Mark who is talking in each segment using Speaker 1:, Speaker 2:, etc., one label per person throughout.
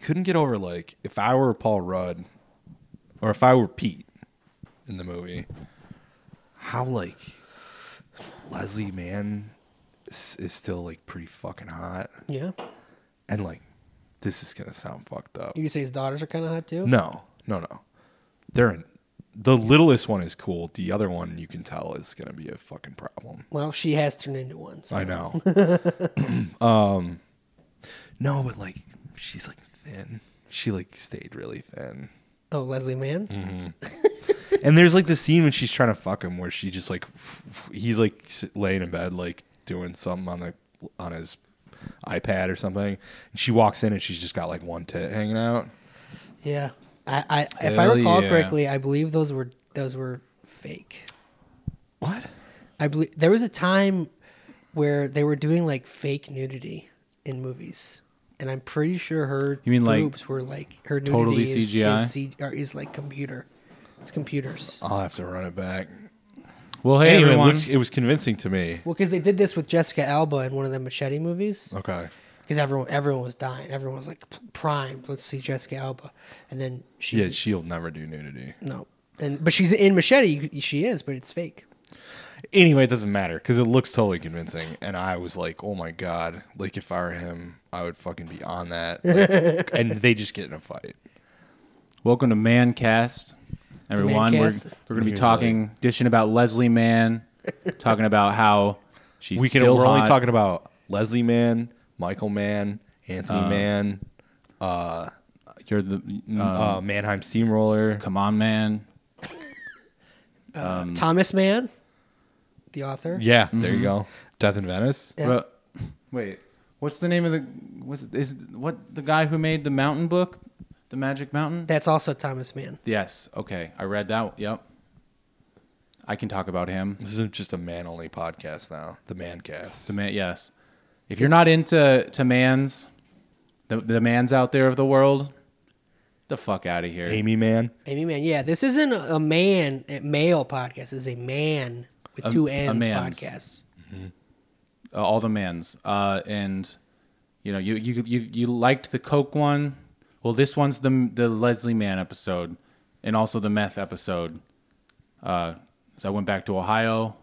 Speaker 1: couldn't get over like if I were Paul Rudd or if I were Pete in the movie, how like Leslie Mann is, is still like pretty fucking hot
Speaker 2: Yeah.
Speaker 1: and like this is gonna sound fucked up.
Speaker 2: You could say his daughters are kind of hot too.
Speaker 1: No, no, no. They're in, the littlest one is cool. The other one you can tell is gonna be a fucking problem.
Speaker 2: Well, she has turned into one. So.
Speaker 1: I know. um, no, but like she's like thin. She like stayed really thin.
Speaker 2: Oh, Leslie Mann.
Speaker 3: Mm-hmm.
Speaker 1: And there's like the scene when she's trying to fuck him, where she just like f- f- he's like s- laying in bed, like doing something on the on his iPad or something. And she walks in and she's just got like one tit hanging out.
Speaker 2: Yeah. I, I if I
Speaker 3: Hell
Speaker 2: recall
Speaker 3: yeah.
Speaker 2: correctly, I believe those were those were fake.
Speaker 1: What?
Speaker 2: I believe there was a time where they were doing like fake nudity in movies, and I'm pretty sure her
Speaker 3: You mean, like,
Speaker 2: boobs were like her nudity
Speaker 3: totally
Speaker 2: is,
Speaker 3: CGI?
Speaker 2: Is, C- or is like computer. It's computers.
Speaker 1: I'll have to run it back.
Speaker 3: Well, hey
Speaker 1: Anyway, it,
Speaker 3: everyone.
Speaker 1: looked- it was convincing to me.
Speaker 2: Well, because they did this with Jessica Alba in one of the Machete movies,
Speaker 1: Okay.
Speaker 2: because everyone everyone was dying, everyone was like primed. Let's see Jessica Alba, and then she's
Speaker 1: Yeah, she'll never do nudity.
Speaker 2: no, and but she's in Machete. She is, but it's fake.
Speaker 1: Anyway, it doesn't matter because it looks totally convincing. And I was like, oh my God. Like, if I were him, I would fucking be on that. Like, and they just get in a fight.
Speaker 3: Welcome to Mancast, everyone.
Speaker 2: Mancast.
Speaker 3: We're, we're going to be
Speaker 1: Here's
Speaker 3: talking, dishing about Leslie Mann, talking about how she's
Speaker 1: we can,
Speaker 3: still
Speaker 1: we're only
Speaker 3: hot.
Speaker 1: talking about Leslie Mann, Michael Mann, Anthony Mann, uh,
Speaker 3: You're the uh,
Speaker 1: uh, Mannheim Steamroller.
Speaker 3: come on, man.
Speaker 2: Thomas Mann, the author.
Speaker 1: Yeah, there
Speaker 3: Mm-hmm.
Speaker 1: you go. Death in Venice.
Speaker 2: Yeah.
Speaker 3: Ru- Wait, what's the name of the what's is what the guy who made the Mountain Book, the Magic Mountain?
Speaker 2: That's also Thomas Mann.
Speaker 3: yes. Okay, I read that. Yep. I can talk about him.
Speaker 1: This isn't just a man only podcast now. The man cast.
Speaker 3: The man, yes. If you're not into to man's, the the man's out there of the world, the fuck out of here.
Speaker 1: Amy Mann.
Speaker 2: Amy Mann. Yeah, this isn't a man a male podcast. This is a man with
Speaker 3: A-
Speaker 2: two
Speaker 3: a
Speaker 2: N's
Speaker 3: man's.
Speaker 2: podcast.
Speaker 3: uh, all the mans. Uh, and you know, you you you you liked the Coke one. Well, this one's the the Leslie Mann episode, and also the meth episode. Uh, so I went back to Ohio,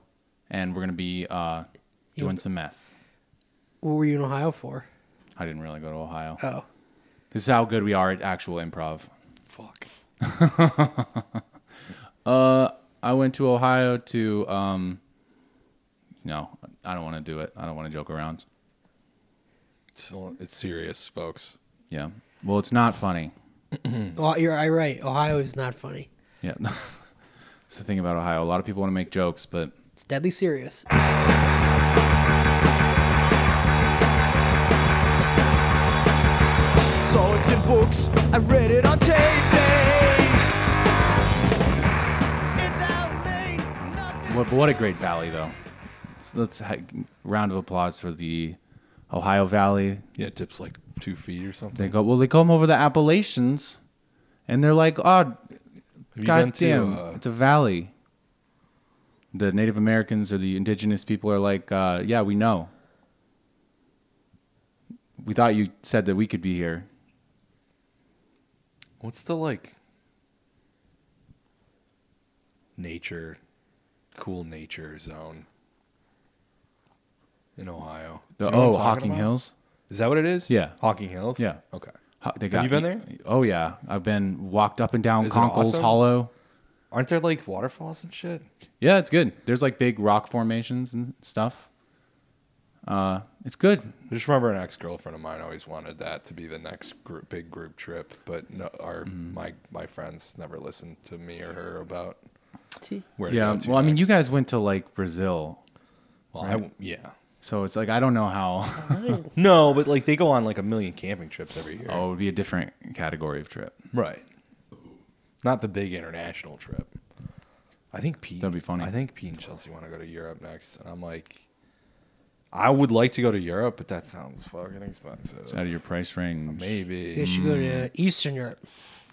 Speaker 3: and we're gonna be uh, doing some meth.
Speaker 2: What were you in Ohio for?
Speaker 3: I didn't really go to Ohio.
Speaker 2: Oh,
Speaker 3: This is how good we are at actual improv.
Speaker 1: Fuck.
Speaker 3: I went to Ohio to um. No, I don't want to do it. I don't want to joke around.
Speaker 1: It's, it's serious, folks.
Speaker 3: Yeah. Well, it's not funny.
Speaker 2: well, you're I right. Ohio is not funny.
Speaker 3: Yeah. It's the thing about Ohio. A lot of people want to make jokes, but
Speaker 2: It's deadly serious.
Speaker 4: Saw it in books, I read it on tape. It don't mean nothing.
Speaker 3: What, but what a great valley, though. So let's ha- round of applause for the Ohio Valley.
Speaker 1: Yeah, it dips like two feet or something.
Speaker 3: They go well. They come over the Appalachians, and they're like, "Oh,
Speaker 1: Have you been to,
Speaker 3: goddamn,
Speaker 1: uh,
Speaker 3: it's a valley." The Native Americans or the indigenous people are like, uh, "Yeah, we know. We thought you said that we could be here."
Speaker 1: What's the like nature, cool nature zone in Ohio? Do
Speaker 3: The,
Speaker 1: you know what I'm
Speaker 3: oh,
Speaker 1: talking
Speaker 3: Hocking
Speaker 1: about?
Speaker 3: Hills.
Speaker 1: Is that what it is?
Speaker 3: Yeah.
Speaker 1: Hocking Hills.
Speaker 3: Yeah.
Speaker 1: Okay.
Speaker 3: Ho- They
Speaker 1: Have you been there?
Speaker 3: Oh yeah, I've been walked up and down
Speaker 1: Is it
Speaker 3: Conkles
Speaker 1: awesome?
Speaker 3: Hollow.
Speaker 1: Aren't there like waterfalls and shit?
Speaker 3: Yeah, it's good. There's like big rock formations and stuff. Uh, it's good.
Speaker 1: I just remember an ex girlfriend of mine always wanted that to be the next group, big group trip, but no, our
Speaker 3: Mm-hmm.
Speaker 1: my my friends never listened to me or her about where.
Speaker 3: yeah.
Speaker 1: To go to
Speaker 3: Well, I mean, you
Speaker 1: next.
Speaker 3: guys went to like Brazil,
Speaker 1: Well, I w yeah.
Speaker 3: so it's like I don't know how.
Speaker 1: No, but like they go on like a million camping trips every year.
Speaker 3: oh, it would be a different category of trip.
Speaker 1: Right. Not the big international trip. I think Pete.
Speaker 3: That'd be funny.
Speaker 1: I think Pete and Chelsea want to go to Europe next, and I'm like, I would like to go to Europe, but that sounds fucking
Speaker 3: It's
Speaker 1: expensive.
Speaker 3: out of your price range.
Speaker 2: They
Speaker 1: Maybe
Speaker 2: should go to Eastern Europe.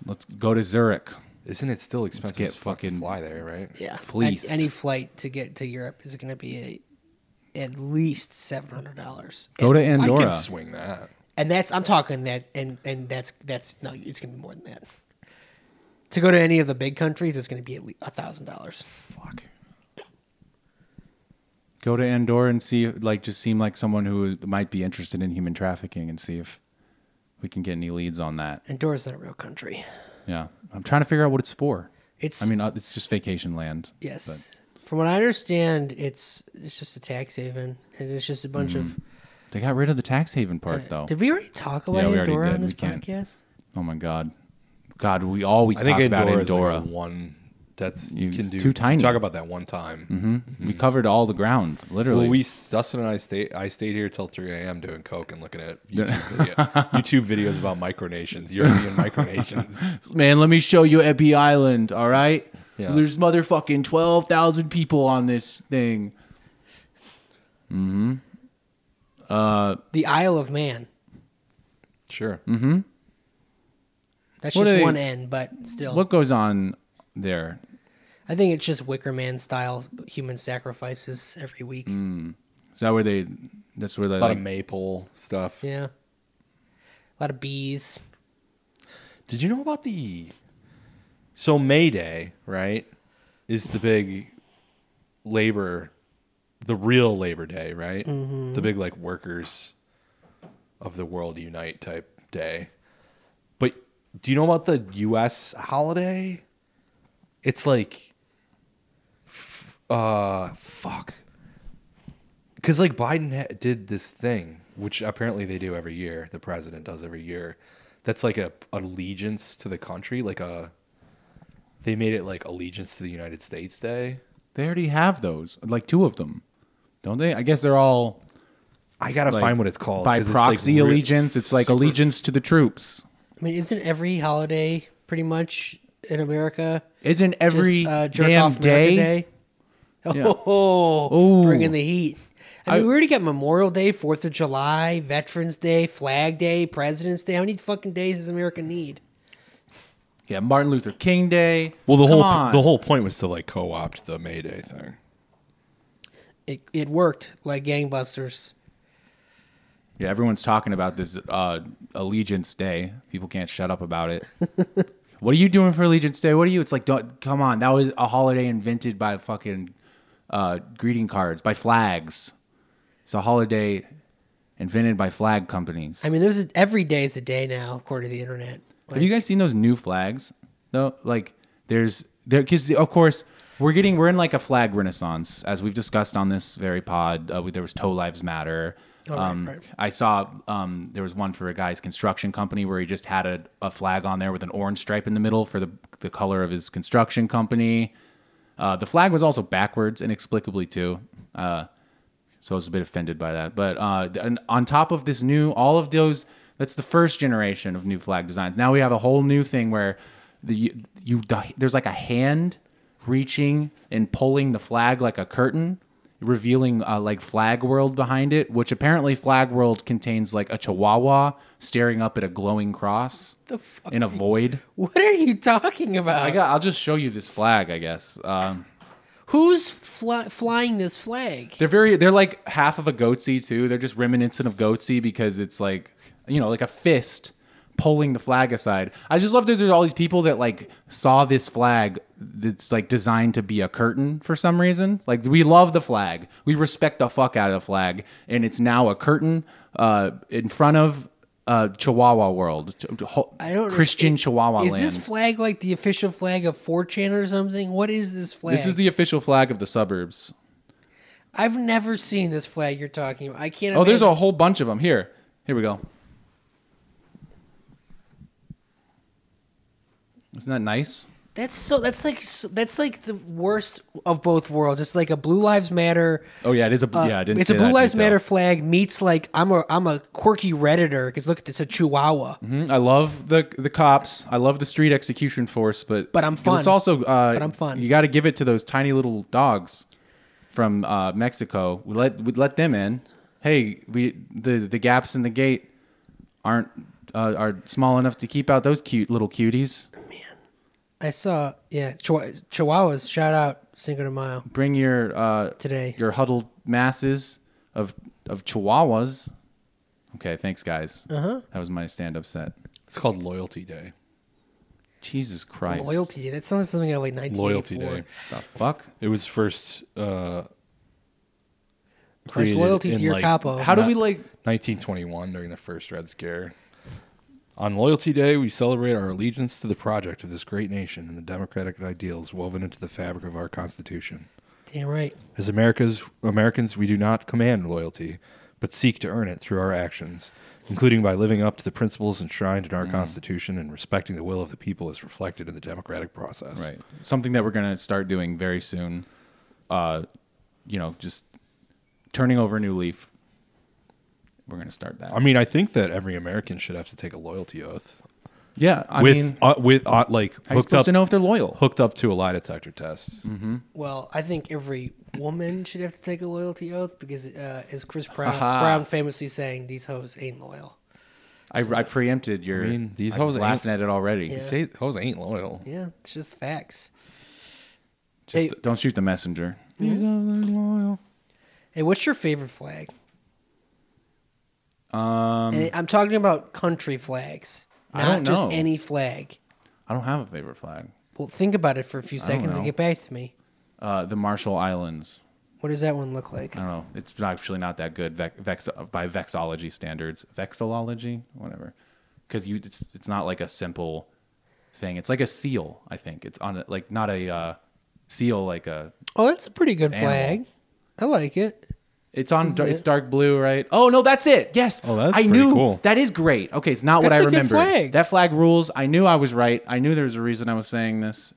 Speaker 3: Let's go to Zurich.
Speaker 1: isn't it still expensive?
Speaker 3: get
Speaker 1: as fuck to
Speaker 3: fucking-
Speaker 1: fly there, right?
Speaker 2: Yeah,
Speaker 3: Fleeced.
Speaker 2: Any, any flight to get to Europe is going to be a, at least seven hundred dollars.
Speaker 3: Go to
Speaker 1: I
Speaker 3: Andorra.
Speaker 1: can swing that.
Speaker 2: and that's I'm talking that, and and that's that's no, it's gonna be more than that. To go to any of the big countries, it's gonna be at least a thousand dollars.
Speaker 1: Fuck.
Speaker 3: Go to Andorra and see, like, just seem like someone who might be interested in human trafficking and see if we can get any leads on that.
Speaker 2: Andorra's not a real country.
Speaker 3: Yeah, I'm trying to figure out what it's for.
Speaker 2: It's
Speaker 3: I mean, uh, it's just vacation land.
Speaker 2: yes. From what I understand, it's it's just a tax haven, and it's just a bunch of. uh,
Speaker 3: but They got rid of the tax haven part, Mm, though.
Speaker 2: Did we already talk about
Speaker 3: Yeah, we already
Speaker 2: Andorra on
Speaker 3: did.
Speaker 2: this
Speaker 3: We can't.
Speaker 2: podcast?
Speaker 3: oh my god, God, we always
Speaker 1: I think
Speaker 3: talk about
Speaker 1: Andorra is
Speaker 3: Andorra.
Speaker 1: like a one. That's you
Speaker 3: It's
Speaker 1: can do.
Speaker 3: too tiny. Mm-hmm.
Speaker 1: Talk about that one time.
Speaker 3: Hmm? We covered all the ground, literally.
Speaker 1: Mm-hmm. Well, we Dustin and I stayed. I stayed here till 3 a.m. doing coke and looking at YouTube, video, YouTube videos about micronations, European micronations.
Speaker 3: Man, let me show you Epi Island, all right?
Speaker 1: Yeah.
Speaker 3: There's motherfucking 12,000 people on this thing.
Speaker 2: The Isle of Man.
Speaker 1: Sure.
Speaker 3: Mm-hmm.
Speaker 2: That's
Speaker 3: What
Speaker 2: just
Speaker 3: are they-
Speaker 2: one end, but still,
Speaker 3: What goes on there?
Speaker 2: I think it's just Wicker Man style human sacrifices every week.
Speaker 3: Mm. Is that where they, that's where they,
Speaker 1: A lot
Speaker 3: like,
Speaker 1: of maple stuff.
Speaker 2: Yeah, a lot of bees.
Speaker 1: Did you know about the? So May Day, right, is the big labor, the real Labor Day, right? The big like workers of the world unite type day. But do you know about the U.S. holiday? It's like, f- uh, fuck. Because like Biden ha- did this thing, which apparently they do every year. The president does every year. That's like a allegiance to the country, like a. They made it like allegiance to the United States Day.
Speaker 3: they already have those, like two of them, don't they? I guess they're all
Speaker 1: I gotta
Speaker 3: like,
Speaker 1: find what it's called
Speaker 3: by
Speaker 1: 'cause it's, like,
Speaker 3: proxy
Speaker 1: re-
Speaker 3: allegiance. It's like allegiance to the troops.
Speaker 2: I mean, isn't every holiday pretty much in America
Speaker 3: Isn't every
Speaker 2: just, uh,
Speaker 3: damn day,
Speaker 2: Oh,
Speaker 3: Ooh.
Speaker 2: bringing the heat. I mean,
Speaker 3: I-
Speaker 2: we already got Memorial Day, Fourth of July, Veterans Day, Flag Day, President's Day. How many fucking days does America need?
Speaker 3: Yeah, Martin Luther King Day.
Speaker 1: Well, the
Speaker 3: Come
Speaker 1: whole
Speaker 3: on.
Speaker 1: the whole point was to like co-opt the May Day thing.
Speaker 2: It it worked like gangbusters.
Speaker 3: Yeah, everyone's talking about this uh, Allegiance Day. People can't shut up about it. what are you doing for Allegiance Day? What are you? It's like, don't, come on, that was a holiday invented by fucking uh, greeting cards, by flags. It's a holiday invented by flag companies.
Speaker 2: I mean, there's a, every day is a day now, according to the internet. Like,
Speaker 3: Have you guys seen those new flags? Though, like, there's there because of course we're getting we're in like a flag renaissance as we've discussed on this very pod. Uh, we, there was Toe Lives Matter.
Speaker 2: Oh, right,
Speaker 3: um,
Speaker 2: right.
Speaker 3: I saw um, there was one for a guy's construction company where he just had a, a flag on there with an orange stripe in the middle for the the color of his construction company. Uh, the flag was also backwards inexplicably too. Uh, so I was a bit offended by that. But uh, th- and on top of this new, all of those, that's the first generation of new flag designs. Now we have a whole new thing where the you, you the- there's like a hand reaching and pulling the flag like a curtain, revealing uh, like Flag World behind it, which apparently Flag World contains like a chihuahua staring up at a glowing cross
Speaker 2: The fuck?
Speaker 3: in a void.
Speaker 2: what are you talking about?
Speaker 3: I got. I'll just show you this flag, I guess. Um,
Speaker 2: Who's fly, flying this flag?
Speaker 3: They're very they're like half of a goatsy too. They're just reminiscent of goatsy because it's like you know, like a fist pulling the flag aside. I just love that there's all these people that like saw this flag that's like designed to be a curtain for some reason. Like we love the flag. We respect the fuck out of the flag and it's now a curtain uh in front of uh Chihuahua world. Ch- ho-
Speaker 2: I don't
Speaker 3: Christian
Speaker 2: understand.
Speaker 3: Chihuahua
Speaker 2: Is
Speaker 3: land.
Speaker 2: this flag like the official flag of 4chan or something? What is this flag?
Speaker 3: this is the official flag of the suburbs.
Speaker 2: I've never seen this flag you're talking about. I can't.
Speaker 3: Oh, there's
Speaker 2: imagine-
Speaker 3: a whole bunch of them. Here. Here we go. Isn't that nice?
Speaker 2: That's so. That's like. so- That's like the worst of both worlds. It's like a Blue Lives Matter.
Speaker 3: Oh yeah, it is a
Speaker 2: uh,
Speaker 3: yeah. I didn't
Speaker 2: it's
Speaker 3: say
Speaker 2: a Blue
Speaker 3: that
Speaker 2: Lives
Speaker 3: detail.
Speaker 2: Matter flag meets like I'm a I'm a quirky redditor because look, it's a Chihuahua.
Speaker 3: Mhm. I love the the cops. I love the street execution force, but
Speaker 2: But I'm
Speaker 3: It's
Speaker 2: fun.
Speaker 3: also uh,
Speaker 2: But I'm fun.
Speaker 3: You got to give it to those tiny little dogs from uh, Mexico. We let we let them in. Hey, we the the gaps in the gate aren't uh, are small enough to keep out those cute little cuties.
Speaker 2: I saw yeah Chihu- Chihuahuas. Shout out Cinco de Mayo
Speaker 3: Bring your uh,
Speaker 2: today.
Speaker 3: your huddled masses of of chihuahuas. Okay, thanks guys. Uh-huh. That was my stand-up set.
Speaker 1: It's called Loyalty Day.
Speaker 3: Jesus Christ.
Speaker 2: Loyalty Day. That sounds like something out of like 1984.
Speaker 1: Loyalty Day.
Speaker 3: The fuck?
Speaker 1: It was first uh,
Speaker 2: Pledge
Speaker 1: created
Speaker 2: loyalty
Speaker 1: in,
Speaker 2: to your
Speaker 1: like,
Speaker 2: capo.
Speaker 3: How do
Speaker 1: Not-
Speaker 3: we like
Speaker 1: 1921 during the first Red Scare. On Loyalty Day, we celebrate our allegiance to the project of this great nation and the democratic ideals woven into the fabric of our Constitution.
Speaker 2: Damn right.
Speaker 1: As America's Americans, we do not command loyalty, but seek to earn it through our actions, including by living up to the principles enshrined in
Speaker 2: Mm.
Speaker 1: our Constitution and respecting the will of the people as reflected in the democratic process.
Speaker 3: Right. Something that we're going to start doing very soon. Uh, you know, just turning over a new leaf. We're going to start that.
Speaker 1: I mean, I think that every American should have to take a loyalty oath
Speaker 3: yeah, I
Speaker 1: with
Speaker 3: mean,
Speaker 1: uh, with uh, like
Speaker 3: how are you
Speaker 1: hooked
Speaker 3: supposed
Speaker 1: up
Speaker 3: to know if they're loyal?
Speaker 1: hooked up to a lie detector test.
Speaker 2: Well, I think every woman should have to take a loyalty oath because, uh, as Chris Brown,
Speaker 3: Aha.
Speaker 2: Brown famously saying, these hoes ain't loyal.
Speaker 3: I, I preempted your. I
Speaker 1: I mean, these hoes
Speaker 3: was
Speaker 1: ain't-
Speaker 3: laughing at it already.
Speaker 2: Yeah.
Speaker 1: Say hoes ain't loyal.
Speaker 2: Yeah, it's just facts.
Speaker 3: Just
Speaker 2: Hey.
Speaker 3: don't shoot the messenger.
Speaker 1: These hoes ain't loyal.
Speaker 2: Hey, what's your favorite flag?
Speaker 3: Um,
Speaker 2: And I'm talking about country flags,
Speaker 3: I
Speaker 2: not
Speaker 3: don't
Speaker 2: just
Speaker 3: know.
Speaker 2: any flag.
Speaker 3: I don't have a favorite flag.
Speaker 2: Well, think about it for a few
Speaker 3: don't
Speaker 2: seconds and
Speaker 3: know.
Speaker 2: get back to me.
Speaker 3: Uh, the Marshall Islands.
Speaker 2: What does that one look like?
Speaker 3: I don't know. It's actually not that good vex, vex, by vexology standards. Vexillology, whatever. Because you, it's, it's not like a simple thing. It's like a seal. I think it's on a, like not a uh, seal like a.
Speaker 2: Oh, that's a pretty good
Speaker 3: Animal.
Speaker 2: flag. I like it.
Speaker 3: It's on. Dar-
Speaker 2: it?
Speaker 3: It's dark blue, right? Oh no, that's it. Yes.
Speaker 1: Oh, that's
Speaker 3: I
Speaker 1: pretty
Speaker 3: knew
Speaker 1: cool.
Speaker 3: that is great. Okay, it's not
Speaker 2: That's
Speaker 3: what I
Speaker 2: a good
Speaker 3: remember.
Speaker 2: flag.
Speaker 3: That flag rules. I knew I was right. I knew there was a reason I was saying this.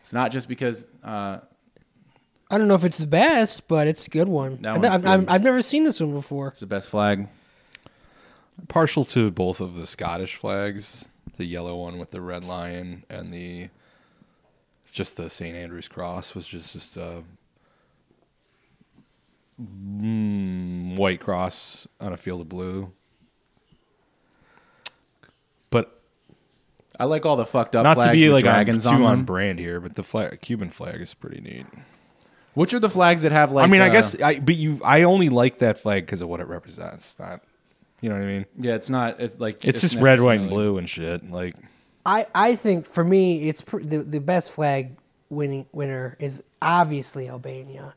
Speaker 3: It's not just because. Uh,
Speaker 2: I don't know if it's the best, but it's a good one.
Speaker 3: That
Speaker 2: I've,
Speaker 3: one's
Speaker 2: I've- I've-
Speaker 3: good.
Speaker 2: I've never seen this one before.
Speaker 3: it's the best flag.
Speaker 1: Partial to both of the Scottish flags, the yellow one with the red lion and the just the St Andrew's cross was just just a mm, white cross on a field of blue. But
Speaker 3: I like all the fucked up
Speaker 1: not
Speaker 3: flags
Speaker 1: to be like
Speaker 3: with
Speaker 1: I'm
Speaker 3: dragons
Speaker 1: too
Speaker 3: on
Speaker 1: on,
Speaker 3: them.
Speaker 1: brand here, but the flag, Cuban flag is pretty neat.
Speaker 3: Which are the flags that have like?
Speaker 1: I mean, I
Speaker 3: uh,
Speaker 1: guess I but you I only like that flag because of what it represents. Not you know what I mean.
Speaker 3: Yeah, it's not. It's like
Speaker 1: It's, just red, white, and
Speaker 3: necessarily-
Speaker 1: blue and shit. Like
Speaker 2: I, I think for me, it's pr- the the best flag winning winner is obviously Albania.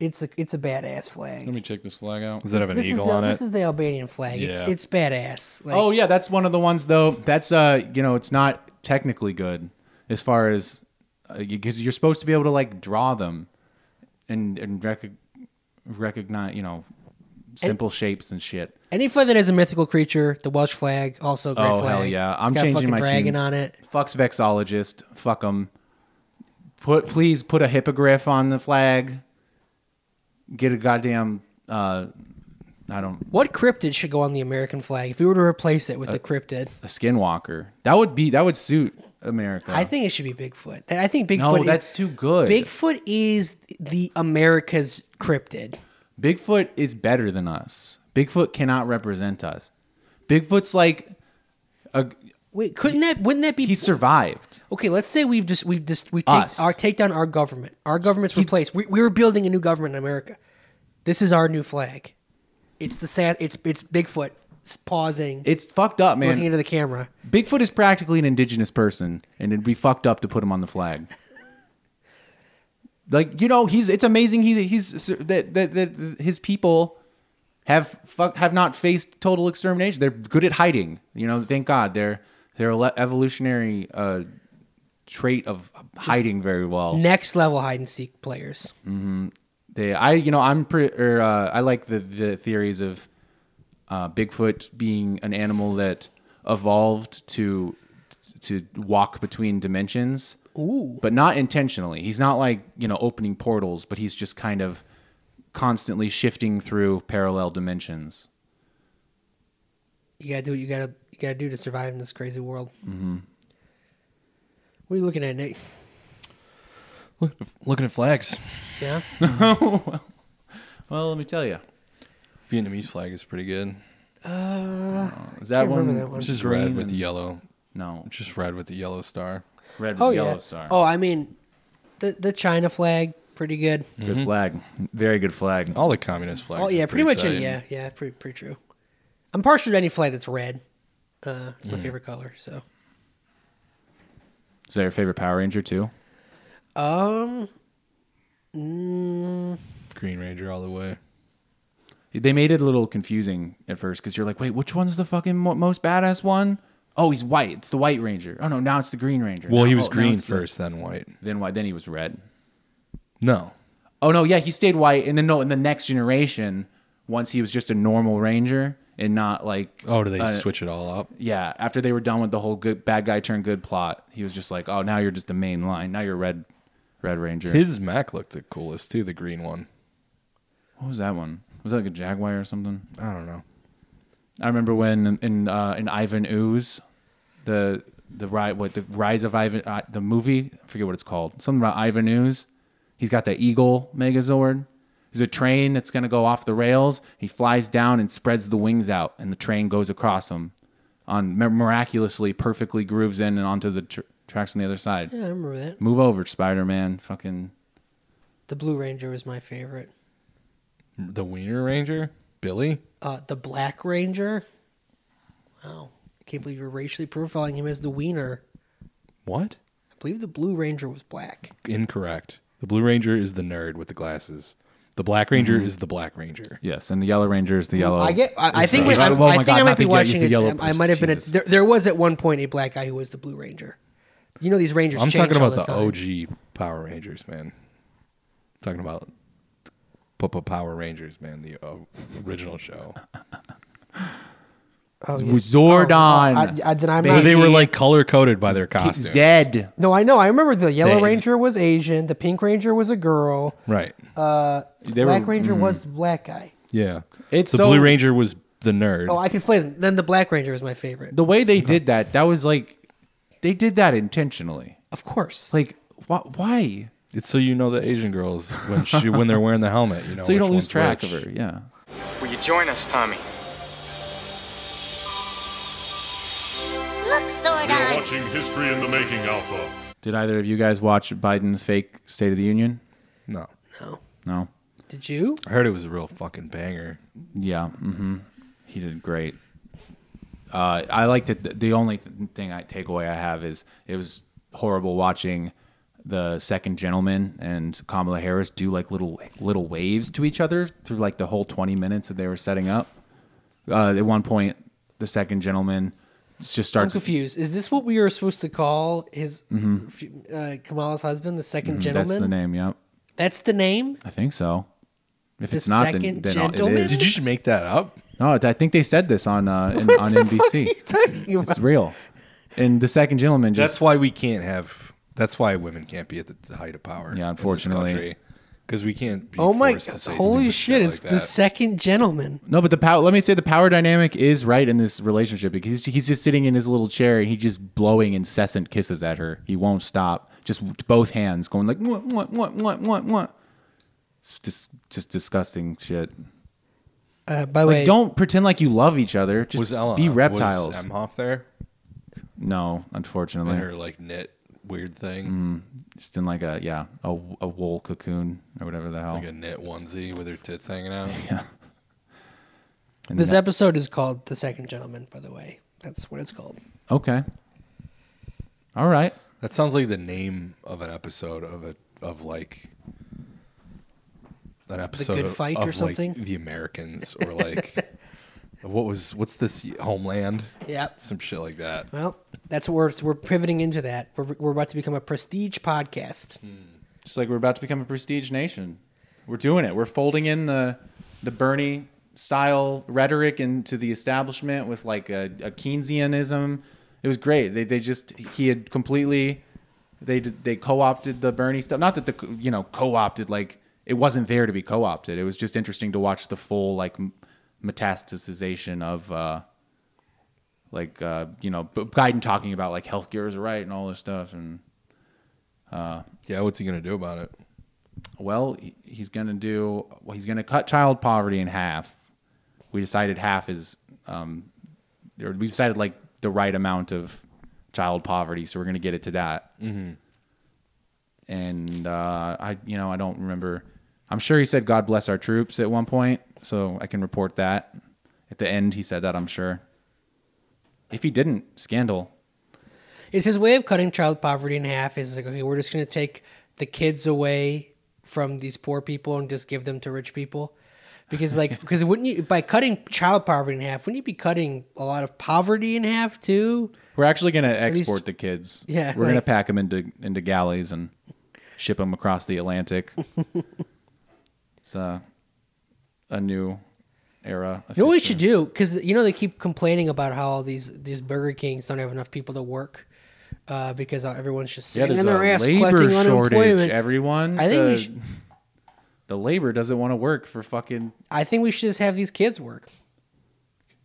Speaker 2: It's a it's a badass flag.
Speaker 3: Let me check this flag out.
Speaker 1: does it have an
Speaker 2: this
Speaker 1: eagle
Speaker 2: is the,
Speaker 1: on it?
Speaker 2: This is the Albanian flag. It's
Speaker 1: Yeah.
Speaker 2: it's badass. Like,
Speaker 3: Oh yeah, that's one of the ones though. That's uh, you know, it's not technically good as far as because uh, you, 'cause you're supposed to be able to like draw them and and rec- recognize, you know, simple shapes and shit.
Speaker 2: Any flag that has a mythical creature, the Welsh flag, also a great
Speaker 3: Oh
Speaker 2: flag.
Speaker 3: hell yeah! I'm
Speaker 2: it's got a
Speaker 3: changing
Speaker 2: fucking
Speaker 3: my
Speaker 2: dragon
Speaker 3: tune.
Speaker 2: on it.
Speaker 3: Fucks vexologist. Fuck them. Put please put a hippogriff on the flag. Get a goddamn. Uh, I don't
Speaker 2: What cryptid should go on the American flag if we were to replace
Speaker 3: Uh,
Speaker 2: it with a cryptid?
Speaker 3: a skinwalker. That would be that would suit America.
Speaker 2: I think it should be Bigfoot. I think Bigfoot.
Speaker 3: no,
Speaker 2: is-
Speaker 3: that's too good.
Speaker 2: Bigfoot is the America's cryptid.
Speaker 3: Bigfoot is better than us. Bigfoot cannot represent us. Bigfoot's like a,
Speaker 2: Wait, couldn't that? Wouldn't that be?
Speaker 3: he survived.
Speaker 2: okay, let's say we've just we've just we
Speaker 3: Us.
Speaker 2: take our take down our government. Our government's replaced. We we were building a new government in America. This is our new flag. It's the sad. It's it's Bigfoot s- pausing,
Speaker 3: It's fucked up,
Speaker 2: looking
Speaker 3: man.
Speaker 2: into the camera.
Speaker 3: Bigfoot is practically an indigenous person, and it'd be fucked up to put him on the flag. Like you know, he's it's amazing he he's that that, that his people have fuck, have not faced total extermination. They're good at hiding. You know, thank God their their ele- evolutionary uh, trait of hiding very well.
Speaker 2: Next level hide and seek players.
Speaker 3: They, I, you know, I'm pretty. Or, uh, I like the the theories of uh, Bigfoot being an animal that evolved to to walk between dimensions,
Speaker 2: Ooh.
Speaker 3: but not intentionally. He's not like you know opening portals, but he's just kind of constantly shifting through parallel dimensions.
Speaker 2: You gotta do what you gotta you gotta do to survive in this crazy world. Mm-hmm. What are you looking at, Nick?
Speaker 1: Look, looking at flags,
Speaker 2: Yeah.
Speaker 3: Well, let me tell you,
Speaker 1: Vietnamese flag is pretty good.
Speaker 2: Uh,
Speaker 3: is that
Speaker 2: can't
Speaker 3: one?
Speaker 2: remember that one.
Speaker 1: It's just
Speaker 3: green
Speaker 1: red with
Speaker 3: and-
Speaker 1: the yellow.
Speaker 3: No,
Speaker 1: It's just red with the yellow star.
Speaker 3: red with
Speaker 2: oh
Speaker 3: yellow
Speaker 2: yeah.
Speaker 3: star.
Speaker 2: Oh, I mean, the the China flag, pretty good.
Speaker 3: good flag, very good flag.
Speaker 1: All the communist flags.
Speaker 2: Oh yeah,
Speaker 1: are
Speaker 2: pretty much any
Speaker 1: exciting.
Speaker 2: yeah, yeah, pretty pretty true. I'm partial to any flag that's red. Uh, it's my favorite color. So,
Speaker 3: Is that your favorite Power Ranger too?
Speaker 2: um, mm,
Speaker 1: Green Ranger all the way.
Speaker 3: They made it a little confusing at first because you're like, wait, which one's the fucking mo- most badass one? Oh, he's white. It's the White Ranger. Oh no, now it's the Green Ranger.
Speaker 1: Well,
Speaker 3: Now-
Speaker 1: he was
Speaker 3: oh, now
Speaker 1: green
Speaker 3: it's the-
Speaker 1: first, then white.
Speaker 3: then why? Then he was red.
Speaker 1: No,
Speaker 3: Oh no, yeah, he stayed white, and then no, in the next generation, once he was just a normal ranger and not like
Speaker 1: oh, do they
Speaker 3: uh,
Speaker 1: switch it all up?
Speaker 3: Yeah, after they were done with the whole good bad guy turned good plot, he was just like, oh, now you're just the main line. Now you're red, red ranger.
Speaker 1: His Mac looked the coolest too, the green one.
Speaker 3: what was that one? Was that like a jaguar or something?
Speaker 1: I don't know.
Speaker 3: I remember when in uh, in Ivan Ooze, the the ri what the rise of Ivan uh, the movie I forget what it's called something about Ivan Ooze. He's got the eagle Megazord. There's a train that's gonna go off the rails. He flies down and spreads the wings out, and the train goes across him, on mi- miraculously perfectly grooves in and onto the tr- tracks on the other side.
Speaker 2: yeah, I remember that.
Speaker 3: Move over, Spider Man. Fucking
Speaker 2: The Blue Ranger was my favorite.
Speaker 1: The Wiener Ranger, Billy.
Speaker 2: Uh, the Black Ranger. Wow, can't believe you're racially profiling him as the Wiener.
Speaker 1: What?
Speaker 2: I believe the Blue Ranger was black.
Speaker 1: Incorrect. The Blue Ranger is the nerd with the glasses. The Black Ranger
Speaker 3: Mm-hmm.
Speaker 1: is the Black Ranger.
Speaker 3: yes, and the Yellow Ranger is the yellow.
Speaker 2: Mm, I get. I, I think.
Speaker 3: sorry.
Speaker 2: we- I,
Speaker 3: Oh my
Speaker 2: I think
Speaker 3: God,
Speaker 2: I
Speaker 3: not
Speaker 2: might be
Speaker 3: the yellow- he's
Speaker 2: watching
Speaker 3: the
Speaker 2: it.
Speaker 3: yellow
Speaker 2: I, I
Speaker 3: person.
Speaker 2: might have been. A,
Speaker 3: Jesus.
Speaker 2: there, there was at one point a black guy who was the Blue Ranger. You know these Rangers.
Speaker 1: I'm
Speaker 2: change
Speaker 1: talking
Speaker 2: all
Speaker 1: about the,
Speaker 2: the time.
Speaker 1: OG Power Rangers, man. talking about P- P- Power Rangers, man, the uh, original show.
Speaker 2: Oh, yeah.
Speaker 3: Zordon.
Speaker 2: Oh, I, I, then I'm
Speaker 1: Where
Speaker 2: not,
Speaker 1: they were like color coded by their costumes.
Speaker 3: Zed.
Speaker 2: No, I know. I remember the Yellow
Speaker 1: They-
Speaker 2: Ranger was Asian. The Pink Ranger was a girl.
Speaker 1: Right.
Speaker 2: Uh,
Speaker 3: They
Speaker 2: black
Speaker 3: were-
Speaker 2: Ranger was the black guy.
Speaker 1: yeah.
Speaker 3: It's
Speaker 1: the
Speaker 3: so-
Speaker 1: Blue Ranger was the nerd.
Speaker 2: Oh, I can play them. Then the Black Ranger was my favorite.
Speaker 3: the way they did that that was like they did that intentionally
Speaker 2: Of course.
Speaker 3: like wh- why
Speaker 1: it's so you know the Asian girls when she when they're wearing the helmet, you know.
Speaker 3: so you
Speaker 1: which
Speaker 3: don't lose
Speaker 1: one's
Speaker 3: track
Speaker 1: which.
Speaker 3: of her yeah
Speaker 5: Will you join us, Tommy?
Speaker 6: Look,
Speaker 7: You're
Speaker 6: Zordon!
Speaker 7: watching History in the Making Alpha.
Speaker 3: did either of you guys watch biden's fake state of the union
Speaker 1: No,
Speaker 2: No.
Speaker 3: no
Speaker 2: Did you?
Speaker 1: I heard it was a real fucking banger.
Speaker 3: yeah mm-hmm he did great uh, i like to the only th- thing i takeaway i have is it was horrible watching the second gentleman and kamala harris do like little little waves to each other through like the whole 20 minutes that they were setting up uh, at one point the second gentleman just
Speaker 2: I'm
Speaker 3: starts
Speaker 2: confused. Is this what we were supposed to call his uh, Kamala's husband, the 2nd gentleman?
Speaker 3: That's the name. Yep,
Speaker 2: That's the name?
Speaker 3: I think so. If
Speaker 2: The
Speaker 3: it's not, then,
Speaker 2: second
Speaker 3: then I'll-
Speaker 2: gentleman?
Speaker 3: it
Speaker 1: Did
Speaker 3: is.
Speaker 1: you just make that up?
Speaker 3: No, I think they said this on uh, in,
Speaker 2: What
Speaker 3: on
Speaker 2: the fuck are you
Speaker 3: NBC.
Speaker 2: talking about?
Speaker 3: It's real. And the second gentleman just
Speaker 1: That's why we can't have. That's why women can't be at the height of power.
Speaker 3: Yeah, unfortunately.
Speaker 1: because we can't. Be
Speaker 2: Oh my
Speaker 1: forced
Speaker 2: god.
Speaker 1: to say
Speaker 2: Holy
Speaker 1: stupid
Speaker 2: shit. It's
Speaker 1: like
Speaker 2: the
Speaker 1: that.
Speaker 2: second gentleman.
Speaker 3: no, but the power. Let me say the power dynamic is right in this relationship because he's just sitting in his little chair and he's just blowing incessant kisses at her. He won't stop. Just with both hands going like what what what what what what. It's just just disgusting shit.
Speaker 2: Uh, by the
Speaker 3: Like
Speaker 2: way,
Speaker 3: don't pretend like you love each other. Just
Speaker 1: was Ella
Speaker 3: be reptiles.
Speaker 1: Was Emhoff there?
Speaker 3: no, unfortunately.
Speaker 1: And her like knit weird thing,
Speaker 3: Mm. just in like a yeah a, a wool cocoon or whatever the hell
Speaker 1: like a knit onesie with her tits hanging out.
Speaker 3: yeah And
Speaker 2: this
Speaker 3: that-
Speaker 2: episode is called The Second Gentleman, by the way. That's what it's called.
Speaker 3: okay all right
Speaker 1: That sounds like the name of an episode of a of like an episode
Speaker 2: Good
Speaker 1: of,
Speaker 2: Fight
Speaker 1: of,
Speaker 2: or
Speaker 1: like,
Speaker 2: something?
Speaker 1: the Americans or like what was what's this Homeland?
Speaker 2: Yep.
Speaker 1: some shit like that.
Speaker 2: Well, that's what we're, we're pivoting into that. We're, we're about to become a prestige podcast.
Speaker 3: Hmm. just like we're about to become a prestige nation we're doing it we're folding in the the bernie style rhetoric into the establishment with like a, a keynesianism it was great they, they just he had completely they did- they co-opted the bernie stuff not that the co- you know co-opted like it wasn't there to be co-opted it was just interesting to watch the full like m- metastasization of uh like uh you know B- biden talking about like healthcare is a right and all this stuff and
Speaker 1: Yeah, what's he gonna do about it?
Speaker 3: Well, he- he's going to do. Well, he's going to cut child poverty in half. We decided half is, um, or we decided like the right amount of child poverty, so we're going to get it to that. Mm-hmm. And uh, I, you know, I don't remember. I'm sure he said "God bless our troops" at one point, so I can report that. If At the end, he said that, I'm sure. If he didn't, scandal.
Speaker 2: Is his way of cutting child poverty in half is like, okay, we're just going to take the kids away from these poor people and just give them to rich people? Because like, because wouldn't you by cutting child poverty in half, wouldn't you be cutting a lot of poverty in half too?
Speaker 3: We're actually going to
Speaker 2: least-
Speaker 3: export the kids.
Speaker 2: Yeah,
Speaker 3: We're going to
Speaker 2: like-
Speaker 3: pack them into, into galleys and ship them across the Atlantic. it's uh, a new era.
Speaker 2: You know what we
Speaker 3: officially.
Speaker 2: should do? Because you know they keep complaining about how all these these Burger Kings don't have enough people to work uh, because everyone's just
Speaker 3: Yeah,
Speaker 2: sitting
Speaker 3: there's
Speaker 2: in
Speaker 3: a
Speaker 2: their ass
Speaker 3: labor
Speaker 2: collecting
Speaker 3: shortage.
Speaker 2: unemployment.
Speaker 3: Everyone,
Speaker 2: I think
Speaker 3: the,
Speaker 2: we should,
Speaker 3: the labor doesn't want to work for fucking.
Speaker 2: I think we should just have these kids work.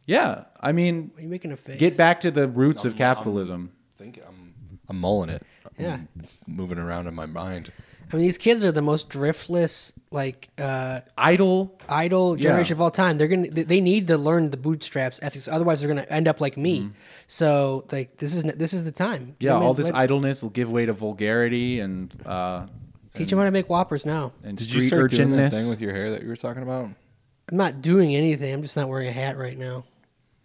Speaker 3: Yeah, I mean,
Speaker 2: Why are you making a face?
Speaker 3: get back to the roots of capitalism.
Speaker 1: I think I'm I'm mulling it.
Speaker 2: Yeah.
Speaker 1: moving around in my mind.
Speaker 2: I mean, these kids are the most driftless, like uh,
Speaker 3: Idle.
Speaker 2: idle generation
Speaker 3: Yeah.
Speaker 2: of all time. They're gonna they- they need to learn the bootstraps ethics, otherwise they're gonna end up like me. So like this is this is the time.
Speaker 3: Mm-hmm. Yeah,
Speaker 2: Let me-
Speaker 3: all this
Speaker 2: let-
Speaker 3: idleness will give way to vulgarity and uh,
Speaker 2: teach them how to make whoppers now.
Speaker 3: and
Speaker 1: Did
Speaker 3: street
Speaker 1: you start doing that
Speaker 3: urchinness.
Speaker 1: thing with your hair that you were talking about?
Speaker 2: I'm not doing anything. I'm just not wearing a hat right now.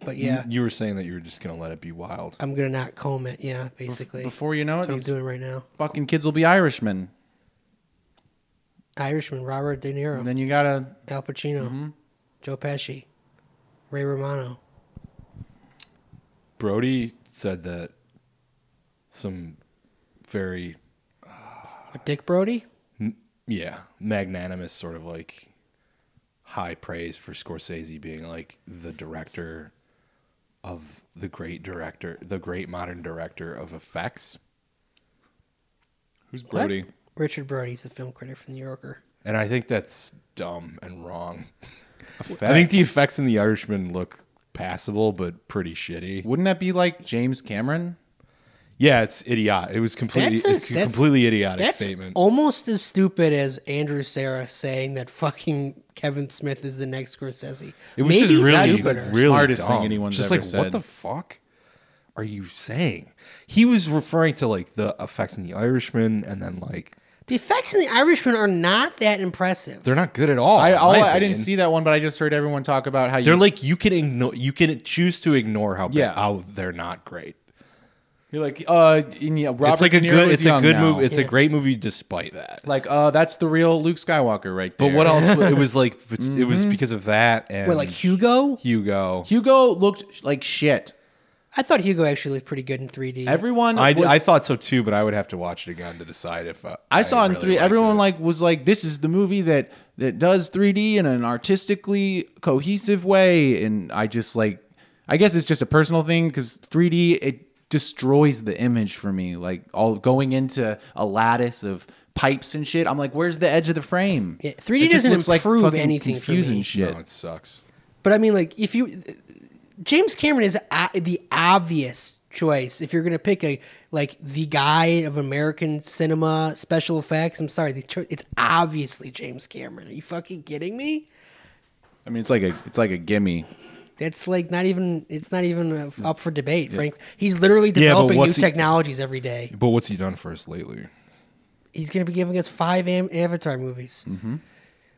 Speaker 2: But yeah,
Speaker 3: Mm-hmm.
Speaker 1: You, you were saying that you were just gonna let it be wild.
Speaker 2: I'm gonna not comb it. Yeah, basically.
Speaker 3: Before you know
Speaker 2: That's
Speaker 3: it,
Speaker 2: what I'm
Speaker 3: these
Speaker 2: doing right now.
Speaker 3: fucking kids will be Irishmen.
Speaker 2: Irishman, Robert De Niro,
Speaker 3: And then you gotta.
Speaker 2: Al Pacino,
Speaker 3: Mm-hmm.
Speaker 2: Joe Pesci, Ray Romano.
Speaker 1: Brody said that some very
Speaker 2: What, Dick Brody?
Speaker 1: yeah magnanimous sort of like high praise for Scorsese being like the director of the great director, the great modern director of effects.
Speaker 3: Who's
Speaker 2: Brody? Richard Brody's the film critic from New Yorker.
Speaker 1: And I think that's dumb and wrong. I think the effects in The Irishman look passable, but pretty shitty.
Speaker 3: Wouldn't that be like James Cameron?
Speaker 1: Yeah, it's idiot. It was completely,
Speaker 2: That's a,
Speaker 1: it's a
Speaker 2: that's-
Speaker 1: completely idiotic
Speaker 2: that's
Speaker 1: statement.
Speaker 2: Almost as stupid as Andrew Sarah saying that fucking Kevin Smith is the next Scorsese.
Speaker 1: it was
Speaker 2: Maybe
Speaker 1: just really,
Speaker 2: stupider.
Speaker 1: really
Speaker 3: Smartest
Speaker 1: dumb.
Speaker 3: thing anyone's
Speaker 1: just
Speaker 3: ever
Speaker 1: like,
Speaker 3: said.
Speaker 1: what the fuck are you saying? He was referring to like the effects in The Irishman, and then like
Speaker 2: The effects in The Irishman are not that impressive.
Speaker 1: they're not good at all.
Speaker 3: I
Speaker 1: in
Speaker 3: all,
Speaker 1: my
Speaker 3: I didn't
Speaker 1: opinion.
Speaker 3: see that one, but I just heard everyone talk about how you
Speaker 1: They're like you can ignore, you can choose to ignore how
Speaker 3: Yeah.
Speaker 1: bad, how they're not great.
Speaker 3: You're like, uh, and, yeah, Robert
Speaker 1: it's like
Speaker 3: De
Speaker 1: a
Speaker 3: Niro
Speaker 1: good,
Speaker 3: is
Speaker 1: it's a
Speaker 3: young
Speaker 1: good
Speaker 3: now.
Speaker 1: movie. It's
Speaker 2: Yeah.
Speaker 1: a great movie despite that.
Speaker 3: like, uh, that's the real Luke Skywalker right there.
Speaker 1: But what else? It was like it was
Speaker 3: Mm-hmm.
Speaker 1: because of that and
Speaker 2: What, like Hugo?
Speaker 1: Hugo.
Speaker 3: Hugo looked sh- like shit.
Speaker 2: I thought Hugo actually looked pretty good in 3D.
Speaker 3: Everyone,
Speaker 1: I,
Speaker 3: was-
Speaker 1: I thought so too, but I would have to watch it again to decide if uh,
Speaker 3: I saw in
Speaker 1: really
Speaker 3: three.
Speaker 1: liked it.
Speaker 3: Everyone like was like, this is the movie that that does 3D in an artistically cohesive way, and I just like, I guess it's just a personal thing because 3D it destroys the image for me. Like all going into a lattice of pipes and shit. I'm like, where's the edge of the frame?
Speaker 2: Yeah, 3D
Speaker 3: It just
Speaker 2: doesn't
Speaker 3: looks like
Speaker 2: improve
Speaker 3: fucking
Speaker 2: anything for
Speaker 3: confusing
Speaker 2: me.
Speaker 3: shit.
Speaker 1: No, it sucks.
Speaker 2: But I mean, like, if you, James Cameron is o- the obvious choice if you're gonna pick a like the guy of American cinema special effects. I'm sorry, the cho- it's obviously James Cameron. Are you fucking kidding me?
Speaker 3: I mean, it's like a it's like a gimme.
Speaker 2: That's like not even it's not even uh, up for debate. Frank, he's literally
Speaker 1: but
Speaker 2: developing new
Speaker 1: what's he-
Speaker 2: technologies every day.
Speaker 1: But what's he done for us lately?
Speaker 2: He's gonna be giving us five am- Avatar movies.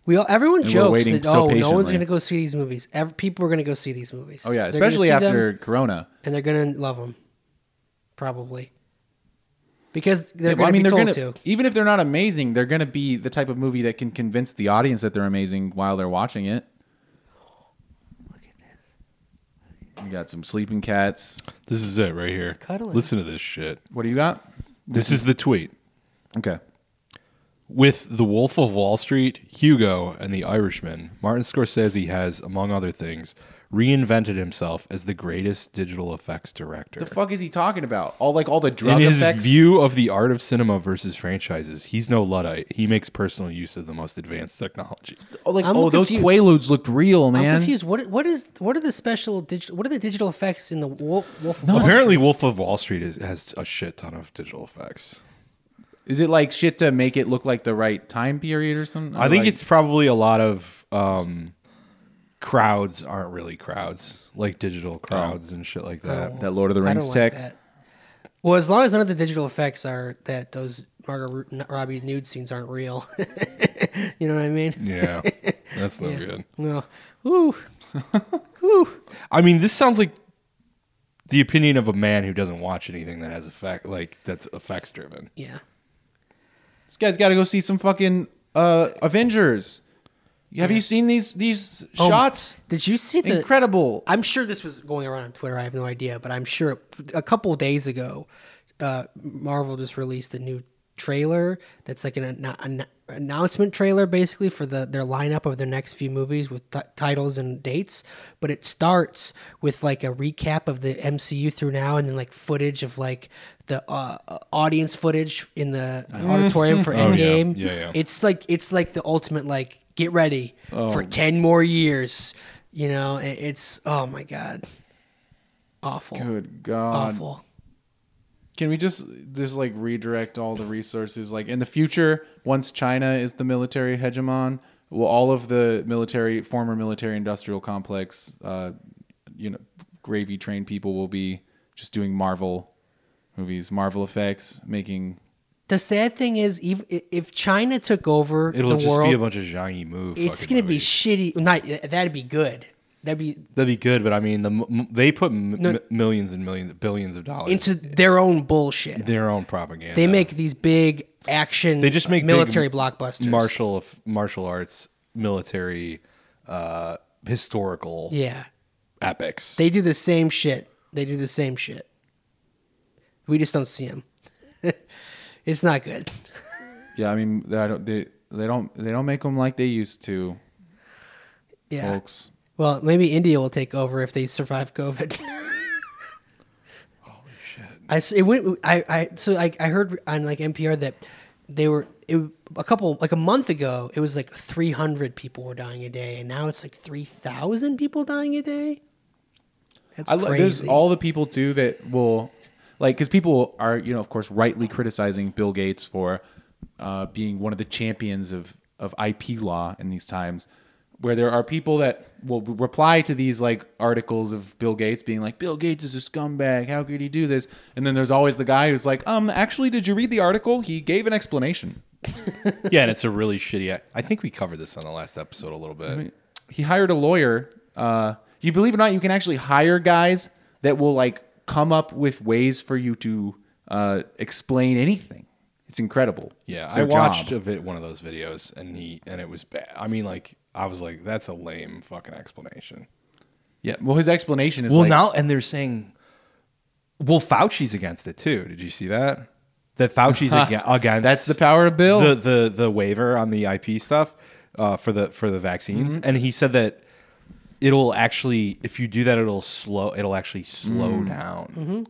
Speaker 2: We all, everyone
Speaker 3: Mm-hmm. we're
Speaker 2: jokes
Speaker 3: waiting
Speaker 2: that
Speaker 3: so
Speaker 2: oh no one's
Speaker 3: patiently.
Speaker 2: gonna go see these movies. Ev- people are gonna go see these movies.
Speaker 3: Oh yeah,
Speaker 2: They're gonna
Speaker 3: especially
Speaker 2: see them.
Speaker 3: after Corona.
Speaker 2: and they're gonna love them, probably, because they're
Speaker 3: Yeah, well,
Speaker 2: gonna
Speaker 3: I mean,
Speaker 2: be
Speaker 3: they're
Speaker 2: told
Speaker 3: gonna
Speaker 2: to.
Speaker 3: even if they're not amazing, they're gonna be the type of movie that can convince the audience that they're amazing while they're watching it. You got some sleeping cats.
Speaker 1: This is it right here.
Speaker 2: Cuddling.
Speaker 1: Listen to this shit.
Speaker 3: What do you got?
Speaker 1: This is the tweet.
Speaker 3: Okay.
Speaker 1: With The Wolf of Wall Street, Hugo, and The Irishman, Martin Scorsese has, among other things, reinvented himself as the greatest digital effects director.
Speaker 3: The fuck is he talking about? All like all the
Speaker 1: In
Speaker 3: drug
Speaker 1: his
Speaker 3: effects.
Speaker 1: view of the art of cinema versus franchises, he's no Luddite. He makes personal use of the most advanced technology.
Speaker 3: oh, like
Speaker 2: I'm
Speaker 3: oh, those
Speaker 2: confused.
Speaker 3: quaaludes looked real,
Speaker 2: I'm
Speaker 3: man.
Speaker 2: confused. What what is what are the special digital? What are the digital effects in the Wolf? Wolf of Wall
Speaker 1: Apparently, Wolf of Wall Street is, has a shit ton of digital effects.
Speaker 3: Is it like shit to make it look like the right time period or something?
Speaker 1: I think
Speaker 3: Like-
Speaker 1: it's probably a lot of um, crowds aren't really crowds, like
Speaker 2: Oh.
Speaker 1: digital crowds and shit like that.
Speaker 3: that Lord of the
Speaker 2: Street? I
Speaker 3: Rings
Speaker 2: don't like
Speaker 3: tech.
Speaker 2: that. Well, as long as none of the digital effects are that those Margaret Ru- Robbie nude scenes aren't real, you know what I mean?
Speaker 1: Yeah, that's no good.
Speaker 2: No, ooh,
Speaker 1: I mean, this sounds like the opinion of a man who doesn't watch anything that has effect, like that's effects driven.
Speaker 2: Yeah.
Speaker 3: This guy's got to go see some fucking uh, Avengers. Have you seen these these
Speaker 2: Oh,
Speaker 3: shots?
Speaker 2: Did you see the
Speaker 3: Incredible.
Speaker 2: I'm sure this was going around on Twitter. I have no idea, but I'm sure a couple days ago, uh, Marvel just released a new trailer that's like an, an, an announcement trailer, basically for the their lineup of their next few movies with t- titles and dates. But it starts with like a recap of the MCU through now, and then like footage of like the uh, uh, audience footage in the auditorium for Endgame.
Speaker 1: Yeah, yeah.
Speaker 2: It's like it's like the ultimate like get ready
Speaker 1: Oh.
Speaker 2: for ten more years. You know, it- it's oh my god, awful,
Speaker 3: Good God.
Speaker 2: awful.
Speaker 3: Can we just just like redirect all the resources? Like in the future, once China is the military hegemon, will all of the military former military industrial complex, uh, you know, gravy train people will be just doing Marvel movies, Marvel effects, making
Speaker 2: The sad thing is, even if China took over
Speaker 1: It'll
Speaker 2: the
Speaker 1: just
Speaker 2: world,
Speaker 1: be a bunch of Zhang Yimou.
Speaker 2: it's
Speaker 1: fucking
Speaker 2: gonna be
Speaker 1: movies.
Speaker 2: shitty. Not that'd be good. That'd be
Speaker 1: That'd be good, but I mean, the m- m- they put m-
Speaker 2: No.
Speaker 1: m- millions and millions, billions of dollars
Speaker 2: into their own bullshit.
Speaker 1: their own propaganda.
Speaker 2: They make these big action.
Speaker 1: they just make big
Speaker 2: military
Speaker 1: m-
Speaker 2: blockbusters.
Speaker 1: martial f- martial arts, military, uh, historical
Speaker 2: Yeah,
Speaker 1: epics.
Speaker 2: they do the same shit. They do the same shit. We just don't see them. it's not good.
Speaker 3: yeah. I mean, I don't they they don't they don't make them like they used to,
Speaker 2: Yeah.
Speaker 3: folks.
Speaker 2: Well, maybe India will take over if they survive COVID. Holy shit! I s- it went. I, I so I, I heard on like NPR that they were it, a couple like a month ago. It was like three hundred people were dying a day, and now it's like three thousand people dying a day. That's
Speaker 3: I
Speaker 2: crazy.
Speaker 3: lo- there's all the people too that will like because people are you know of course rightly criticizing Bill Gates for uh, being one of the champions of of IP law in these times, where there are people that will reply to these like articles of Bill Gates being like Bill Gates is a scumbag, how could he do this? And then there's always the guy who's like, um, actually, did you read the article? He gave an explanation.
Speaker 1: yeah, and it's a really shitty. e, I think we covered this on the last episode a little bit.
Speaker 3: he hired a lawyer. Uh, you believe it or not, you can actually hire guys that will like come up with ways for you to uh, explain anything. It's incredible.
Speaker 1: Yeah,
Speaker 3: It's
Speaker 1: I
Speaker 3: their
Speaker 1: watched
Speaker 3: job.
Speaker 1: a vid- one of those videos, and he and it was bad. I mean, like I was like, that's a lame fucking explanation.
Speaker 3: Yeah, well, his explanation is
Speaker 1: well,
Speaker 3: like,
Speaker 1: now and they're saying, well, Fauci's against it too. Did you see that? That Fauci's aga- against
Speaker 3: that's the power of Bill.
Speaker 1: the the the waiver on the IP stuff uh, for the for the vaccines, and he said that it'll actually if you do that, it'll slow it'll actually slow down.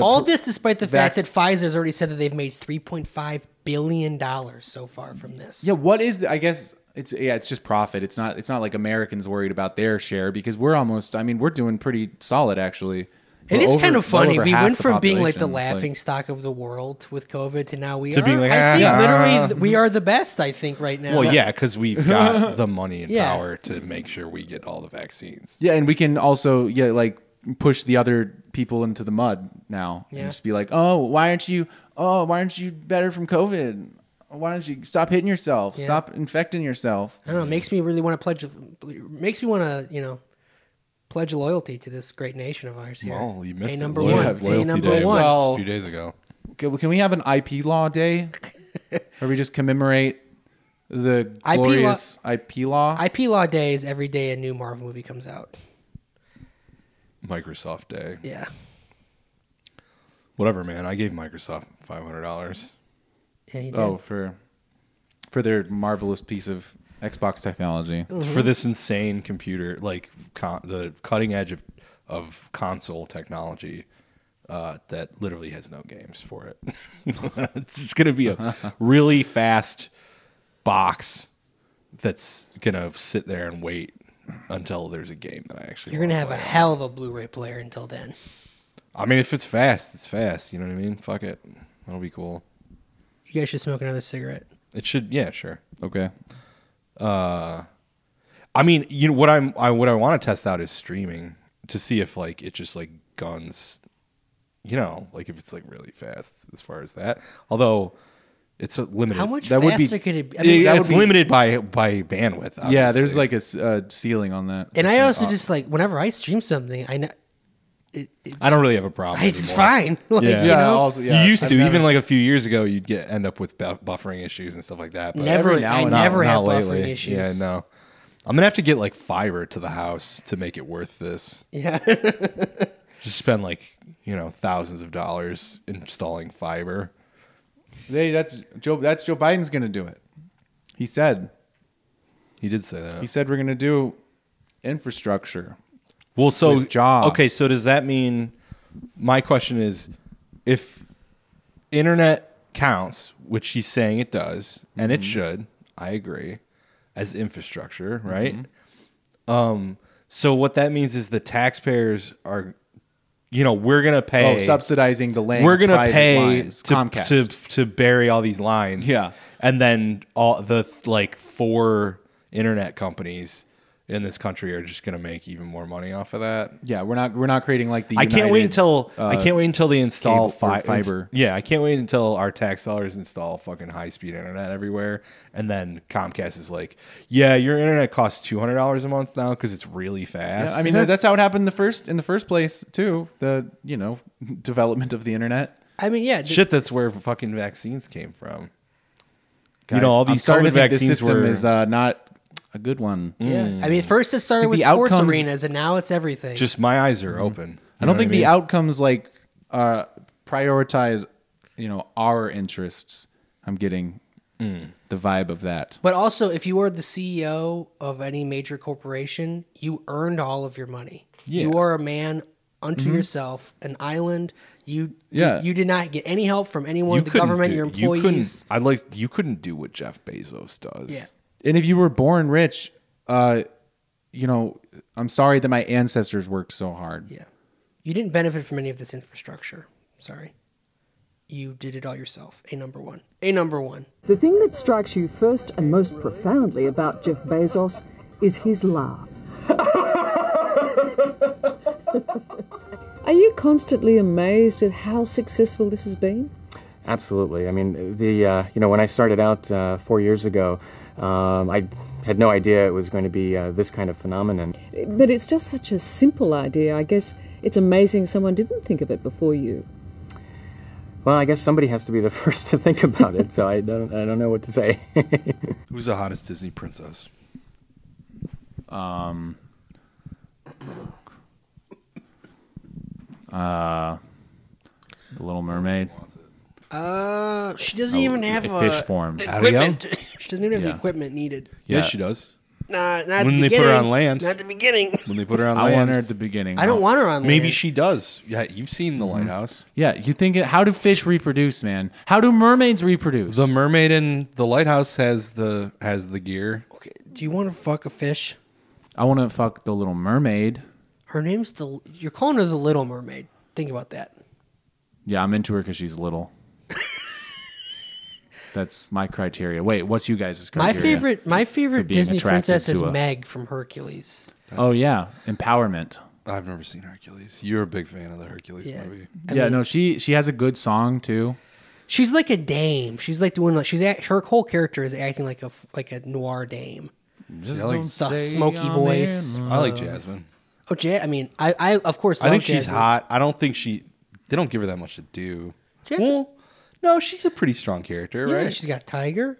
Speaker 2: all this despite the fact
Speaker 3: vac-
Speaker 2: that Pfizer's already said that they've made three point five billion dollars so far from this.
Speaker 3: yeah, what is? I guess it's yeah, it's just profit. It's not. It's not like Americans worried about their share because we're almost. I mean, we're doing pretty solid actually.
Speaker 2: It
Speaker 3: We're
Speaker 2: is
Speaker 3: over-
Speaker 2: kind of
Speaker 3: well
Speaker 2: funny.
Speaker 3: over
Speaker 2: we
Speaker 3: half
Speaker 2: went
Speaker 3: the
Speaker 2: from being like the
Speaker 3: population. It's
Speaker 2: laughing stock of the world with COVID to now we
Speaker 1: To
Speaker 2: are.
Speaker 1: being like,
Speaker 2: I think
Speaker 1: "Ah."
Speaker 2: literally th- we are the best. I think right now.
Speaker 1: Well, yeah, because we've got the money and
Speaker 2: Yeah.
Speaker 1: power to make sure we get all the vaccines.
Speaker 3: Yeah, and we can also yeah like push the other people into the mud now
Speaker 2: Yeah.
Speaker 3: and just be like, oh, why aren't you? Oh, why aren't you better from COVID? Why don't you stop hitting yourself?
Speaker 2: Yeah.
Speaker 3: Stop infecting yourself.
Speaker 2: I don't know. It makes me really want to pledge. Makes me want to you know pledge loyalty to this great nation of ours here.
Speaker 1: Well, you missed
Speaker 2: a
Speaker 1: it.
Speaker 2: number
Speaker 1: Loyal-
Speaker 2: one. A
Speaker 1: Loyalty
Speaker 2: number
Speaker 1: Day was
Speaker 2: one.
Speaker 1: a few days ago.
Speaker 3: Okay, well, can we have an IP law day where we just commmemorate the
Speaker 2: IP law-
Speaker 3: glorious IP law?
Speaker 2: IP Law Day is every day a new Marvel movie comes out.
Speaker 1: Microsoft Day.
Speaker 2: Yeah.
Speaker 1: Whatever, man. I gave Microsoft five hundred dollars.
Speaker 2: Yeah. you did.
Speaker 3: oh, for for their marvelous piece of Xbox technology.
Speaker 1: for this insane computer, like con- the cutting edge of, of console technology uh, that literally has no games for it. it's just going to be a really fast box that's going to sit there and wait until there's a game that I actually
Speaker 2: You're gonna
Speaker 1: wanna
Speaker 2: have a
Speaker 1: play.
Speaker 2: hell of a Blu-ray player until then.
Speaker 1: I mean, if it's fast, it's fast. You know what I mean? Fuck it. That'll be cool.
Speaker 2: You guys should smoke another cigarette.
Speaker 1: It should, yeah, sure.
Speaker 3: Okay.
Speaker 1: I mean, you know what I'm I what I want to test out is streaming to see if like it just like guns you know, like if it's like really fast as far as that. Although It's a limited.
Speaker 2: How much
Speaker 1: that would be,
Speaker 2: faster could it be? I mean, that
Speaker 1: it's
Speaker 2: would be-
Speaker 1: limited by by bandwidth. Obviously.
Speaker 3: Yeah, there's like a s- uh, ceiling on that.
Speaker 2: And I
Speaker 3: It's
Speaker 2: also
Speaker 3: off.
Speaker 2: just like whenever I stream something, I know it, it's,
Speaker 1: I don't really have a problem.
Speaker 2: It's
Speaker 1: anymore.
Speaker 2: fine. Like,
Speaker 1: Yeah.
Speaker 2: you
Speaker 3: yeah,
Speaker 2: know?
Speaker 3: also, yeah
Speaker 1: you used
Speaker 3: I've
Speaker 1: to
Speaker 3: never-
Speaker 1: even like a few years ago, you'd get end up with bu- buffering issues and stuff like that. But
Speaker 2: never.
Speaker 3: every now
Speaker 2: I
Speaker 3: and-
Speaker 2: never have
Speaker 1: not
Speaker 2: buffering
Speaker 1: lately.
Speaker 2: issues.
Speaker 1: Yeah, no. I'm gonna have to get like fiber to the house to make it worth this.
Speaker 2: Yeah.
Speaker 1: Just spend like you know thousands of dollars installing fiber.
Speaker 3: Hey, that's Joe. That's Joe Biden's gonna do it. He said.
Speaker 1: He did say that.
Speaker 3: He said we're gonna do infrastructure.
Speaker 1: Well, so
Speaker 3: with jobs.
Speaker 1: Okay, so does that mean? My question is, if internet counts, which he's saying it does, and
Speaker 3: Mm-hmm.
Speaker 1: it should, I agree, as infrastructure, right? Um, so what that means is the taxpayers are, you know, we're gonna pay.
Speaker 3: Oh, subsidizing the land.
Speaker 1: we're gonna
Speaker 3: private
Speaker 1: pay
Speaker 3: lines,
Speaker 1: to,
Speaker 3: Comcast.
Speaker 1: to to bury all these lines.
Speaker 3: Yeah.
Speaker 1: and then all the like four internet companies in this country are just gonna make even more money off of that.
Speaker 3: yeah, we're not. We're not creating like the.
Speaker 1: I can't wait
Speaker 3: United- uh,
Speaker 1: until I can't wait until they install
Speaker 3: cable or
Speaker 1: fi-
Speaker 3: fiber.
Speaker 1: ins- yeah, I can't wait until our tax dollars install fucking high speed internet everywhere, and then Comcast is like, "Yeah, your internet costs two hundred dollars a month now because it's really fast."
Speaker 3: I mean, that's how it happened the first in the first place too. The you know development of the internet.
Speaker 2: I mean, yeah. the-
Speaker 1: shit, that's where fucking vaccines came from.
Speaker 3: Guys,
Speaker 1: you know, all
Speaker 3: I'm
Speaker 1: these
Speaker 3: starting
Speaker 1: COVID
Speaker 3: to think this
Speaker 1: vaccines
Speaker 3: system
Speaker 1: were. Mm-hmm.
Speaker 3: is uh, not a good one.
Speaker 2: Yeah. I
Speaker 1: Mm.
Speaker 2: mean, first it started
Speaker 3: The
Speaker 2: with sports
Speaker 3: outcomes-
Speaker 2: arenas, and now it's everything.
Speaker 1: just my eyes are open. You
Speaker 3: Mm-hmm. I
Speaker 1: know
Speaker 3: don't
Speaker 1: what
Speaker 3: think the
Speaker 1: mean?
Speaker 3: outcomes like uh, prioritize you know our interests. I'm getting
Speaker 1: Mm.
Speaker 3: the vibe of that.
Speaker 2: but also, if you are the CEO of any major corporation, you earned all of your money. You are a man unto
Speaker 1: Mm-hmm.
Speaker 2: yourself, an island. You
Speaker 3: Yeah.
Speaker 2: you, did not get any help from anyone, the
Speaker 1: couldn't
Speaker 2: government,
Speaker 1: do-
Speaker 2: your
Speaker 1: you couldn't-
Speaker 2: employees.
Speaker 1: I like you couldn't do what Jeff Bezos does.
Speaker 2: Yeah.
Speaker 3: And if you were born rich, uh, you know, I'm sorry that my ancestors worked so hard.
Speaker 2: Yeah. You didn't benefit from any of this infrastructure. Sorry. You did it all yourself. A number one. A number one.
Speaker 6: The thing that strikes you first and most profoundly about Jeff Bezos is his laugh. Are you constantly amazed at how successful this has been?
Speaker 8: Absolutely. I mean, the uh, you know when I started out uh, four years ago, um, I had no idea it was going to be uh, this kind of phenomenon.
Speaker 6: But it's just such a simple idea. I guess it's amazing someone didn't think of it before you.
Speaker 8: Well, I guess somebody has to be the first to think about it, so I don't I don't know what to say.
Speaker 1: Who's the hottest Disney princess?
Speaker 3: The Little Mermaid.
Speaker 2: Uh, she doesn't even have
Speaker 3: in
Speaker 2: a
Speaker 3: fish form.
Speaker 2: the
Speaker 1: Ariel?
Speaker 2: Equipment. she doesn't even have the
Speaker 3: Yeah.
Speaker 2: equipment needed.
Speaker 1: Yeah,
Speaker 3: Yeah.
Speaker 1: she does.
Speaker 2: Nah, not at
Speaker 1: When
Speaker 2: the
Speaker 1: they put
Speaker 2: beginning.
Speaker 1: her on land.
Speaker 2: Not at the beginning.
Speaker 1: When they put her on
Speaker 3: I
Speaker 1: land,
Speaker 3: want her at the beginning.
Speaker 2: I don't want her on
Speaker 1: Maybe
Speaker 2: land.
Speaker 1: she does. Yeah, you've seen the lighthouse.
Speaker 3: Yeah, you think it, how do fish reproduce, man? How do mermaids reproduce?
Speaker 1: The mermaid in the lighthouse has the has the gear.
Speaker 2: Okay, do you want to fuck a fish?
Speaker 3: I want to fuck the Little Mermaid.
Speaker 2: Her name's the. You're calling her the Little Mermaid. Think about that.
Speaker 3: Yeah, I'm into her because she's little. That's my criteria. Wait, what's you guys'
Speaker 2: My
Speaker 3: criteria?
Speaker 2: favorite. My favorite
Speaker 3: being
Speaker 2: Disney
Speaker 3: attracted
Speaker 2: princess is
Speaker 3: to a-
Speaker 2: Meg from Hercules.
Speaker 3: Oh yeah, empowerment.
Speaker 1: I've never seen Hercules. You're a big fan of the Hercules
Speaker 2: Yeah.
Speaker 1: movie.
Speaker 2: I
Speaker 3: yeah,
Speaker 2: mean-
Speaker 3: no, she she has a good song too.
Speaker 2: She's like a dame. She's like doing like she's act, her whole character is acting like a like a noir dame.
Speaker 1: See, I like
Speaker 2: The smoky voice.
Speaker 1: I like Jasmine.
Speaker 2: Oh, Jay. I mean, I, I of course.
Speaker 1: I
Speaker 2: Uh, love
Speaker 1: think she's
Speaker 2: Jasmine.
Speaker 1: hot. I don't think she. They don't give her that much to do.
Speaker 2: Jasmine-
Speaker 1: Well, no, she's a pretty strong character,
Speaker 2: Yeah,
Speaker 1: right?
Speaker 2: she's got Tiger.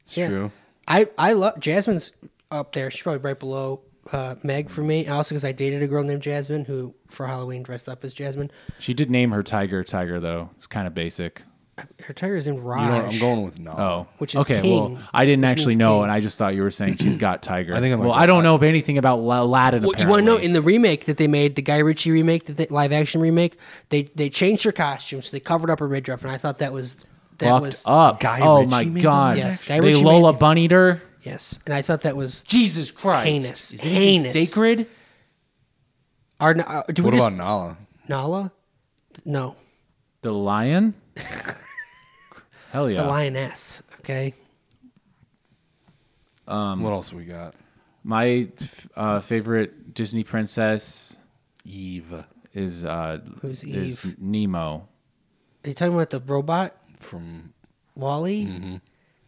Speaker 1: it's
Speaker 2: yeah.
Speaker 1: true.
Speaker 2: I I love Jasmine's up there. She's probably right below uh, Meg for me. And also because I dated a girl named Jasmine who for Halloween dressed up as Jasmine.
Speaker 3: She did name her tiger Tiger though. It's kind of basic.
Speaker 2: Her tiger is in
Speaker 1: You know,
Speaker 2: Raj.
Speaker 1: what? I'm going with no.
Speaker 3: Oh,
Speaker 2: Which is
Speaker 3: okay.
Speaker 2: king,
Speaker 3: Well, I didn't
Speaker 2: which
Speaker 3: actually
Speaker 2: means
Speaker 3: know,
Speaker 2: king.
Speaker 3: and I just thought you were saying she's got tiger.
Speaker 1: I think I'm
Speaker 3: well,
Speaker 1: like-
Speaker 3: I don't know anything about La- Aladdin.
Speaker 2: Well, you want to know
Speaker 3: apparently.
Speaker 2: in the remake that they made, the Guy Ritchie remake, that they, live action remake, they they changed her costume, so they covered up her midriff, and I thought that was that
Speaker 3: fucked
Speaker 2: was
Speaker 3: up.
Speaker 1: Guy
Speaker 3: oh
Speaker 1: Ritchie
Speaker 3: my
Speaker 1: made the
Speaker 3: god!
Speaker 2: Yes, Guy
Speaker 3: they
Speaker 2: Ritchie
Speaker 3: Lola
Speaker 2: made the-
Speaker 3: bunnied her.
Speaker 2: yes, and I thought that was
Speaker 3: Jesus Christ!
Speaker 2: Heinous.
Speaker 3: Is anything
Speaker 2: Heinous.
Speaker 3: Sacred.
Speaker 2: our. Uh, do
Speaker 1: What
Speaker 2: we just
Speaker 1: about Nala?
Speaker 2: Nala? No,
Speaker 3: The lion. Hell yeah!
Speaker 2: the lioness. Okay,
Speaker 1: what else we got?
Speaker 3: My f- uh, favorite Disney princess
Speaker 1: Eve
Speaker 3: is uh,
Speaker 2: Who's
Speaker 3: is
Speaker 2: Eve?
Speaker 3: Nemo.
Speaker 2: are you talking about the robot?
Speaker 1: from
Speaker 2: Wally,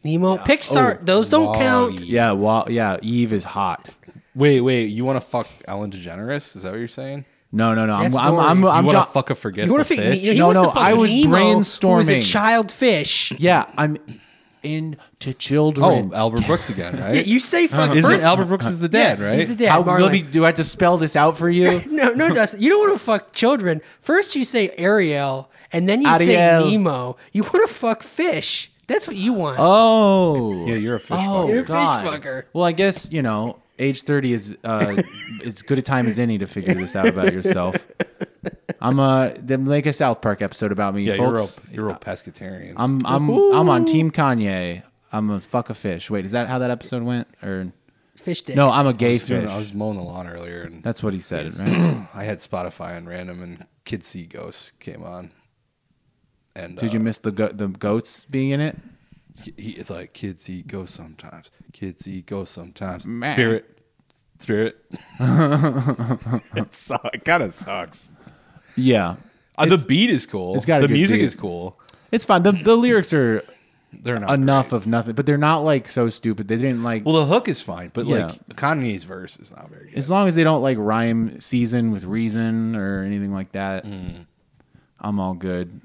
Speaker 2: Nemo,
Speaker 3: Oh,
Speaker 2: Pixar. those don't count.
Speaker 1: Wall-E.
Speaker 3: Yeah, well, yeah, Eve is hot.
Speaker 1: Wait, wait. You want to fuck Ellen DeGeneres? Is that what you're saying?
Speaker 3: No, no, no. I'm,
Speaker 2: That's
Speaker 3: I'm,
Speaker 2: Dory.
Speaker 3: I'm,
Speaker 2: You
Speaker 3: I'm,
Speaker 1: you want
Speaker 3: jo-
Speaker 1: to fuck a forgetful
Speaker 2: You want to
Speaker 1: fish?
Speaker 2: You
Speaker 3: No,
Speaker 2: want
Speaker 3: no,
Speaker 2: to fuck
Speaker 3: I was
Speaker 2: Nemo, Who was a
Speaker 3: brainstorming.
Speaker 2: child fish.
Speaker 3: Yeah, I'm into children.
Speaker 1: Oh, Albert Brooks again, right?
Speaker 2: Yeah, you say
Speaker 3: Uh-huh.
Speaker 2: fuck.
Speaker 1: Isn't
Speaker 2: first-
Speaker 1: Albert Brooks is the dad,
Speaker 2: Yeah,
Speaker 1: right?
Speaker 2: He's the dad.
Speaker 3: How,
Speaker 2: Marlin.
Speaker 3: Wilby, do I have to spell this out for you?
Speaker 2: No, no, Dustin. You don't want to fuck children. First, you say Ariel, and then you
Speaker 3: Ariel.
Speaker 2: say Nemo. You want to fuck fish. That's what you want.
Speaker 3: oh,
Speaker 1: Yeah, you're a fish.
Speaker 3: oh,
Speaker 1: fucker.
Speaker 2: You're a fish
Speaker 3: God.
Speaker 2: fucker.
Speaker 3: Well, I guess you know, age thirty is uh, as good a time as any to figure this out about yourself. I'm uh, then make a South Park episode about me,
Speaker 1: Yeah, you're a real,
Speaker 3: folks.
Speaker 1: you're a real pescatarian.
Speaker 3: I'm I'm I'm on Team Kanye. I'm a fuck a fish. Wait, is that how that episode went? Or
Speaker 2: fish dicks.
Speaker 3: no, I'm a
Speaker 1: I
Speaker 3: gay
Speaker 1: was doing-
Speaker 3: fish.
Speaker 1: I was mowing the lawn earlier, and
Speaker 3: That's what he said, right?
Speaker 1: I had Spotify on random, and Kid See Ghosts came on. And
Speaker 3: Did
Speaker 1: uh,
Speaker 3: you miss the go- the goats being in it?
Speaker 1: he, it's like kids eat ghosts sometimes. Kids eat ghosts sometimes.
Speaker 3: Meh.
Speaker 1: Spirit, spirit. it, su- it kind of sucks.
Speaker 3: Yeah,
Speaker 1: Uh, the beat is cool.
Speaker 3: it's got a
Speaker 1: the
Speaker 3: good
Speaker 1: music
Speaker 3: beat.
Speaker 1: is cool.
Speaker 3: it's fine. The the lyrics are
Speaker 1: They're not
Speaker 3: enough
Speaker 1: great.
Speaker 3: of nothing, but they're not like so stupid. They didn't like
Speaker 1: Well, the hook is fine, but
Speaker 3: Yeah.
Speaker 1: like Kanye's verse is not very good.
Speaker 3: as long as they don't like rhyme season with reason or anything like that.
Speaker 1: Hmm.
Speaker 3: I'm all good.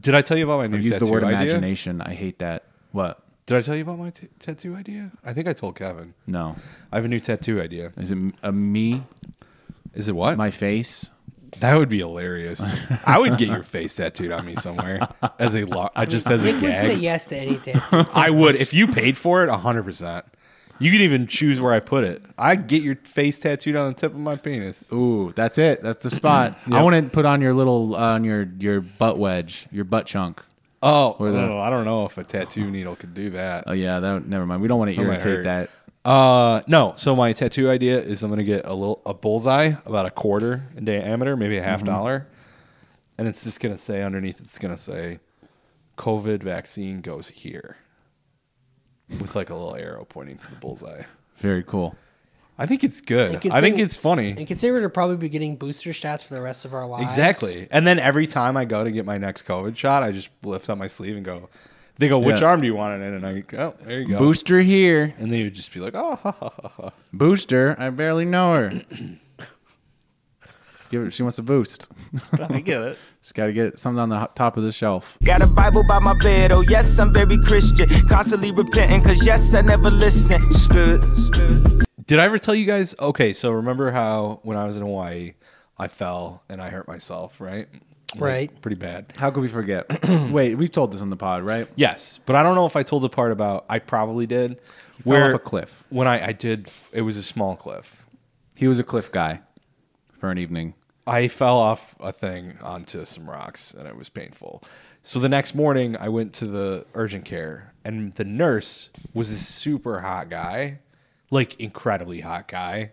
Speaker 1: Did I tell you about my new
Speaker 3: Use
Speaker 1: tattoo
Speaker 3: the word
Speaker 1: idea?
Speaker 3: imagination. I hate that. What?
Speaker 1: Did I tell you about my t- tattoo idea? I think I told Kevin.
Speaker 3: No.
Speaker 1: I have a new tattoo idea.
Speaker 3: Is it a me?
Speaker 1: Is it what?
Speaker 3: My face?
Speaker 1: that would be hilarious. I would get your face tattooed on me somewhere as a lo- I just as a
Speaker 2: Nick would say
Speaker 1: gag.
Speaker 2: yes to anything. All
Speaker 1: I would if you paid for it hundred percent. You could even choose where I put it. I get your face tattooed on the tip of my penis.
Speaker 3: Ooh, that's it. That's the spot. I want to put on your little uh, on your your butt wedge, your butt chunk.
Speaker 1: Oh,
Speaker 3: the-
Speaker 1: oh, I don't know if a tattoo needle could do that.
Speaker 3: Oh yeah, that never mind. We don't want to
Speaker 1: might
Speaker 3: irritate
Speaker 1: hurt.
Speaker 3: that.
Speaker 1: Uh, no. So my tattoo idea is I'm gonna get a little a bullseye about a quarter in diameter, maybe a half dollar, and it's just gonna say underneath. It's gonna say, "COVID vaccine goes here," with like a little arrow pointing to the bullseye.
Speaker 3: Very cool.
Speaker 1: I think it's good.
Speaker 2: And
Speaker 1: I think
Speaker 2: consider-
Speaker 1: it's funny.
Speaker 2: and consider we'll probably be getting booster shots for the rest of our lives.
Speaker 1: Exactly. And then every time I go to get my next COVID shot, I just lift up my sleeve and go. They go, "Which
Speaker 3: Yeah.
Speaker 1: arm do you want it in?" And I go, "Oh, there you go."
Speaker 3: Booster here.
Speaker 1: And they would just be like, "Oh, ha, ha, ha, ha."
Speaker 3: Booster. I barely know her. Give her. She wants a boost.
Speaker 1: I get it."
Speaker 3: She's got to get something on the ho- top of the shelf.
Speaker 4: Got a Bible by my bed, oh yes, I'm very Christian. Constantly repenting, cause yes, I never listen. Spirit,
Speaker 1: Did I ever tell you guys? Okay, so remember how when I was in Hawaii, I fell and I hurt myself, right? Like,
Speaker 2: Right.
Speaker 1: pretty bad.
Speaker 3: How could we forget? Wait, we've told this on the pod, right?
Speaker 1: Yes, but I don't know if I told the part about. I probably did.
Speaker 3: fell off a cliff.
Speaker 1: When I I did, it was a small cliff.
Speaker 3: He was a cliff guy for an evening.
Speaker 1: I fell off a thing onto some rocks and it was painful. So the next morning, I went to the urgent care, and the nurse was a super hot guy, like incredibly hot guy.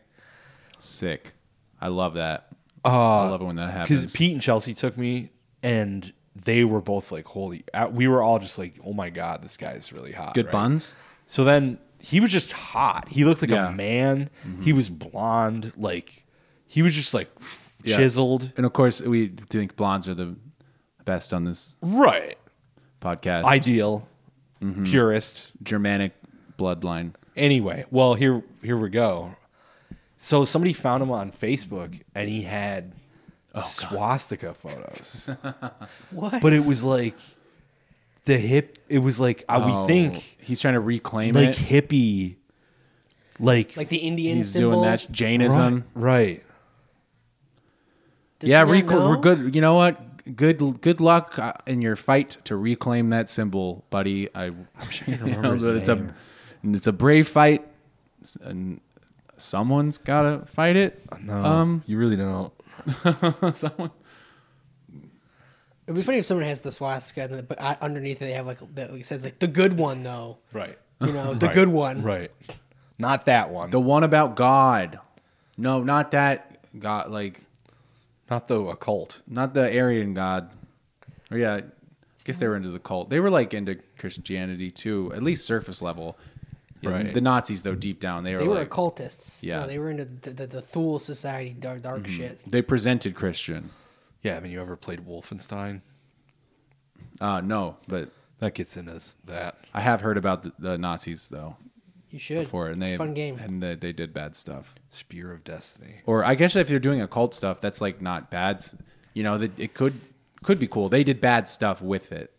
Speaker 3: Sick. I love that. I love it when that happens.
Speaker 1: because Uh, Pete and Chelsea took me, and they were both like, "Holy!" uh, We were all just like, "Oh my god, this guy's really hot."
Speaker 3: Good
Speaker 1: right?
Speaker 3: buns.
Speaker 1: So then he was just hot. He looked like
Speaker 3: Yeah. Mm-hmm.
Speaker 1: a man. He was blonde. Like he was just like
Speaker 3: Yeah.
Speaker 1: chiseled.
Speaker 3: And of course, we think blondes are the best on this
Speaker 1: Right.
Speaker 3: podcast.
Speaker 1: Ideal.
Speaker 3: Mm-hmm.
Speaker 1: Purist.
Speaker 3: Germanic bloodline.
Speaker 1: Anyway, well here here we go. So somebody found him on Facebook, and he had
Speaker 3: Oh,
Speaker 1: swastika photos.
Speaker 2: What?
Speaker 1: but it was like the hip. It was like I
Speaker 3: Oh,
Speaker 1: we think
Speaker 3: he's trying to reclaim
Speaker 1: like
Speaker 3: it.
Speaker 1: hippie, like,
Speaker 2: like the Indian
Speaker 3: He's
Speaker 2: symbol.
Speaker 3: doing that Jainism.
Speaker 1: right, right.
Speaker 2: Does
Speaker 3: yeah,
Speaker 2: he not
Speaker 3: recla-
Speaker 2: know?
Speaker 3: we're good. You know what? Good good luck uh, in your fight to reclaim that symbol, buddy. I, am sure you
Speaker 1: remember his
Speaker 3: it's a
Speaker 1: name.
Speaker 3: and it's a brave fight, and someone's gotta fight it. Um,
Speaker 1: You really don't.
Speaker 3: someone.
Speaker 2: It'd be funny if someone has the swastika, and the, but uh, underneath it they have like that like, says like the good one though.
Speaker 1: Right.
Speaker 2: You know, the good one.
Speaker 1: Right. Not that one.
Speaker 3: The one about God. No, not that God. Like
Speaker 1: Not the occult.
Speaker 3: not the Aryan God. Or yeah, I guess they were into the cult. They were like into Christianity too, at least surface level. Yeah,
Speaker 1: Right.
Speaker 3: The Nazis, though, deep down, they were
Speaker 2: They were
Speaker 3: like,
Speaker 2: occultists.
Speaker 3: Yeah. Mm-hmm.
Speaker 2: No, they were into the, the, the Thule Society dark, dark shit.
Speaker 3: they presented Christian.
Speaker 1: Yeah. I mean, you ever played Wolfenstein?
Speaker 3: Uh, no, but
Speaker 1: That gets into s- that.
Speaker 3: I have heard about the, the Nazis though
Speaker 2: You should.
Speaker 3: before, and they
Speaker 2: it's a fun game.
Speaker 3: and they, they did bad stuff.
Speaker 1: Spear of Destiny.
Speaker 3: Or I guess if you're doing occult stuff, that's like not bad. s- You know, that it could could be cool. They did bad stuff with it.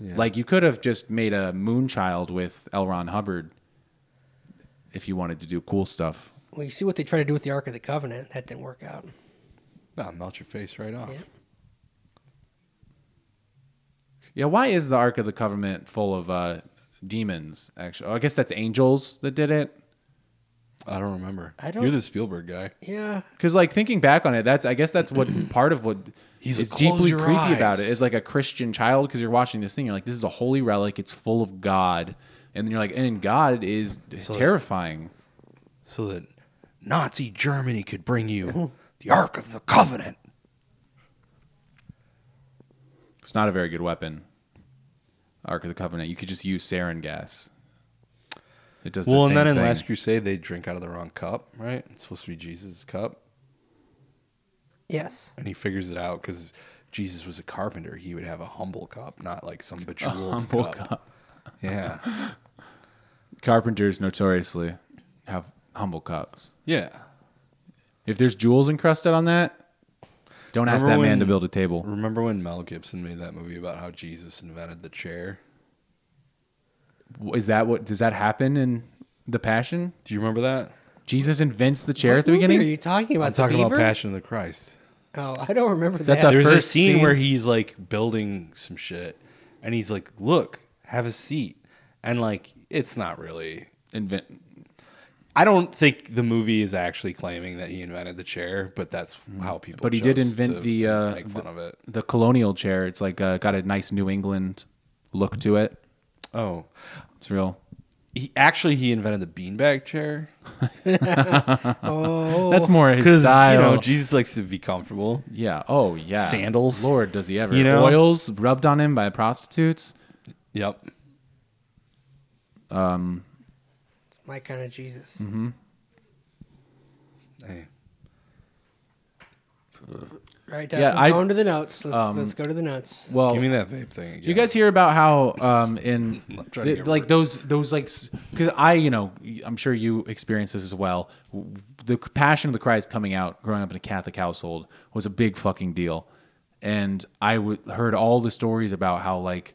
Speaker 3: Like you could have just made a Moonchild with L. Ron Hubbard if you wanted to do cool stuff.
Speaker 2: Well, you see what they tried to do with the Ark of the Covenant. That didn't work out.
Speaker 1: Ah, melt your face right
Speaker 3: Oh.
Speaker 1: off.
Speaker 2: Yeah.
Speaker 3: Yeah, why is the Ark of the Covenant full of uh, demons? Actually, oh, I guess that's angels that did it.
Speaker 1: I don't remember.
Speaker 2: I don't-
Speaker 1: You're the Spielberg guy.
Speaker 2: Yeah.
Speaker 3: Because like thinking back on it, that's I guess that's what part of what
Speaker 1: He's
Speaker 3: is
Speaker 1: like, "Close
Speaker 3: deeply
Speaker 1: your
Speaker 3: creepy
Speaker 1: eyes."
Speaker 3: about it is like a Christian child because you're watching this thing, you're like, this is a holy relic, it's full of God, and then you're like, and God is terrifying.
Speaker 1: So that Nazi Germany could bring you the Ark of the Covenant.
Speaker 3: It's not a very good weapon. Ark of the Covenant. You could just use sarin gas. It does.
Speaker 1: well,
Speaker 3: the
Speaker 1: and
Speaker 3: same
Speaker 1: then in
Speaker 3: thing.
Speaker 1: Last Crusade, they drink out of the wrong cup, right? It's supposed to be Jesus' cup.
Speaker 2: Yes.
Speaker 1: And he figures it out because Jesus was a carpenter. He would have a humble cup, not like some bejeweled
Speaker 3: humble
Speaker 1: cup. Yeah.
Speaker 3: carpenters notoriously have humble cups.
Speaker 1: Yeah.
Speaker 3: If there's jewels encrusted on that, don't ask
Speaker 1: Remember
Speaker 3: that man
Speaker 1: when-
Speaker 3: to build a table.
Speaker 1: Remember when Mel Gibson made that movie about how Jesus invented the chair?
Speaker 3: Is that what does that happen in the Passion?
Speaker 1: Do you remember that?
Speaker 3: Jesus invents the chair at the
Speaker 2: What movie
Speaker 3: beginning.
Speaker 2: Are you talking about
Speaker 1: I'm talking
Speaker 2: the
Speaker 1: about
Speaker 2: beaver?
Speaker 1: Passion of the Christ.
Speaker 2: Oh, I don't remember that.
Speaker 3: That the
Speaker 1: There's a
Speaker 3: first
Speaker 1: scene,
Speaker 3: scene-
Speaker 1: where he's like building some shit and he's like, look, have a seat. And like, it's not really.
Speaker 3: Invent.
Speaker 1: I don't think the movie is actually claiming that he invented the chair, but that's how people.
Speaker 3: Mm. But he did
Speaker 1: chose
Speaker 3: invent
Speaker 1: to
Speaker 3: the, uh,
Speaker 1: make fun of it.
Speaker 3: The colonial chair. It's like uh, got a nice New England look to it.
Speaker 1: Oh,
Speaker 3: It's real.
Speaker 1: he actually he invented the beanbag chair
Speaker 3: That's more his
Speaker 1: because
Speaker 3: style.
Speaker 1: you know Jesus likes to be comfortable.
Speaker 3: yeah. Oh yeah.
Speaker 1: Sandals.
Speaker 3: Lord, does he ever?
Speaker 1: You know?
Speaker 3: Oils rubbed on him by prostitutes.
Speaker 1: Yep.
Speaker 2: My kind of Jesus.
Speaker 3: Mm-hmm.
Speaker 1: Hey.
Speaker 2: Right,
Speaker 3: Yeah,
Speaker 2: Dustin's
Speaker 3: I- Um,
Speaker 2: going to the notes. Let's, let's go to the notes.
Speaker 3: Well,
Speaker 1: Give me that vape thing again.
Speaker 3: Do you guys hear about how um, in
Speaker 1: trying to
Speaker 3: th-
Speaker 1: get
Speaker 3: like
Speaker 1: rid-
Speaker 3: those those like because I you know I'm sure you experienced this as well. The Passion of the Christ coming out growing up in a Catholic household was a big fucking deal, and I w- heard all the stories about how like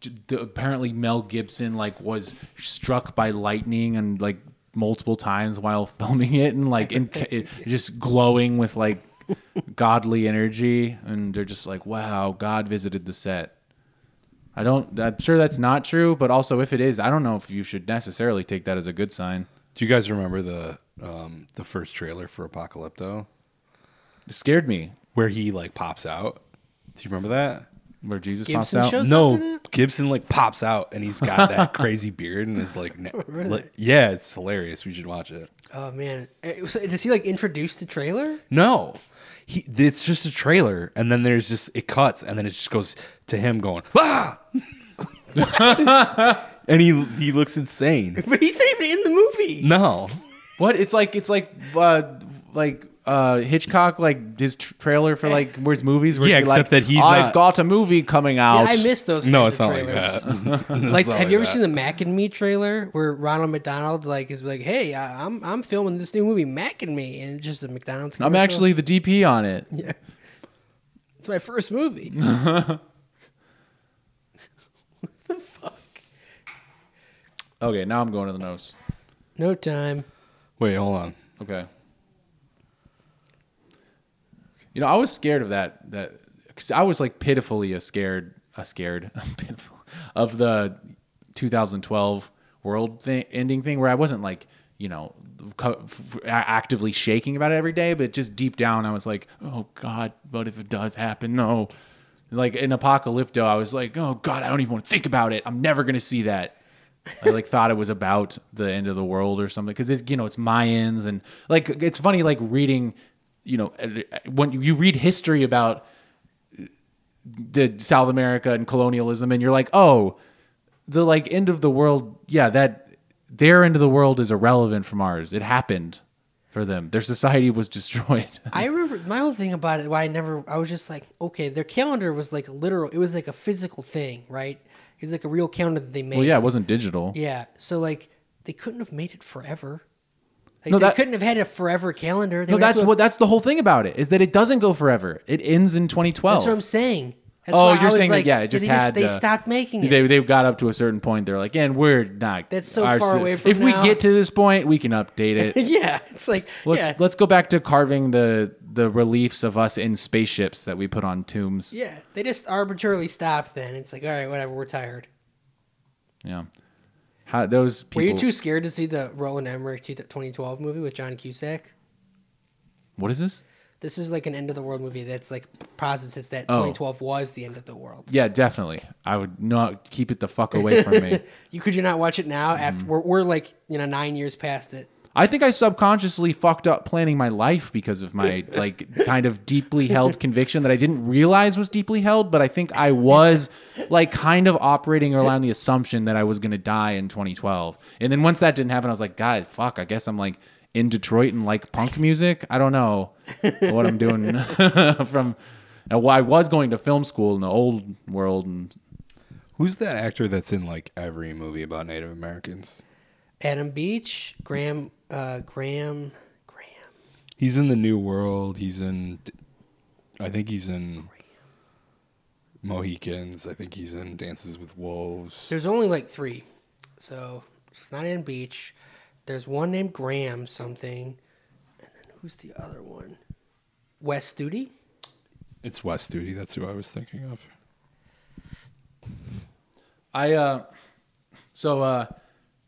Speaker 3: d- the, apparently Mel Gibson like was struck by lightning and like multiple times while filming it and like in, it, just glowing with like godly energy and they're just like wow God visited the set. I don't I'm sure that's not true, but also if it is, I don't know if you should necessarily take that as a good sign.
Speaker 1: Do you guys remember the um, the first trailer for Apocalypto
Speaker 3: It scared me
Speaker 1: where he like pops out? Do you remember that?
Speaker 3: where Jesus
Speaker 2: Gibson
Speaker 3: pops out.
Speaker 2: shows up in
Speaker 1: No,
Speaker 2: it?
Speaker 1: Gibson like pops out and he's got that crazy beard and is like, ne-
Speaker 2: Really?
Speaker 1: li- yeah, it's hilarious. We should watch it.
Speaker 2: Oh man, Eh, so does he like introduce the trailer?
Speaker 1: No, he, it's just a trailer, and then there's just it cuts, and then it just goes to him going ah, and he he looks insane.
Speaker 2: But he's not even in the movie.
Speaker 1: No,
Speaker 3: What? It's like it's like uh like uh Hitchcock like his tr- trailer for like where his movies where
Speaker 1: Yeah,
Speaker 3: he'd be
Speaker 1: except that
Speaker 3: like,
Speaker 1: he's
Speaker 3: I've
Speaker 1: not-
Speaker 3: got a movie coming out.
Speaker 2: Yeah, I miss those. Kinds
Speaker 1: no, it's
Speaker 2: of
Speaker 1: not like
Speaker 2: trailers.
Speaker 1: that.
Speaker 2: Like,
Speaker 1: not
Speaker 2: have
Speaker 1: like
Speaker 2: you ever
Speaker 1: that.
Speaker 2: seen the Mac and Me trailer where Ronald McDonald like is like, "Hey, I, I'm I'm filming this new movie, Mac and Me," and it's just a McDonald's.
Speaker 3: I'm
Speaker 2: commercial.
Speaker 3: actually the DP on it.
Speaker 2: it's my first movie.
Speaker 3: Okay, now I'm going to the nose.
Speaker 2: no time.
Speaker 1: Wait, hold on.
Speaker 3: Okay. You know, I was scared of that. That because I was like pitifully a scared, a scared, pitiful of the 2012 world thing, ending thing, where I wasn't like you know co- f- a- actively shaking about it every day, but just deep down I was like, oh God, what if it does happen? No, like in Apocalypto, I was like, oh God, I don't even want to think about it. I'm never gonna see that. I like thought it was about the end of the world or something because it's you know it's Mayans and like it's funny like reading you know uh, when you read history about the South America and colonialism and you're like oh the like end of the world yeah that their end of the world is irrelevant from ours it happened for them. Their society was destroyed.
Speaker 2: I remember my whole thing about it. Why I never, I was just like, okay, their calendar was like literal. It was like a physical thing, right? It was like a real calendar that they made.
Speaker 3: well, yeah, it wasn't digital.
Speaker 2: Yeah. So like, they couldn't have made it forever. Like,
Speaker 3: No,
Speaker 2: they
Speaker 3: that-
Speaker 2: couldn't have had a forever calendar. They
Speaker 3: No,
Speaker 2: would have
Speaker 3: that's
Speaker 2: to have-
Speaker 3: what that's the whole thing about it is that it doesn't go forever. It ends in 2012.
Speaker 2: That's what I'm saying. That's
Speaker 3: oh,
Speaker 2: why I
Speaker 3: you're
Speaker 2: was
Speaker 3: saying
Speaker 2: like,
Speaker 3: that? Yeah,
Speaker 2: did
Speaker 3: it just
Speaker 2: they
Speaker 3: had.
Speaker 2: they
Speaker 3: uh,
Speaker 2: stopped making it.
Speaker 3: They they got up to a certain point. They're like, and we're not.
Speaker 2: That's so
Speaker 3: our
Speaker 2: far
Speaker 3: si-
Speaker 2: away from
Speaker 3: If we
Speaker 2: now."
Speaker 3: get to this point, we can update it.
Speaker 2: yeah, it's like
Speaker 3: Let's
Speaker 2: yeah,
Speaker 3: let's go back to carving the the reliefs of us in spaceships that we put on tombs.
Speaker 2: yeah. They just arbitrarily stopped. Then it's like, all right, whatever. We're tired.
Speaker 3: Yeah. How those people.
Speaker 2: Were you too scared to see the Roland Emmerich 2012 movie with John Cusack?
Speaker 3: What is this?
Speaker 2: This is like an end of the world movie that's like posits that
Speaker 3: Oh.
Speaker 2: 2012 was the end of the world.
Speaker 3: Yeah, definitely. I would not keep it the fuck away from me.
Speaker 2: You could you not watch it now? After
Speaker 3: Mm-hmm.
Speaker 2: we're, we're like you know nine years past it.
Speaker 3: I think I subconsciously fucked up planning my life because of my like kind of deeply held conviction that I didn't realize was deeply held, but I think I was like kind of operating around the assumption that I was going to die in 2012. And then once that didn't happen, I was like, God, fuck, I guess I'm like in Detroit and like punk music. I don't know what I'm doing from. Now, well, I was going to film school in the old world, and
Speaker 1: Who's that actor that's in like every movie about Native Americans?
Speaker 2: Adam Beach, Graham, uh, Graham, Graham.
Speaker 1: He's in the New World. He's in. I think he's in. Mohicans. I think he's in Dances with Wolves.
Speaker 2: There's only like three, so it's not Adam Beach. There's one named Graham something, and then who's the other one? Wes Studi.
Speaker 1: It's West Duty. That's who I was thinking of.
Speaker 3: I uh so uh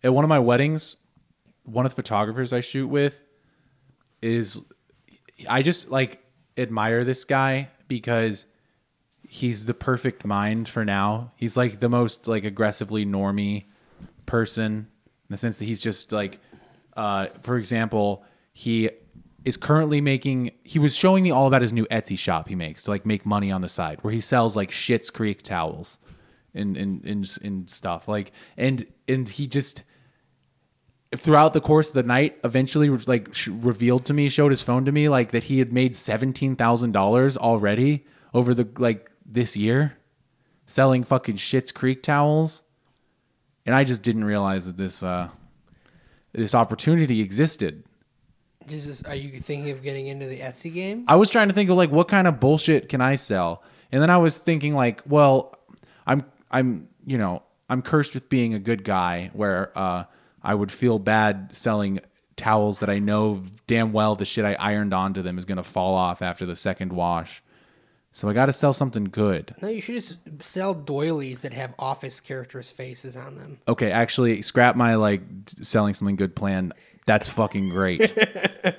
Speaker 3: at one of my weddings, one of the photographers I shoot with is I just like admire this guy because he's the perfect mind for now. He's like the most like aggressively normy person in the sense that he's just like uh for example, he is currently making he was showing me all about his new Etsy shop he makes to like make money on the side where he sells like shits creek towels and and and, and stuff like and and he just throughout the course of the night eventually like sh- revealed to me showed his phone to me like that he had made $17,000 already over the like this year selling fucking shits creek towels and I just didn't realize that this uh this opportunity existed
Speaker 2: Jesus, are you thinking of getting into the Etsy game?
Speaker 3: I was trying to think of like what kind of bullshit can I sell, and then I was thinking like, well, I'm I'm you know I'm cursed with being a good guy, where uh, I would feel bad selling towels that I know damn well the shit I ironed onto them is gonna fall off after the second wash. So I got to sell something good.
Speaker 2: No, you should just sell doilies that have office characters' faces on them.
Speaker 3: Okay, actually, scrap my like selling something good plan. That's fucking great.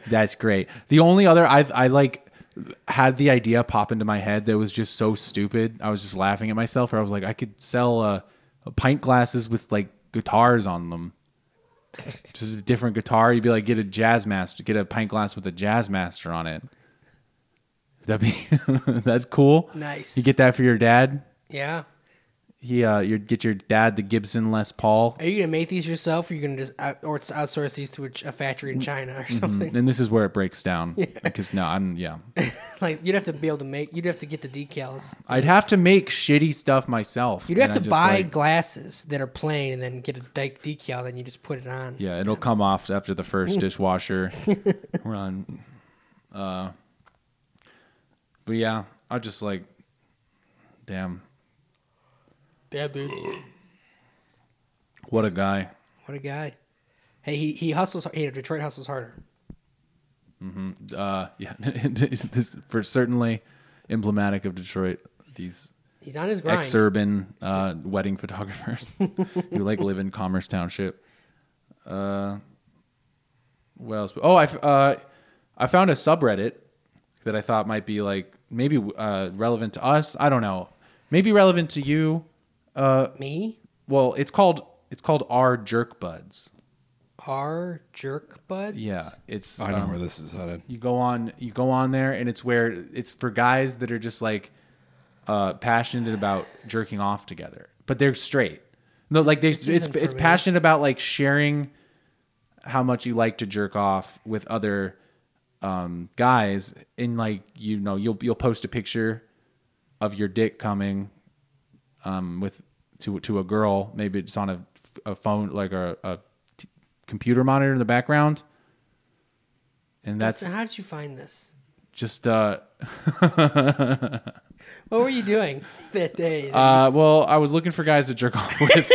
Speaker 3: That's great. The only other I I like had the idea pop into my head that was just so stupid. I was just laughing at myself. Where I was like, I could sell uh, pint glasses with like guitars on them. Just a different guitar. You'd be like, get a jazz master, get a pint glass with a jazz master on it. That'd be that's cool.
Speaker 2: Nice.
Speaker 3: You get that for your dad.
Speaker 2: Yeah.
Speaker 3: He uh, you'd get your dad the Gibson Les Paul.
Speaker 2: Are you gonna make these yourself, or you gonna just out, or it's outsource these to a, ch- a factory in China
Speaker 3: Mm-hmm.
Speaker 2: or something?
Speaker 3: and this is where it breaks down because no i'm yeah
Speaker 2: like you'd have to be able to make. You'd have to get the decals.
Speaker 3: i'd have to make shitty stuff myself
Speaker 2: You'd have
Speaker 3: and
Speaker 2: to
Speaker 3: I just,
Speaker 2: buy
Speaker 3: like-
Speaker 2: glasses that are plain, and then get a de- decal, then you just put it on.
Speaker 3: yeah it'll come off after the first dishwasher run uh but yeah i just like damn
Speaker 2: Yeah, dude.
Speaker 3: what a guy
Speaker 2: What a guy. Hey, he, he hustles. Hey, Detroit hustles harder.
Speaker 3: uh yeah this for certainly emblematic of detroit these
Speaker 2: He's on his grind.
Speaker 3: ex-urban uh, wedding photographers who like live in Commerce Township. Uh, what else? Oh, I f- uh, I found a subreddit that I thought might be like maybe uh, relevant to us. I don't know. Maybe relevant to you.
Speaker 2: Me
Speaker 3: Well, it's called it's called our jerk buds.
Speaker 2: are jerk buds.
Speaker 3: Yeah, it's
Speaker 1: I know
Speaker 3: um,
Speaker 1: where this is headed.
Speaker 3: you go on you go on there and it's where it's for guys that are just like uh passionate about jerking off together but they're straight no like they it's
Speaker 2: isn't
Speaker 3: it's
Speaker 2: for me.
Speaker 3: passionate about like sharing how much you like to jerk off with other um, guys, and like you know, you'll you'll post a picture of your dick coming um, with to to a girl. Maybe it's on a, a phone, like a, a t- computer monitor in the background, and that's
Speaker 2: Dustin, how did you find this?
Speaker 3: just uh,
Speaker 2: What were you doing that day?
Speaker 3: uh. Well, I was looking for guys to jerk off with.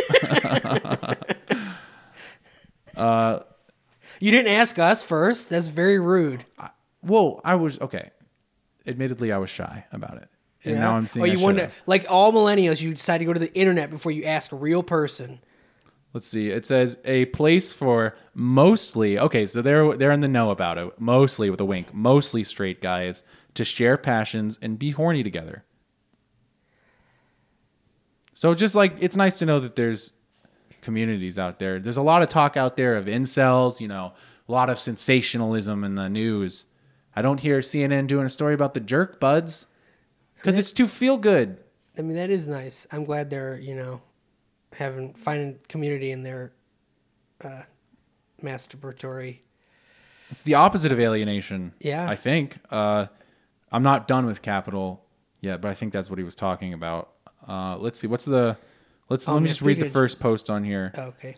Speaker 2: you didn't ask us first. That's very rude.
Speaker 3: Well, I was okay. Admittedly, I was shy about it, and
Speaker 2: Yeah.
Speaker 3: now I'm seeing.
Speaker 2: Oh,
Speaker 3: I
Speaker 2: you
Speaker 3: should
Speaker 2: wanted
Speaker 3: have.
Speaker 2: like all millennials. You decide to go to the internet before you ask a real person.
Speaker 3: Let's see. It says a place for mostly. Okay, so they're they're in the know about it. Mostly with a wink. Mostly straight guys to share passions and be horny together. So just like it's nice to know that there's communities out there. There's a lot of talk out there of incels. You know, a lot of sensationalism in the news. I don't hear CNN doing a story about the jerk buds because it's too feel good.
Speaker 2: I mean, that is nice. I'm glad they're you know having finding community in their uh, masturbatory.
Speaker 3: It's the opposite of alienation.
Speaker 2: Yeah.
Speaker 3: I think. Uh, I'm not done with capital yet, but I think that's what he was talking about. Uh, let's see. What's the? Let's let
Speaker 2: man,
Speaker 3: me just read the
Speaker 2: speaking of-
Speaker 3: first post on here.
Speaker 2: Okay,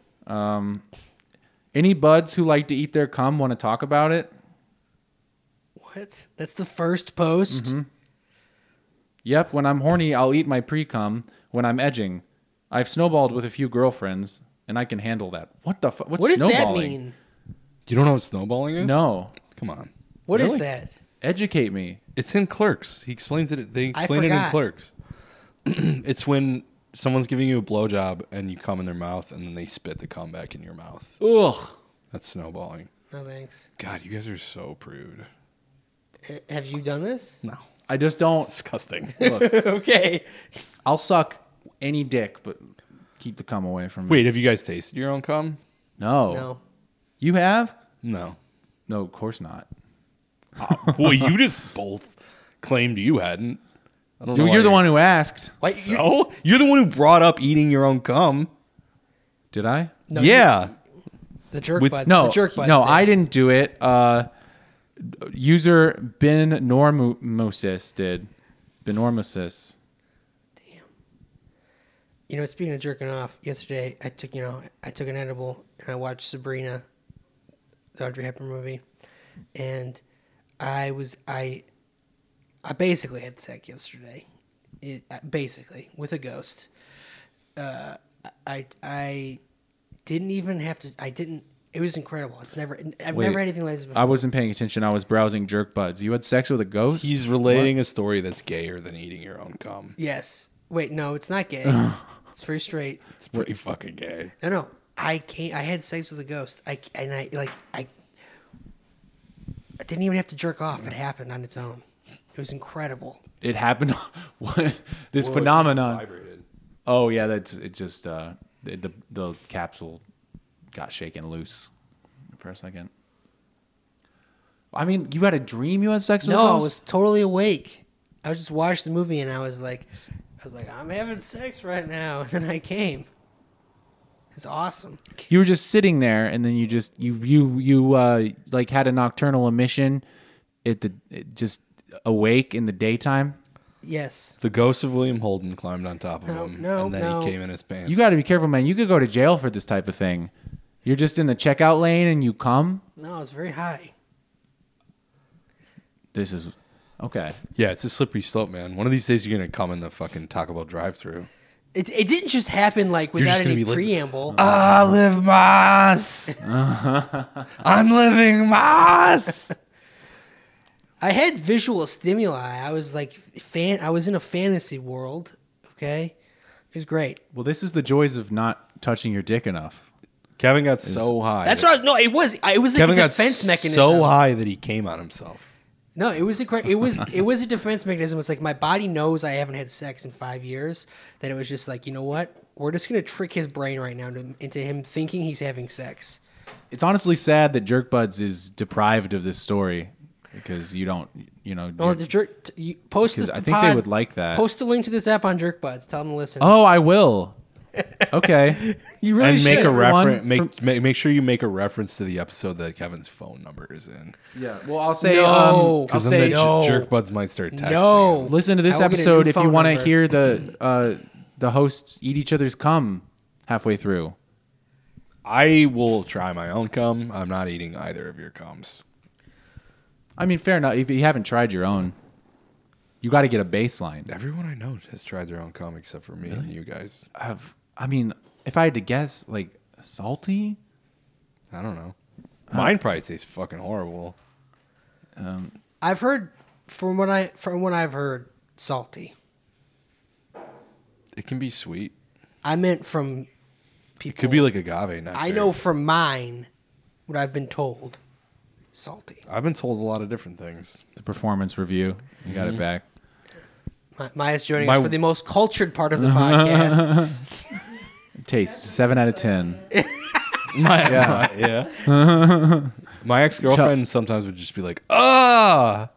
Speaker 3: Any buds who like to eat their cum want to talk about it?
Speaker 2: what? That's the first post.
Speaker 3: Mm-hmm. Yep. When I'm horny, I'll eat my pre cum. When I'm edging, I've snowballed with a few girlfriends, and I can handle that. What the fuck? What's
Speaker 2: What does that
Speaker 3: snowballing?
Speaker 2: mean?
Speaker 1: You don't know what snowballing is?
Speaker 3: No.
Speaker 1: Come on.
Speaker 2: What is
Speaker 1: Really?
Speaker 2: that?
Speaker 3: Educate me.
Speaker 1: It's in Clerks. He explains it. They
Speaker 2: I
Speaker 1: explain it in
Speaker 2: forgot.
Speaker 1: Clerks. it's when someone's giving you a blowjob and you come in their mouth and then they spit the cum back in your mouth.
Speaker 3: Ugh.
Speaker 1: That's snowballing.
Speaker 2: No thanks.
Speaker 1: God, you guys are so prude.
Speaker 2: H- Have you done this?
Speaker 1: No.
Speaker 3: I just don't.
Speaker 1: Oh, Disgusting.
Speaker 2: okay.
Speaker 3: I'll suck any dick, but keep the cum away from me.
Speaker 1: Wait, have you guys tasted your own cum?
Speaker 3: No.
Speaker 2: No.
Speaker 3: You have?
Speaker 1: No.
Speaker 3: No, of course not.
Speaker 1: well, you just both claimed you hadn't. I don't
Speaker 3: You're,
Speaker 1: know. why
Speaker 3: you're the one who asked.
Speaker 2: Why, you-
Speaker 1: So? You're the one who brought up eating your own cum.
Speaker 3: Did I?
Speaker 2: No,
Speaker 1: yeah.
Speaker 2: The jerk
Speaker 1: With-
Speaker 2: buds.
Speaker 3: No.
Speaker 2: The jerk buds.
Speaker 3: no,
Speaker 2: thing.
Speaker 3: I didn't do it. Uh, user Ben Normosis did. Benormosis.
Speaker 2: You know, speaking of jerking off, yesterday I took you know I took an edible and I watched Sabrina, the Audrey Hepburn movie, and I was I, I basically had sex yesterday, it, uh, basically with a ghost. Uh, I I didn't even have to. I didn't. It was incredible. It's never. I've
Speaker 3: Wait,
Speaker 2: never had anything like this before.
Speaker 3: I wasn't paying attention. I was browsing jerk buds. You had sex with a ghost?
Speaker 1: He's relating a story that's gayer than eating your own cum.
Speaker 2: yes. Wait. No, it's not gay. it's very straight.
Speaker 1: It's pretty fucking gay.
Speaker 2: No, no. I can't. I had sex with a ghost. I and I like I. I didn't even have to jerk off. It happened on its own. It was incredible.
Speaker 3: it happened. what? This phenomenon. Oh, yeah. That's it. Just uh, the, the, the capsule got shaken loose for a second. I mean, you had a dream you had sex with a
Speaker 2: No, I
Speaker 3: ghost?
Speaker 2: was totally awake. I was just watching the movie and I was like, I was like, I'm having sex right now, and then I came. It's awesome.
Speaker 3: you were just sitting there and then you just you you you uh like had a nocturnal emission at the it just awake in the daytime
Speaker 2: Yes.
Speaker 1: The ghost of William Holden climbed on top of
Speaker 2: No,
Speaker 1: him,
Speaker 2: no,
Speaker 1: and then
Speaker 2: no.
Speaker 1: he came in his pants.
Speaker 3: you got to be careful man you could go to jail for this type of thing you're just in the checkout lane and you come
Speaker 2: No, it's very high.
Speaker 3: this is okay
Speaker 1: yeah, it's a slippery slope, man. One of these days, you're gonna come in the fucking Taco Bell drive-through.
Speaker 2: It, it didn't just happen like
Speaker 1: just
Speaker 2: without
Speaker 1: gonna
Speaker 2: any
Speaker 1: be lit-
Speaker 2: preamble.
Speaker 1: I live mas. I'm living mas.
Speaker 2: I had visual stimuli. I was like fan. I was in a fantasy world. Okay, it was great.
Speaker 3: well this is the joys of not touching your dick enough
Speaker 1: Kevin got so high.
Speaker 2: That's what. I, no, it was. I- It was like
Speaker 1: Kevin
Speaker 2: a
Speaker 1: got
Speaker 2: defense mechanism.
Speaker 1: so high that he came on himself.
Speaker 2: No, it was a. cra- It was. it was a defense mechanism. It's like my body knows I haven't had sex in five years. That it was just like you know what. We're just gonna trick his brain right now to, into him thinking he's having sex.
Speaker 3: it's honestly sad that jerk buds is deprived of this story because you don't you know
Speaker 2: Oh,
Speaker 3: you're-
Speaker 2: the jerk! t- You post. The,
Speaker 3: Because I
Speaker 2: the
Speaker 3: think they
Speaker 2: pod-
Speaker 3: would like that.
Speaker 2: Post a link to this app on Jerkbuds. Tell them to listen.
Speaker 3: oh i will Okay.
Speaker 2: You really
Speaker 1: and
Speaker 2: should.
Speaker 1: make a reference.
Speaker 3: One
Speaker 1: Make, make make sure you make a reference to the episode that Kevin's phone number is in,
Speaker 3: Yeah. Well, I'll say.
Speaker 2: No.
Speaker 3: Um, I'll
Speaker 1: because then
Speaker 3: say.
Speaker 1: the
Speaker 2: no.
Speaker 1: j- jerk buds might start texting.
Speaker 2: No.
Speaker 1: him.
Speaker 3: Listen to this
Speaker 2: I will get a new
Speaker 3: episode if you
Speaker 2: phone
Speaker 3: want to
Speaker 2: number.
Speaker 3: hear the uh, the hosts eat each other's cum halfway through.
Speaker 1: I will try my own cum. I'm not eating either of your cums.
Speaker 3: I mean, fair enough. If you haven't tried your own, you got to get a baseline.
Speaker 1: Everyone I know has tried their own cum except for me and you guys.
Speaker 3: Have I mean, if I had to guess, like salty.
Speaker 1: I don't know. Mine probably tastes fucking horrible.
Speaker 2: I've heard from what I from what I've heard, salty.
Speaker 1: It can be sweet.
Speaker 2: I meant from people.
Speaker 1: It could be like agave. Not
Speaker 2: I
Speaker 1: grape.
Speaker 2: know from mine what I've been told, salty.
Speaker 1: I've been told a lot of different things.
Speaker 3: The performance review. You got it back.
Speaker 2: Ma- Maya's joining
Speaker 1: My-
Speaker 2: us for the most cultured part of the podcast.
Speaker 3: Taste seven out of ten.
Speaker 1: My, yeah, yeah. my ex girlfriend sometimes would just be like, ah.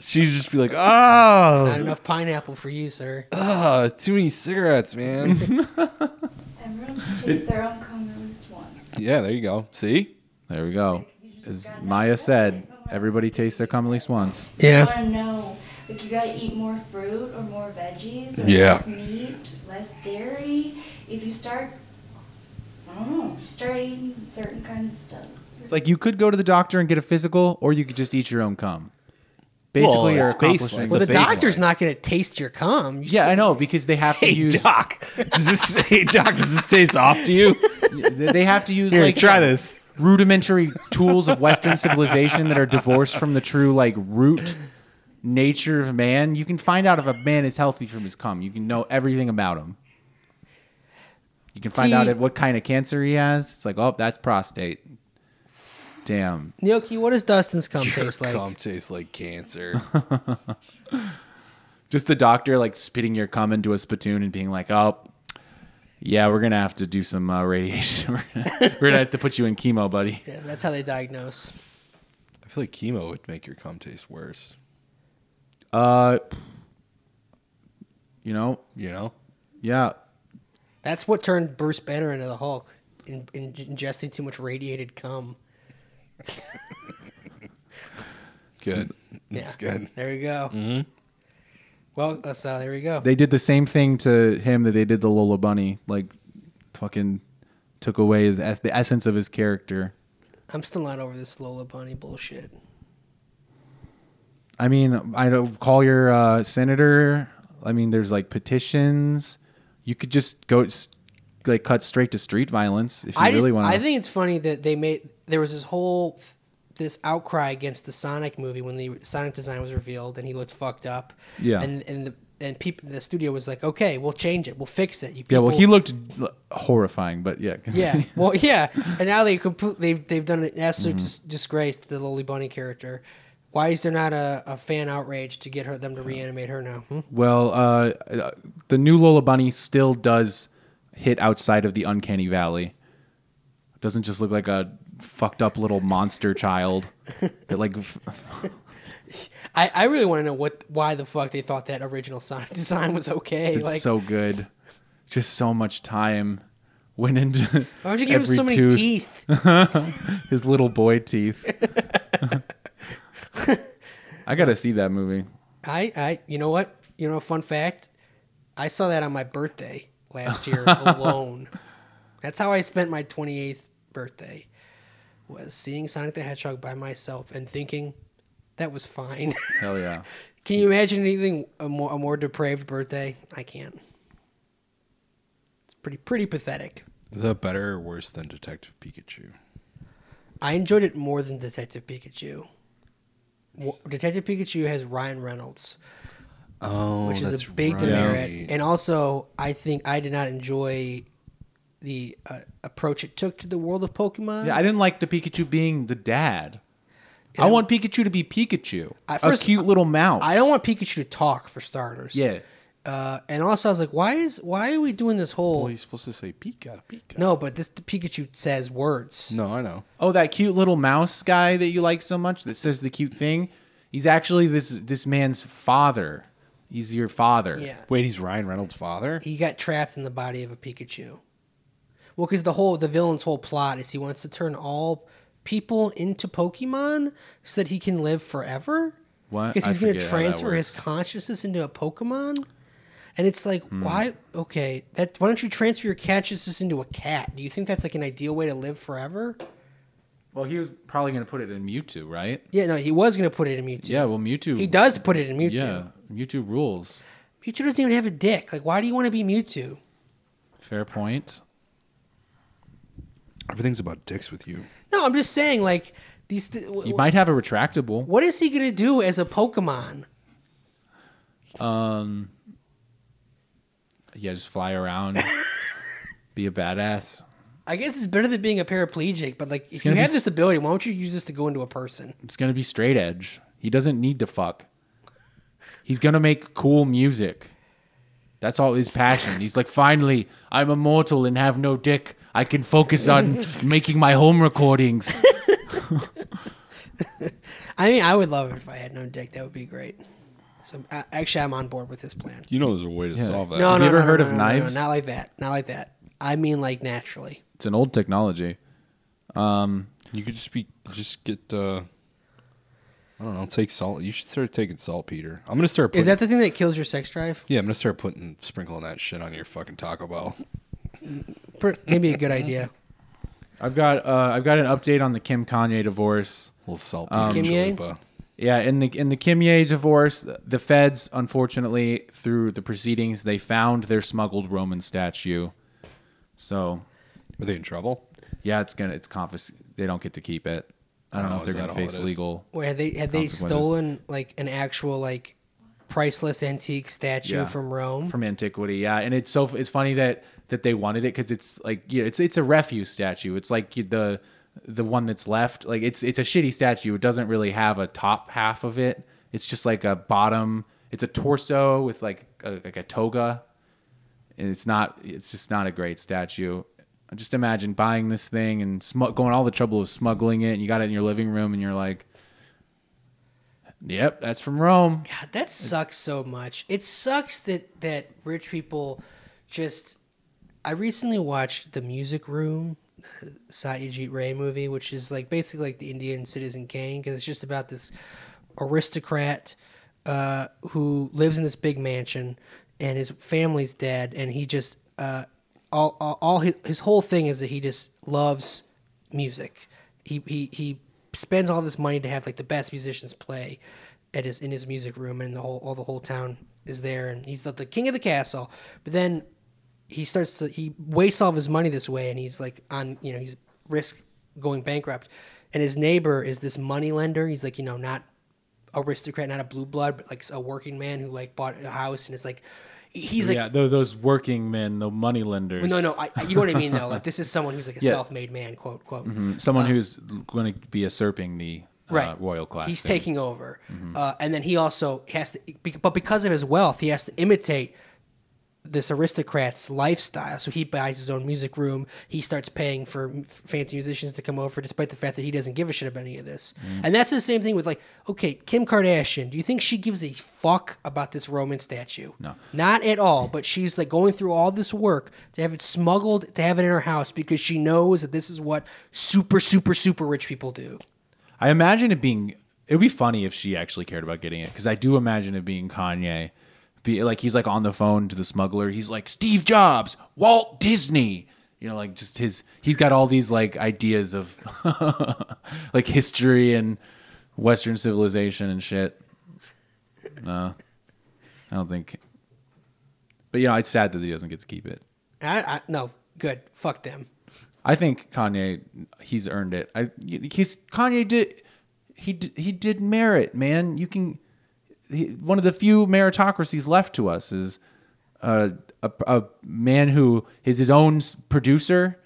Speaker 1: She'd just be like, ah,
Speaker 2: Not enough pineapple for you, sir.
Speaker 1: ah, too many cigarettes, man.
Speaker 9: Everyone can chase their own comb at least once.
Speaker 1: yeah, there you go. See,
Speaker 3: There we go. As Maya said, everybody tastes their cum at least once.
Speaker 9: You
Speaker 2: Yeah.
Speaker 9: want to know, like, you gotta eat more fruit or more veggies or
Speaker 1: Yeah.
Speaker 9: less meat, less dairy. If you start, I don't know, start eating certain kinds of stuff.
Speaker 3: It's like you could go to the doctor and get a physical, or you could just eat your own cum. Basically,
Speaker 1: Well,
Speaker 3: you're
Speaker 1: it's
Speaker 3: accomplishing.
Speaker 1: baseline.
Speaker 2: Well,
Speaker 1: It's
Speaker 2: the
Speaker 1: a baseline.
Speaker 2: doctor's not going to taste your cum. You
Speaker 3: Yeah, I know because they have to use.
Speaker 1: doc, does this? Hey, doc, does this taste off to you?
Speaker 3: They have to use
Speaker 1: Here,
Speaker 3: like
Speaker 1: try this.
Speaker 3: rudimentary tools of Western civilization that are divorced from the true like root nature of man. You can find out if a man is healthy from his cum. You can know everything about him. You can find
Speaker 2: See-
Speaker 3: out if, what kind of cancer he has. It's like, oh, that's prostate. Damn.
Speaker 2: Gnocchi, what does Dustin's cum
Speaker 1: Your
Speaker 2: taste like?
Speaker 1: cum tastes like cancer.
Speaker 3: Just the doctor like spitting your cum into a spittoon and being like, oh, yeah, we're gonna have to do some uh, radiation. we're, gonna, we're gonna have to put you in chemo, buddy.
Speaker 2: Yeah, that's how they diagnose.
Speaker 1: I feel like chemo would make your cum taste worse.
Speaker 3: Uh, you know,
Speaker 1: You know,
Speaker 3: yeah.
Speaker 2: That's what turned Bruce Banner into the Hulk, in, in, ingesting too much radiated cum.
Speaker 1: good. It's good.
Speaker 2: There we go. Mm-hmm. Well, that's uh, there we go.
Speaker 3: They did the same thing to him that they did to Lola Bunny. Like, fucking took away his es- the essence of his character.
Speaker 2: I'm still not over this Lola Bunny bullshit.
Speaker 3: I mean, I don't call your uh, senator. I mean, there's like petitions. You could just go s- like cut straight to street violence if you
Speaker 2: I
Speaker 3: really
Speaker 2: just,
Speaker 3: want to.
Speaker 2: I think it's funny that they made there was this whole this outcry against the Sonic movie when the Sonic design was revealed and he looked fucked up.
Speaker 3: Yeah.
Speaker 2: And and the and people the studio was like, okay, we'll change it, we'll fix it. You
Speaker 3: yeah, well,
Speaker 2: people-
Speaker 3: he looked l- horrifying, but yeah.
Speaker 2: Yeah, well, yeah, and now they completely they've, they've done an absolute dis-
Speaker 3: Mm-hmm.
Speaker 2: disgrace to the Loli Bunny character. Why is there not a, a fan outrage to get her them to reanimate her now? Hmm?
Speaker 3: Well, uh, uh, the new Lola Bunny still does hit outside of the uncanny valley. Doesn't just look like a fucked up little monster child that like f-
Speaker 2: I, I really want to know what why the fuck they thought that original Sonic design was okay.
Speaker 3: it's
Speaker 2: like,
Speaker 3: so good. Just so much time went into
Speaker 2: why would you give him
Speaker 3: every
Speaker 2: so many
Speaker 3: tooth,
Speaker 2: teeth?
Speaker 3: his little boy teeth. I gotta see that movie.
Speaker 2: I, I, you know what? You know, fun fact. I saw that on my birthday last year alone. That's how I spent my 28th birthday. Was seeing Sonic the Hedgehog by myself and thinking that was fine.
Speaker 3: Hell yeah.
Speaker 2: Can you imagine anything a more a more depraved birthday? I can't. It's pretty pretty pathetic.
Speaker 1: Is that better or worse than Detective Pikachu?
Speaker 2: I enjoyed it more than Detective Pikachu. Wha- Detective Pikachu has Ryan Reynolds,
Speaker 1: Oh,
Speaker 2: which is
Speaker 1: that's
Speaker 2: a big
Speaker 1: right.
Speaker 2: demerit. And also, I think I did not enjoy the uh, approach it took to the world of Pokemon.
Speaker 3: Yeah, I didn't like the Pikachu being the dad. I want Pikachu to be Pikachu,
Speaker 2: I-
Speaker 3: a
Speaker 2: first-
Speaker 3: cute little mouse.
Speaker 2: I don't want Pikachu to talk for starters.
Speaker 3: Yeah.
Speaker 2: Uh, and also, I was like, why is why are we doing this whole?
Speaker 1: Well, Oh, he's supposed to say Pika, Pika.
Speaker 2: no, but this Pikachu says words.
Speaker 1: No, I know.
Speaker 3: Oh, that cute little mouse guy that you like so much that says the cute thing. He's actually this this man's father. He's your father.
Speaker 2: Yeah.
Speaker 1: Wait, he's Ryan Reynolds' father?
Speaker 2: He got trapped in the body of a Pikachu. Well, because the whole the villain's whole plot is he wants to turn all people into Pokemon so that he can live forever.
Speaker 3: What?
Speaker 2: Because
Speaker 3: I
Speaker 2: he's going to
Speaker 3: forget how that
Speaker 2: transfer his
Speaker 3: works.
Speaker 2: consciousness into a Pokemon. And it's like,
Speaker 3: Hmm.
Speaker 2: why? Okay, that why don't you transfer your consciousness into a cat? Do you think that's like an ideal way to live forever?
Speaker 3: Well, he was probably going to put it in Mewtwo, right?
Speaker 2: Yeah, no, he was going to put it in Mewtwo.
Speaker 3: Yeah. Well, Mewtwo.
Speaker 2: He does put it in Mewtwo.
Speaker 3: Yeah. Mewtwo rules.
Speaker 2: Mewtwo doesn't even have a dick. Like, why do you want to be Mewtwo?
Speaker 3: Fair point.
Speaker 1: Everything's about dicks with you.
Speaker 2: No, I'm just saying, like, these. Th- w-
Speaker 3: You might have a retractable.
Speaker 2: what is he going to do as a Pokemon?
Speaker 3: Yeah, just fly around. be a badass.
Speaker 2: I guess it's better than being a paraplegic, but, like, if you
Speaker 3: gonna be
Speaker 2: have
Speaker 3: s-
Speaker 2: this ability, why don't you use this to go into a person?
Speaker 3: It's gonna be straight edge. He doesn't need to fuck. He's gonna make cool music. That's all his passion. He's like, finally, I'm immortal and have no dick. I can focus on making my home recordings.
Speaker 2: I mean, I would love it if I had no dick. That would be great. So, uh, actually, I'm on board with this plan.
Speaker 1: You know there's a way to solve that.
Speaker 2: No,
Speaker 3: Have
Speaker 2: no,
Speaker 3: you ever
Speaker 2: no, no,
Speaker 3: heard
Speaker 2: no,
Speaker 3: of
Speaker 2: no, no, no,
Speaker 3: knives?
Speaker 2: not like that. Not like that. I mean, like, naturally.
Speaker 3: It's an old technology.
Speaker 1: You could just be just get uh I don't know, take salt. You should start taking saltpeter. I'm gonna start putting
Speaker 2: Is that the thing that kills your sex drive?
Speaker 1: Yeah, I'm gonna start putting sprinkling that shit on your fucking Taco Bell.
Speaker 2: Per- Maybe a good idea.
Speaker 3: I've got uh, I've got an update on the Kim Kanye divorce.
Speaker 1: little salt um,
Speaker 2: Kim Yang?
Speaker 3: Yeah, in the in the Kim Ye divorce, the feds unfortunately through the proceedings they found their smuggled Roman statue. So
Speaker 1: Were they in trouble?
Speaker 3: Yeah, it's gonna it's confisc. They don't get to keep it. I don't
Speaker 1: Oh,
Speaker 3: know if they're
Speaker 1: is that
Speaker 3: gonna
Speaker 1: all it
Speaker 3: face
Speaker 1: is?
Speaker 3: legal.
Speaker 2: Where had they had they
Speaker 3: Consequences.
Speaker 2: stolen like an actual like priceless antique statue
Speaker 3: Yeah.
Speaker 2: from Rome?
Speaker 3: from antiquity. Yeah, and it's so it's funny that that they wanted it because it's like you know, it's it's a refuse statue. It's like you- the the one that's left. Like it's it's a shitty statue. It doesn't really have a top half of it. It's just like a bottom. It's a torso with like a, like a toga, and it's not. It's just not a great statue. Just imagine buying this thing and smu- going all the trouble of smuggling it, and you got it in your living room, and you're like, "Yep, that's from Rome."
Speaker 2: God, that sucks so much. It sucks that that rich people just. I recently watched The Music Room, the Satyajit Ray movie, which is like basically like the Indian Citizen Kane, because it's just about this aristocrat uh, who lives in this big mansion, and his family's dead, and he just uh, all all, all his, his whole thing is that he just loves music. He he he spends all this money to have like the best musicians play at his in his music room, and the whole all the whole town is there, and he's like the king of the castle. But then he starts to he wastes all of his money this way, and he's like on you know he's risk going bankrupt. And his neighbor is this money lender. He's like you know not aristocrat, not a blue blood, but like a working man who like bought a house, and it's like he's like
Speaker 3: yeah, tho- those working men, the money lenders.
Speaker 2: no, no, I, I, you know what I mean though. Like this is someone who's like a
Speaker 3: Yeah. Mm-hmm.
Speaker 2: self-made man, quote, quote. Uh,
Speaker 3: someone who's going to be usurping the uh, royal class.
Speaker 2: He's
Speaker 3: thing. Mm-hmm.
Speaker 2: taking over, uh, and then he also has to, be- but because of his wealth, he has to imitate this aristocrat's lifestyle. So he buys his own music room. He starts paying for m- fancy musicians to come over, despite the fact that he doesn't give a shit about any of this.
Speaker 3: Mm-hmm.
Speaker 2: And that's the same thing with like, okay, Kim Kardashian. Do you think she gives a fuck about this Roman statue? No, not at all. But she's like going through all this work to have it smuggled to have it in her house because she knows that this is what super, super, super rich people do.
Speaker 3: I imagine it being. It would be funny if she actually cared about getting it because I do imagine it being Kanye. Be like he's like on the phone to the smuggler. He's like Steve Jobs, Walt Disney. You know, like just his. He's got all these like ideas of like history and Western civilization and shit. No, I don't think. But you know, it's sad that he doesn't get to keep it.
Speaker 2: I, I no good. Fuck them.
Speaker 3: I think Kanye, he's earned it. I he's Kanye did he did- he did merit, man. You can he, one of the few meritocracies left to us is uh, a a man who is his own s- producer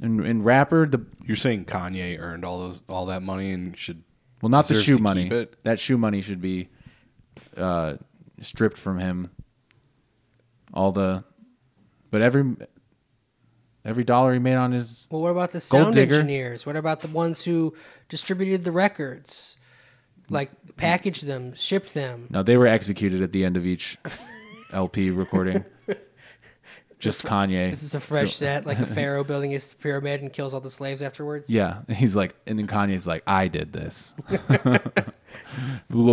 Speaker 3: and, and rapper. The
Speaker 1: You're saying Kanye earned all those all that money and should
Speaker 3: well, not the
Speaker 1: deserves
Speaker 3: shoe
Speaker 1: to
Speaker 3: money.
Speaker 1: keep it?
Speaker 3: That shoe money should be uh, stripped from him. All the, but every every dollar he made on his
Speaker 2: Well, what about the
Speaker 3: Gold
Speaker 2: sound
Speaker 3: digger.
Speaker 2: engineers? What about the ones who distributed the records? like packaged them, shipped them.
Speaker 3: No, they were executed at the end of each LP recording. Just Kanye.
Speaker 2: This is a fresh
Speaker 3: So-
Speaker 2: set, like a pharaoh building his pyramid and kills all the slaves afterwards.
Speaker 3: Yeah, he's like, and then Kanye's like, I did this. L-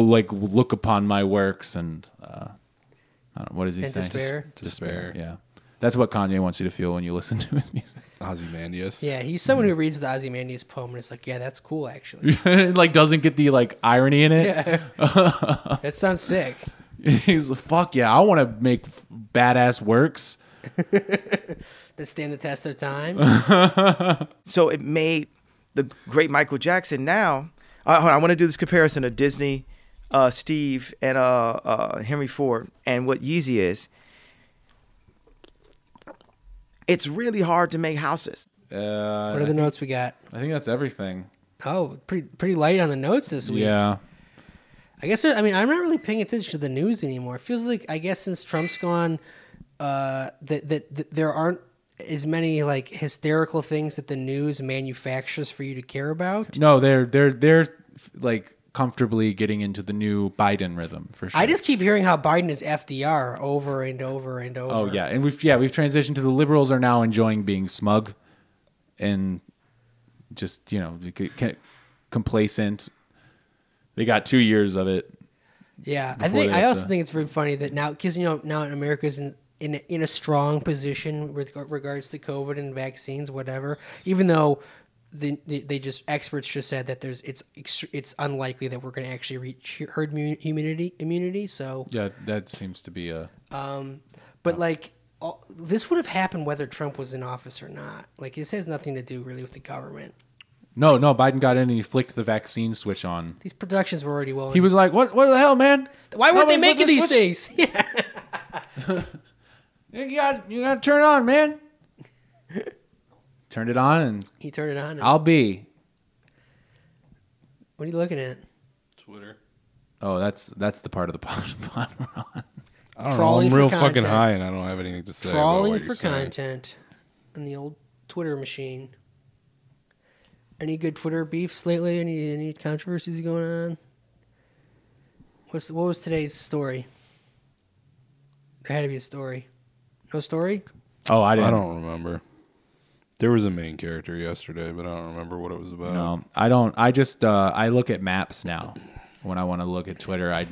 Speaker 3: like, look upon my works and uh, I don't know, what does he
Speaker 2: And
Speaker 3: say?
Speaker 2: despair.
Speaker 3: Des- despair. Yeah, that's what Kanye wants you to feel when you listen to his music.
Speaker 1: Ozymandias.
Speaker 2: Yeah, he's someone who reads the Ozymandias poem and is like, yeah, that's cool, actually.
Speaker 3: It, like, doesn't get the like irony in it.
Speaker 2: That sounds sick.
Speaker 3: he's like, fuck yeah, I want to make f- badass works.
Speaker 2: That stand the test of time.
Speaker 10: So it made the great Michael Jackson now. Uh, hold on, I want to do this comparison of Disney, uh, Steve, and uh, uh, Henry Ford, and what Yeezy is. It's really hard to make houses.
Speaker 2: What are the notes we got?
Speaker 3: I think that's everything.
Speaker 2: Oh, pretty pretty light on the notes this week.
Speaker 3: Yeah,
Speaker 2: I guess there- I mean I'm not really paying attention to the news anymore. It feels like I guess since Trump's gone, uh, that that, that there aren't as many like hysterical things that the news manufactures for you to care about.
Speaker 3: no, they're they're they're like comfortably getting into the new Biden rhythm for sure.
Speaker 2: I just keep hearing how Biden is FDR over and over and over.
Speaker 3: Oh yeah, and we've yeah we've transitioned to the liberals are now enjoying being smug, and just you know c- c- complacent. They got two years of it.
Speaker 2: yeah. I
Speaker 3: before
Speaker 2: think
Speaker 3: they
Speaker 2: I
Speaker 3: have
Speaker 2: also
Speaker 3: to-
Speaker 2: think it's very funny that now because you know now America's in in in a strong position with reg- regards to COVID and vaccines, whatever. Even though. The, the, they just experts just said that there's it's ext- it's unlikely that we're going to actually reach herd mu- immunity immunity. So,
Speaker 3: Yeah, that seems to be a
Speaker 2: but like all, this would have happened whether Trump was in office or not. Like this has nothing to do really with the government.
Speaker 3: no no. Biden got in and he flicked the vaccine switch on.
Speaker 2: These productions were already well.
Speaker 3: He was like, what what the hell, man?
Speaker 2: Why weren't they
Speaker 3: Why was it
Speaker 2: making these
Speaker 3: switch-
Speaker 2: things? Yeah.
Speaker 3: You got you got to turn it on, man. Turned it on and
Speaker 2: He turned it on. and-
Speaker 3: I'll be.
Speaker 2: what are you looking at?
Speaker 1: Twitter.
Speaker 3: Oh, that's that's the part of the pod, pod we're on.
Speaker 1: I don't know.
Speaker 2: Trawling for
Speaker 1: I'm real fucking
Speaker 2: content.
Speaker 1: high, and I don't have anything to say. about
Speaker 2: Trawling
Speaker 1: what
Speaker 2: for
Speaker 1: you're saying.
Speaker 2: content on the old Twitter machine. Any good Twitter beefs lately? Any any controversies going on? What's what was today's story? There had to be a story. No story.
Speaker 3: Oh, I didn't.
Speaker 1: I don't remember. There was a main character yesterday, but I don't remember what it was about.
Speaker 3: No, I don't. I just uh, I look at maps now when I want to look at Twitter. I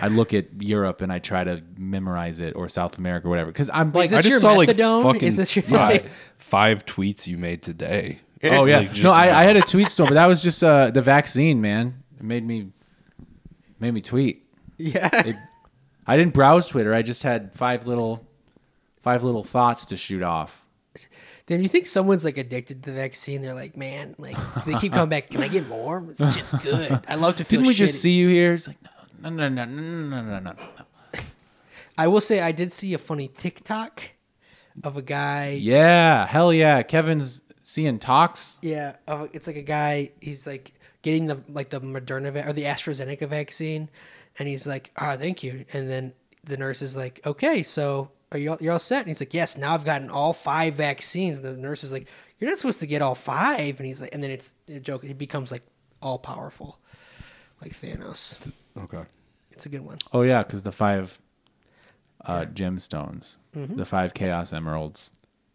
Speaker 3: I look at Europe and I try to memorize it or South America or whatever because I'm like
Speaker 2: this
Speaker 1: I just
Speaker 2: your
Speaker 1: saw
Speaker 2: methadone?
Speaker 1: like fucking
Speaker 2: Is this your-
Speaker 1: five, five tweets you made today.
Speaker 3: oh yeah
Speaker 1: Like, just
Speaker 3: no I, I
Speaker 1: now.
Speaker 3: had a tweet storm but that was just uh, the vaccine man it made me made me tweet
Speaker 2: Yeah.
Speaker 3: it, I didn't browse Twitter I just had five little five little thoughts to shoot off
Speaker 2: Then you think someone's like addicted to the vaccine? They're like, man, like they keep coming back. Can I get more? This shit's good. I love to feel.
Speaker 3: didn't we
Speaker 2: shitty."
Speaker 3: just see you here it's like no no no no no no no no no
Speaker 2: I will say I did see a funny TikTok of a guy.
Speaker 3: yeah hell yeah Kevin's seeing talks
Speaker 2: Yeah, oh, it's like a guy. He's like getting the like the Moderna va- or the AstraZeneca vaccine, and he's like, "Ah, thank you." And then the nurse is like, "Okay, so are you all, you're all set?" And he's like, "Yes, now I've gotten all five vaccines." And the nurse is like, "You're not supposed to get all five. And he's like, and then it's a joke. He becomes like all powerful, like Thanos.
Speaker 1: okay.
Speaker 2: It's a good one.
Speaker 3: Oh yeah, because the five uh, gemstones,
Speaker 2: Mm-hmm.
Speaker 3: the five chaos emeralds.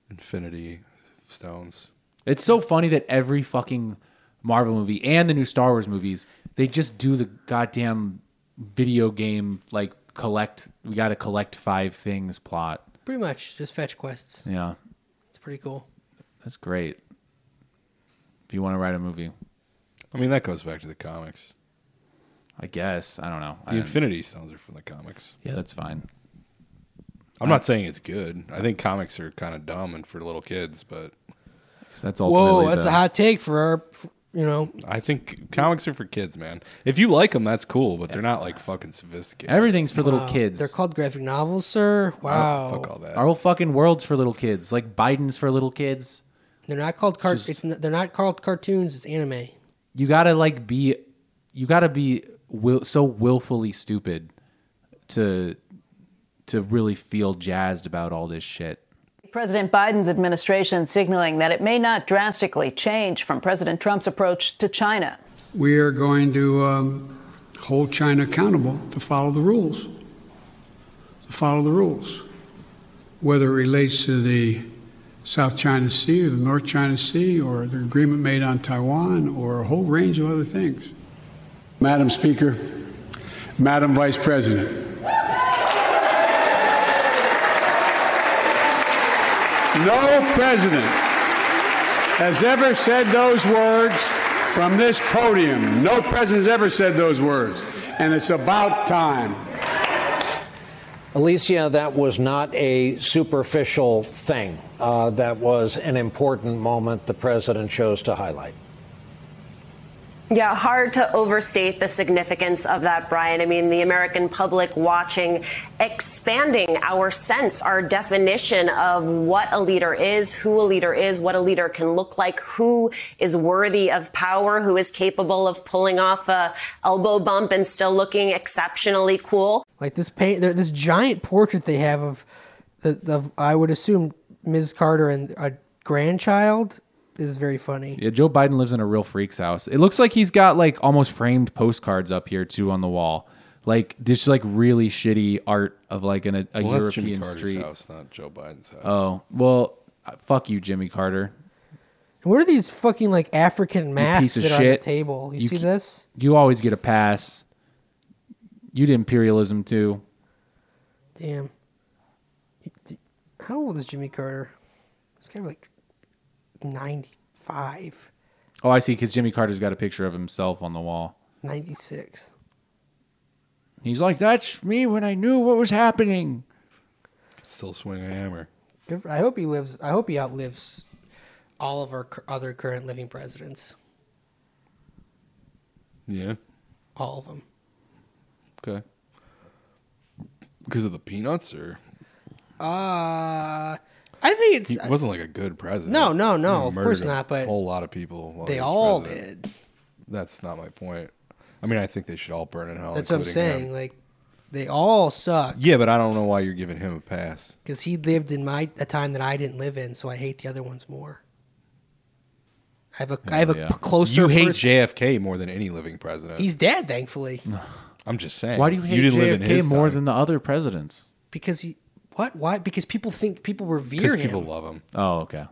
Speaker 1: Infinity stones.
Speaker 3: It's so funny that every fucking Marvel movie and the new Star Wars movies, they just do the goddamn video game like collect. We got to collect five things plot.
Speaker 2: Pretty much just fetch quests.
Speaker 3: Yeah,
Speaker 2: It's pretty cool.
Speaker 3: that's great. If you want to write a movie,
Speaker 1: I mean, that goes back to the comics.
Speaker 3: I guess I don't know. I
Speaker 1: The
Speaker 3: didn't-
Speaker 1: Infinity Stones are from the comics.
Speaker 3: yeah, that's fine.
Speaker 1: I'm not saying it's good. I think comics are kind of dumb and for little kids, but
Speaker 3: 'Cause That's
Speaker 2: Whoa,
Speaker 3: ultimately
Speaker 2: that's
Speaker 3: the-
Speaker 2: a hot take for our, you know,
Speaker 1: I think comics are for kids, man. If you like them, that's cool, but they're not like fucking sophisticated.
Speaker 3: Everything's for little kids.
Speaker 2: They're called graphic novels,
Speaker 3: Uh,
Speaker 2: sir. Wow.
Speaker 1: Fuck all that.
Speaker 3: Our whole fucking world's for little kids. Like Biden's for little kids.
Speaker 2: They're not called car- it's n- they're not called cartoons. It's anime.
Speaker 3: you gotta like be you gotta be will, so willfully stupid to to really feel jazzed about all this shit
Speaker 6: President Biden's administration signaling that it may not drastically change from President Trump's approach to China.
Speaker 4: We are going to um,
Speaker 11: hold China accountable to follow the rules. To follow the rules. Whether it relates to the South China Sea or the North China Sea or the agreement made on Taiwan or a whole range of other things. Madam Speaker, Madam Vice President, no president has ever said those words from this podium. No president has ever said those words. And it's about time.
Speaker 12: Alicia, that was not a superficial thing. Uh, that was an important moment the president chose to highlight.
Speaker 13: Yeah, hard to overstate the significance of that, Brian. I mean, the American public watching, expanding our sense, our definition of what a leader is, who a leader is, what a leader can look like, who is worthy of power, who is capable of pulling off a elbow bump and still looking exceptionally cool.
Speaker 2: Like this paint, there- this giant portrait they have of, the, of I would assume Ms. Carter and a grandchild is very funny.
Speaker 3: Yeah, Joe Biden lives in a real freak's house. It looks like he's got like almost framed postcards up here too on the wall, like just like really shitty art of like an, a, a
Speaker 1: Well, that's Jimmy
Speaker 3: European
Speaker 1: Carter's
Speaker 3: street.
Speaker 1: house, not Joe Biden's house.
Speaker 3: Oh well, uh, fuck you, Jimmy Carter.
Speaker 2: And what are these fucking like African
Speaker 3: You
Speaker 2: masks
Speaker 3: piece of
Speaker 2: that are on the
Speaker 3: shit.
Speaker 2: table? You, see
Speaker 3: ke-
Speaker 2: this?
Speaker 3: You always get a pass. You did imperialism too.
Speaker 2: Damn. How old is Jimmy Carter? He's got to be like 95,
Speaker 3: Oh, I see. Because Jimmy Carter's got a picture of himself on the wall.
Speaker 2: 96.
Speaker 3: He's like, "That's me when I knew what was happening."
Speaker 1: Still swing a hammer.
Speaker 2: Good for- I hope he lives. I hope he outlives all of our cur- other current living presidents.
Speaker 1: Yeah.
Speaker 2: All of them.
Speaker 1: Okay. Because of the peanuts, or
Speaker 2: Uh, I think it's. uh,
Speaker 1: he wasn't like a good president.
Speaker 2: No, no, no,
Speaker 1: He
Speaker 2: of
Speaker 1: murdered
Speaker 2: course
Speaker 1: a
Speaker 2: not, but
Speaker 1: whole lot of people. while
Speaker 2: they
Speaker 1: he was
Speaker 2: all
Speaker 1: president. That's not my point. I mean, I think they should all burn in hell.
Speaker 2: that's what I'm
Speaker 1: including him.
Speaker 2: saying. Like, they all suck
Speaker 1: Yeah, but I don't know why you're giving him a pass.
Speaker 2: because he lived in my a time that I didn't live in, so I hate the other ones more. I have a I have a p- closer.
Speaker 1: You hate
Speaker 2: pers-
Speaker 1: JFK more than any living president.
Speaker 2: He's dead, thankfully.
Speaker 1: I'm just saying.
Speaker 3: Why do you hate JFK more
Speaker 1: time.
Speaker 3: than the other presidents?
Speaker 2: Because he what? Why? Because people think people revere
Speaker 1: Because
Speaker 2: him.
Speaker 1: people love him.
Speaker 3: Oh, okay.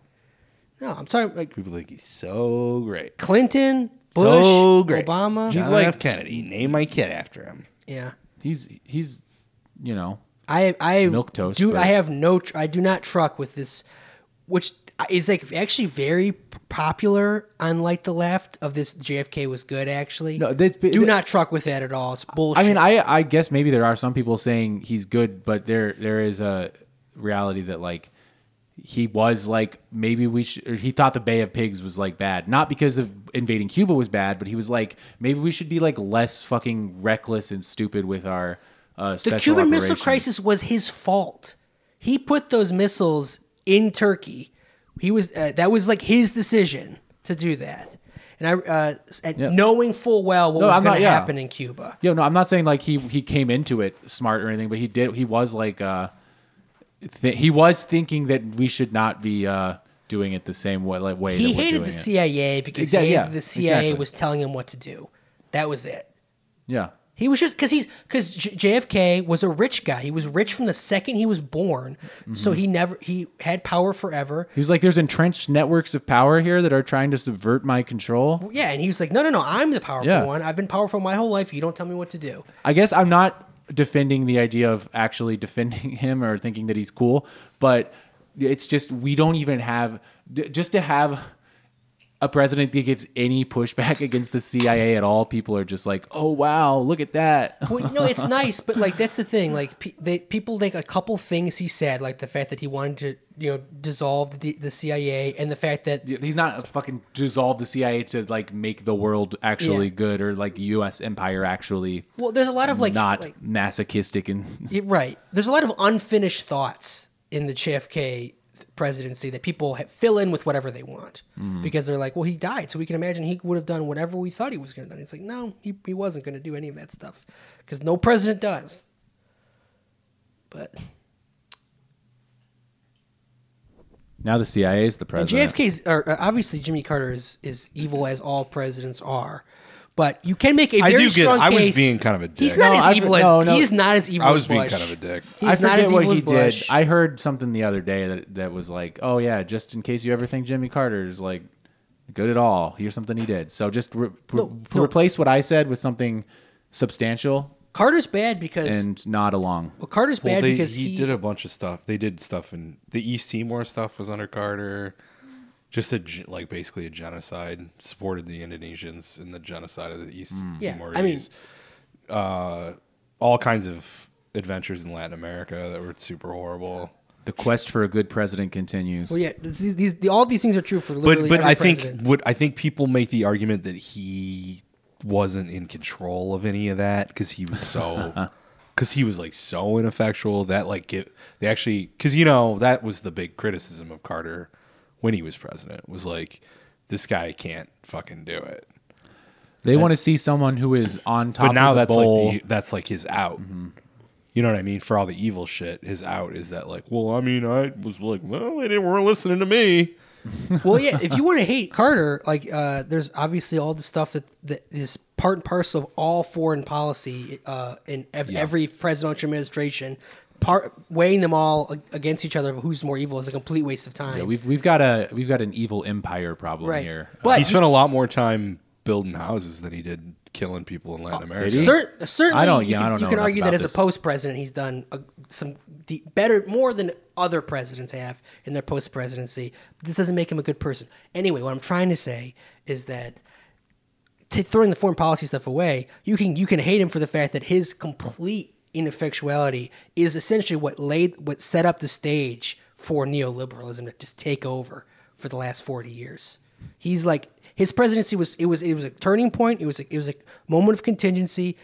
Speaker 2: no, I'm sorry. Like
Speaker 1: people think he's so great.
Speaker 2: Clinton, Bush,
Speaker 1: so great.
Speaker 2: Obama.
Speaker 1: He's like Kennedy. Name my kid after him.
Speaker 2: yeah.
Speaker 3: He's he's, you know,
Speaker 2: I I
Speaker 3: Milk toast,
Speaker 2: Do
Speaker 3: but-
Speaker 2: I have no? Tr- I do not truck with this, which is like actually very p- popular on like the left of this. JFK was good actually. No,
Speaker 3: they,
Speaker 2: do not truck with that at all. It's bullshit.
Speaker 3: I mean, I I guess maybe there are some people saying he's good, but there there is a reality that like he was like maybe we should or he thought the Bay of Pigs was like bad, not because of invading Cuba was bad, but he was like maybe we should be like less fucking reckless and stupid with our uh,
Speaker 2: the
Speaker 3: special
Speaker 2: Cuban Missile
Speaker 3: operations.
Speaker 2: Crisis was his fault. He put those missiles in Turkey. He was uh, that was like his decision to do that, and I uh, and
Speaker 3: Yeah.
Speaker 2: knowing full well what
Speaker 3: No,
Speaker 2: was
Speaker 3: I'm
Speaker 2: going
Speaker 3: not-
Speaker 2: to
Speaker 3: yeah.
Speaker 2: happen in Cuba.
Speaker 3: Yeah, no, I'm not saying like he he came into it smart or anything, but he did. He was like, uh, th- he was thinking that we should not be uh, doing it the same way. Like, way
Speaker 2: He
Speaker 3: that we're
Speaker 2: hated
Speaker 3: doing
Speaker 2: the
Speaker 3: it.
Speaker 2: CIA because
Speaker 3: Yeah,
Speaker 2: he hated
Speaker 3: yeah,
Speaker 2: the CIA
Speaker 3: exactly.
Speaker 2: was telling him what to do. That was it.
Speaker 3: Yeah,
Speaker 2: He was just because he's because JFK was a rich guy. He was rich from the second he was born, so
Speaker 3: Mhm.
Speaker 2: he never he had power forever.
Speaker 3: he was like, "There's entrenched networks of power here that are trying to subvert my control."
Speaker 2: Yeah, and he was like, no, no, no, I'm the powerful
Speaker 3: Yeah.
Speaker 2: one. I've been powerful my whole life. You don't tell me what to do.
Speaker 3: I guess I'm not defending the idea of actually defending him or thinking that he's cool, but it's just we don't even have d- just to have a president that gives any pushback against the CIA at all. People are just like, "Oh wow, look at that."
Speaker 2: Well, you know, it's nice, but like that's the thing. Like pe- they, people like a couple things he said, like the fact that he wanted to, you know, dissolve the, D- the CIA, and the fact that
Speaker 3: he's not a fucking dissolve the CIA to like make the world actually
Speaker 2: Yeah.
Speaker 3: good or like U.S. empire actually.
Speaker 2: Well, there's a lot of, like-
Speaker 3: not
Speaker 2: like-
Speaker 3: masochistic and
Speaker 2: Yeah, right. There's a lot of unfinished thoughts in the JFK presidency that people ha- fill in with whatever they want
Speaker 1: Mm-hmm.
Speaker 3: Mhm.
Speaker 2: because they're like, well, he died, so we can imagine he would have done whatever we thought he was going to do. And It's like, no, he, he wasn't going to do any of that stuff because no president does. But
Speaker 3: now the CIA is the
Speaker 2: and
Speaker 3: president.
Speaker 2: JFK's or, uh, obviously Jimmy Carter is is evil as all presidents are, But you can make a
Speaker 1: I
Speaker 2: very
Speaker 1: do get it.
Speaker 2: strong
Speaker 1: I was
Speaker 2: case.
Speaker 1: being kind of a
Speaker 2: He's
Speaker 1: dick.
Speaker 2: not
Speaker 1: No,
Speaker 2: as
Speaker 1: I-
Speaker 2: evil as
Speaker 1: no, no.
Speaker 2: he is not as evil.
Speaker 1: I
Speaker 2: as
Speaker 1: was being
Speaker 2: Bush.
Speaker 1: kind of a dick.
Speaker 2: He's
Speaker 3: I
Speaker 2: not
Speaker 3: forget
Speaker 2: as evil
Speaker 3: what he
Speaker 2: as Bush.
Speaker 3: did. I heard something the other day that that was like, "Oh yeah, just in case you ever think Jimmy Carter's like good at all, here's something he did." So just re-
Speaker 2: No,
Speaker 3: re-
Speaker 2: no.
Speaker 3: replace what I said with something substantial
Speaker 2: Carter's bad because
Speaker 3: and not along.
Speaker 2: well, Carter's
Speaker 1: Well,
Speaker 2: bad
Speaker 1: they-
Speaker 2: because
Speaker 1: he,
Speaker 2: he-
Speaker 1: did a bunch of stuff. They did stuff in the East Timor stuff was under Carter. Just a ge- like basically a genocide supported the Indonesians in the genocide of the East
Speaker 2: Mm. Yeah,
Speaker 1: Timorese.
Speaker 2: I mean-
Speaker 1: uh, all kinds of adventures in Latin America that were super horrible.
Speaker 3: The quest for a good president continues.
Speaker 2: well, yeah, these, these the- all these things are true for
Speaker 1: But
Speaker 2: literally
Speaker 1: but
Speaker 2: every
Speaker 1: I
Speaker 2: president.
Speaker 1: think what I think people make the argument that he wasn't in control of any of that because he was so because he was like so ineffectual that like get, they actually because you know that was the big criticism of Carter when he was president was like this guy can't fucking do it.
Speaker 3: They want to see someone who is on top.
Speaker 1: But now
Speaker 3: of the
Speaker 1: that's
Speaker 3: bowl. Mm-hmm.
Speaker 1: like the, that's like his out. You know what I mean? For all the evil shit, his out is that like, well, I mean, I was like, well, they didn't weren't listening to me.
Speaker 2: well, yeah. If you want to hate Carter, like uh, there's obviously all the stuff that, that is part and parcel of all foreign policy uh, in ev-
Speaker 1: Yeah.
Speaker 2: every presidential administration. Part weighing them all a- against each other of who's more evil is a complete waste of time.
Speaker 3: Yeah, we've we've got a we've got an evil empire problem
Speaker 2: Right.
Speaker 3: here.
Speaker 2: But-
Speaker 1: he spent a lot more time building houses than he did killing people in
Speaker 2: Oh,
Speaker 1: Latin America.
Speaker 2: Cer- certainly,
Speaker 3: I don't-
Speaker 2: you
Speaker 3: yeah, I
Speaker 2: can,
Speaker 3: don't
Speaker 2: you
Speaker 3: know
Speaker 2: can
Speaker 3: enough
Speaker 2: argue that
Speaker 3: about
Speaker 2: as
Speaker 3: this.
Speaker 2: a post president, he's done uh some de- better, more than other presidents have in their post presidency. This doesn't make him a good person. Anyway, what I'm trying to say is that t- throwing the foreign policy stuff away, you can you can hate him for the fact that his complete ineffectuality is essentially what laid what set up the stage for neoliberalism to just take over for the last 40 years. He's like his presidency was it was it was a turning point, it was a, it was a moment of contingency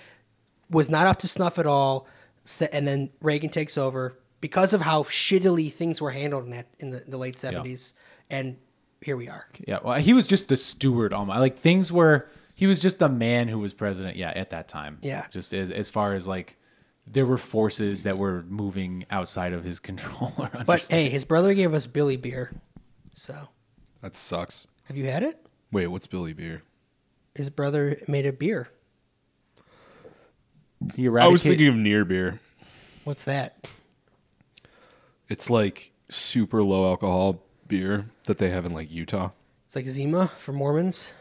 Speaker 2: was not up to snuff at all. se- And then Reagan takes over because of how shittily things were handled in that in the, the late seventies. And here we are.
Speaker 3: Yeah, well, he was just the steward. Almost like things were. He was just the man who was president. Yeah, at that time.
Speaker 2: Yeah.
Speaker 3: Just as as far as like, there were forces that were moving outside of his control. Or
Speaker 2: But hey, his brother gave us Billy beer. So
Speaker 1: That sucks.
Speaker 2: have you had it?
Speaker 1: Wait, what's Billy Beer?
Speaker 2: His brother made a beer.
Speaker 3: he
Speaker 1: I was
Speaker 3: eradicated-
Speaker 1: thinking of near beer.
Speaker 2: What's that?
Speaker 1: It's like super low alcohol beer that they have in like Utah.
Speaker 2: It's like Zima for Mormons.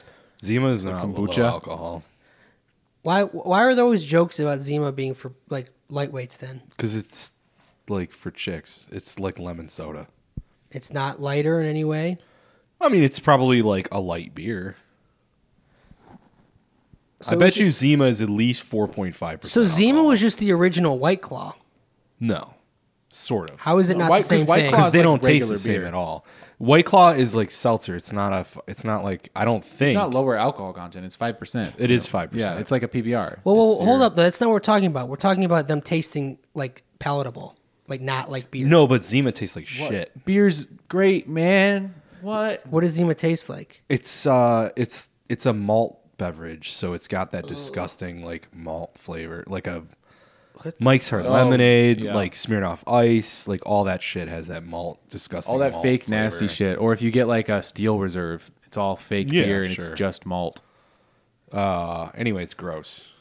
Speaker 1: Zima is not
Speaker 3: kombucha?
Speaker 1: low alcohol
Speaker 2: Why why are there always jokes about Zima being for like lightweights then?
Speaker 1: because it's like for chicks. It's like lemon soda.
Speaker 2: It's not lighter in any way.
Speaker 1: I mean, it's probably like a light beer.
Speaker 2: So
Speaker 1: I bet
Speaker 2: is it-
Speaker 1: you Zima is at least four point five
Speaker 2: So
Speaker 1: percent.
Speaker 2: Zima was just the original White Claw.
Speaker 1: No, sort of.
Speaker 2: How is it not the same thing?
Speaker 1: because they don't taste the same at all. White Claw is like seltzer. It's not a. f- It's not like I don't think
Speaker 3: It's not lower alcohol content. It's five percent.
Speaker 1: It is 5%.
Speaker 3: Yeah, it's like a PBR.
Speaker 2: Well, well
Speaker 3: It's
Speaker 2: hold
Speaker 3: your-
Speaker 2: up. though. That's not what we're talking about. We're talking about them tasting like palatable, like not like beer.
Speaker 1: No, but Zima tastes like shit.
Speaker 3: Beer's great, man. What?
Speaker 2: What does Zima taste like?
Speaker 1: It's uh, it's it's a malt beverage, so it's got that disgusting like malt flavor, like a
Speaker 2: What the
Speaker 1: Mike's Hard
Speaker 3: Oh,
Speaker 1: Lemonade,
Speaker 3: yeah.
Speaker 1: like Smirnoff Ice, like all that shit has that malt disgusting.
Speaker 3: all that
Speaker 1: malt
Speaker 3: fake
Speaker 1: flavor.
Speaker 3: nasty shit. Or if you get like a steel reserve, it's all fake
Speaker 1: Yeah,
Speaker 3: beer and
Speaker 1: sure.
Speaker 3: it's just malt.
Speaker 1: Uh, anyway, it's gross.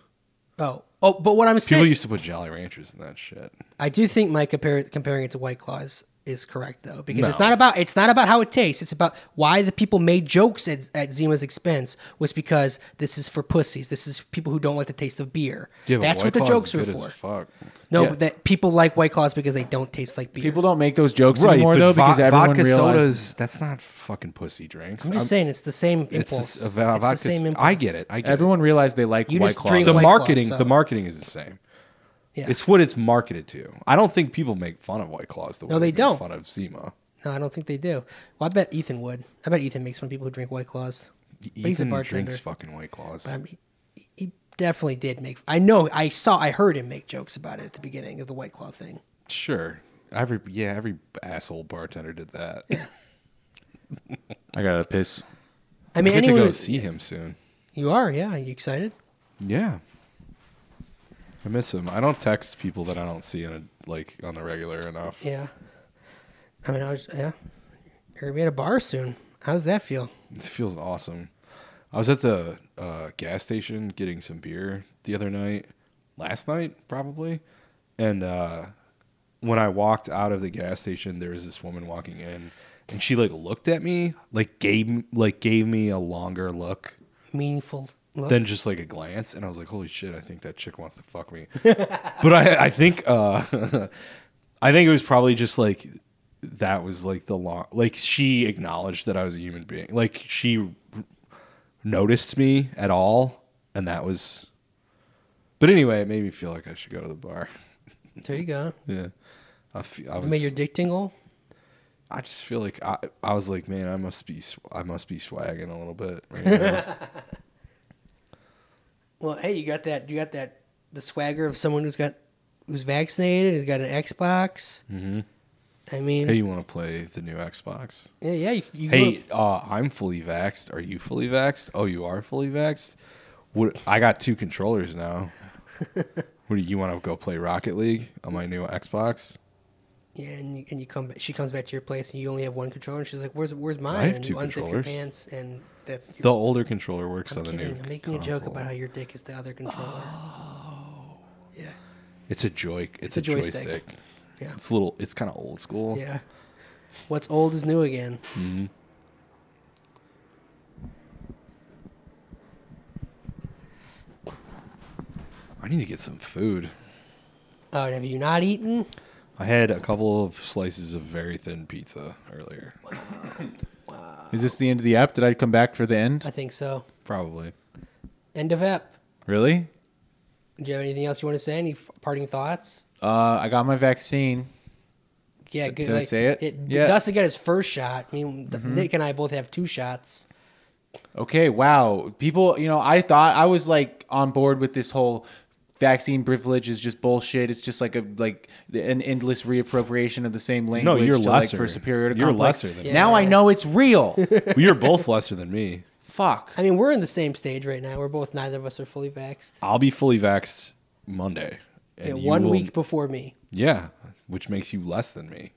Speaker 2: Oh, oh. But what I'm saying,
Speaker 1: People used to put Jolly Ranchers in that shit.
Speaker 2: I do think my compare, comparing it to White Claw is, is correct though, because it's
Speaker 1: No.
Speaker 2: not about it's not about how it tastes. It's about why the people made jokes at, at Zima's expense was because this is for pussies. This is people who don't like the taste of beer.
Speaker 1: Yeah, but
Speaker 2: That's
Speaker 1: White
Speaker 2: what the
Speaker 1: Claw is
Speaker 2: jokes were
Speaker 1: good
Speaker 2: for.
Speaker 1: as fuck.
Speaker 2: No,
Speaker 3: Yeah.
Speaker 2: but that people like White Claws because they don't taste like beer.
Speaker 3: People don't make those jokes
Speaker 1: Right,
Speaker 3: anymore
Speaker 1: but
Speaker 3: though
Speaker 1: vo-
Speaker 3: because everyone
Speaker 1: vodka
Speaker 3: realizes
Speaker 1: sodas. That's not fucking pussy drinks.
Speaker 2: I'm just saying it's the same
Speaker 1: it's
Speaker 2: impulse.
Speaker 1: just a va-
Speaker 2: it's
Speaker 1: vodka
Speaker 2: the same
Speaker 1: s-
Speaker 2: impulse.
Speaker 1: I get it. I get it.
Speaker 3: everyone realized they like
Speaker 2: You
Speaker 3: White
Speaker 2: just
Speaker 3: Claw.
Speaker 2: drink
Speaker 1: the
Speaker 2: White Claw,
Speaker 1: marketing
Speaker 2: so-
Speaker 1: the marketing is the same.
Speaker 2: Yeah.
Speaker 1: It's what it's marketed to. I don't think people make fun of White Claws the way
Speaker 2: No, they
Speaker 1: make
Speaker 2: don't.
Speaker 1: fun of Zima.
Speaker 2: No, I don't think they do. Well, I bet Ethan would. I bet Ethan makes fun of people who drink White Claws. But he's a
Speaker 1: Ethan
Speaker 2: bartender.
Speaker 1: drinks fucking White Claws.
Speaker 2: But I mean, he- he definitely did make. I know. I saw. I heard him make jokes about it at the beginning of the White Claw thing.
Speaker 1: Sure. Every yeah, every asshole bartender did that.
Speaker 3: I gotta piss.
Speaker 2: I mean,
Speaker 1: get to
Speaker 2: anyone.
Speaker 1: go
Speaker 2: who-
Speaker 1: see him soon.
Speaker 2: You are, yeah. You excited?
Speaker 1: Yeah. I miss him. I don't text people that I don't see in a, like on the regular enough.
Speaker 2: Yeah. I mean, I was. Yeah. You're gonna be at a bar soon. How's that feel?
Speaker 1: This feels awesome. I was at the uh, gas station getting some beer the other night, last night probably, and uh, when I walked out of the gas station, there was this woman walking in, and she like looked at me, like gave like gave me a longer look,
Speaker 2: meaningful look.
Speaker 1: than just like a glance, and I was like, "Holy shit! I think that chick wants to fuck me." but I, I think, uh, I think it was probably just like that was like the long, like she acknowledged that I was a human being, like she r- noticed me at all, and that was. But anyway, it made me feel like I should go to the bar.
Speaker 2: there you go.
Speaker 1: Yeah, I fe- I
Speaker 2: You
Speaker 1: was.
Speaker 2: made your dick tingle.
Speaker 1: I just feel like I, I was like, man, I must be, sw- I must be swagging a little bit. Right now.
Speaker 2: Well, hey, you got that. You got that. The swagger of someone who's got, who's vaccinated. Who's got an Xbox.
Speaker 1: hmm
Speaker 2: I mean,
Speaker 1: Hey, you want to play the new Xbox?
Speaker 2: Yeah, yeah, you- you
Speaker 1: hey, uh, I'm fully vaxxed. Are you fully vaxxed? Oh, you are fully vaxxed? What, I got two controllers now. what do you want to go play Rocket League on my new Xbox?
Speaker 2: yeah, and you, and you come. back She comes back to your place, and you only have one controller. And she's like, "Where's where's mine?"
Speaker 1: have
Speaker 2: and
Speaker 1: two
Speaker 2: you unzip your
Speaker 1: controllers.
Speaker 2: pants, and that's your
Speaker 1: The older controller works on the
Speaker 2: kidding.
Speaker 1: new.
Speaker 2: I'm making a joke
Speaker 1: console. Oh.
Speaker 2: about how your dick is the other controller.
Speaker 1: It's a joy. It's,
Speaker 2: It's
Speaker 1: a,
Speaker 2: a joystick.
Speaker 1: joystick.
Speaker 2: Yeah.
Speaker 1: It's a little. It's kind of old school.
Speaker 2: Yeah. What's old is new again.
Speaker 1: hmm I need to get some food.
Speaker 2: Oh, and have you not eaten?
Speaker 1: I had a couple of slices of very thin pizza earlier.
Speaker 3: Is this the end of the app? Did I come back for the end?
Speaker 2: I think so.
Speaker 1: Probably.
Speaker 2: End of ep.
Speaker 3: Really?
Speaker 2: Do you have anything else you want to say? Any f- parting thoughts?
Speaker 3: Uh, I got my vaccine.
Speaker 2: Yeah,
Speaker 3: Did-
Speaker 2: good.
Speaker 3: did I
Speaker 2: like,
Speaker 3: say it? Yeah.
Speaker 2: Dustin got his first shot. I mean, th-
Speaker 3: Mhm.
Speaker 1: Mm-hmm.
Speaker 2: Nick and I both have two shots.
Speaker 3: Okay, wow. People, you know, I thought I was like on board with this whole vaccine privilege is just bullshit. It's just like a like an endless reappropriation of the same language.
Speaker 1: you're
Speaker 3: to,
Speaker 1: lesser.
Speaker 3: Like, for superiority
Speaker 1: You're
Speaker 3: complex.
Speaker 1: lesser than
Speaker 3: now
Speaker 1: me.
Speaker 3: I know it's real.
Speaker 1: You're both lesser than me.
Speaker 3: Fuck.
Speaker 2: I mean, we're in the same stage right now. We're both. Neither of us are fully vaxxed.
Speaker 1: I'll be fully vaxxed Monday.
Speaker 2: Yeah,
Speaker 1: you
Speaker 2: one
Speaker 1: will-
Speaker 2: week before me.
Speaker 1: Yeah, which makes you less than me.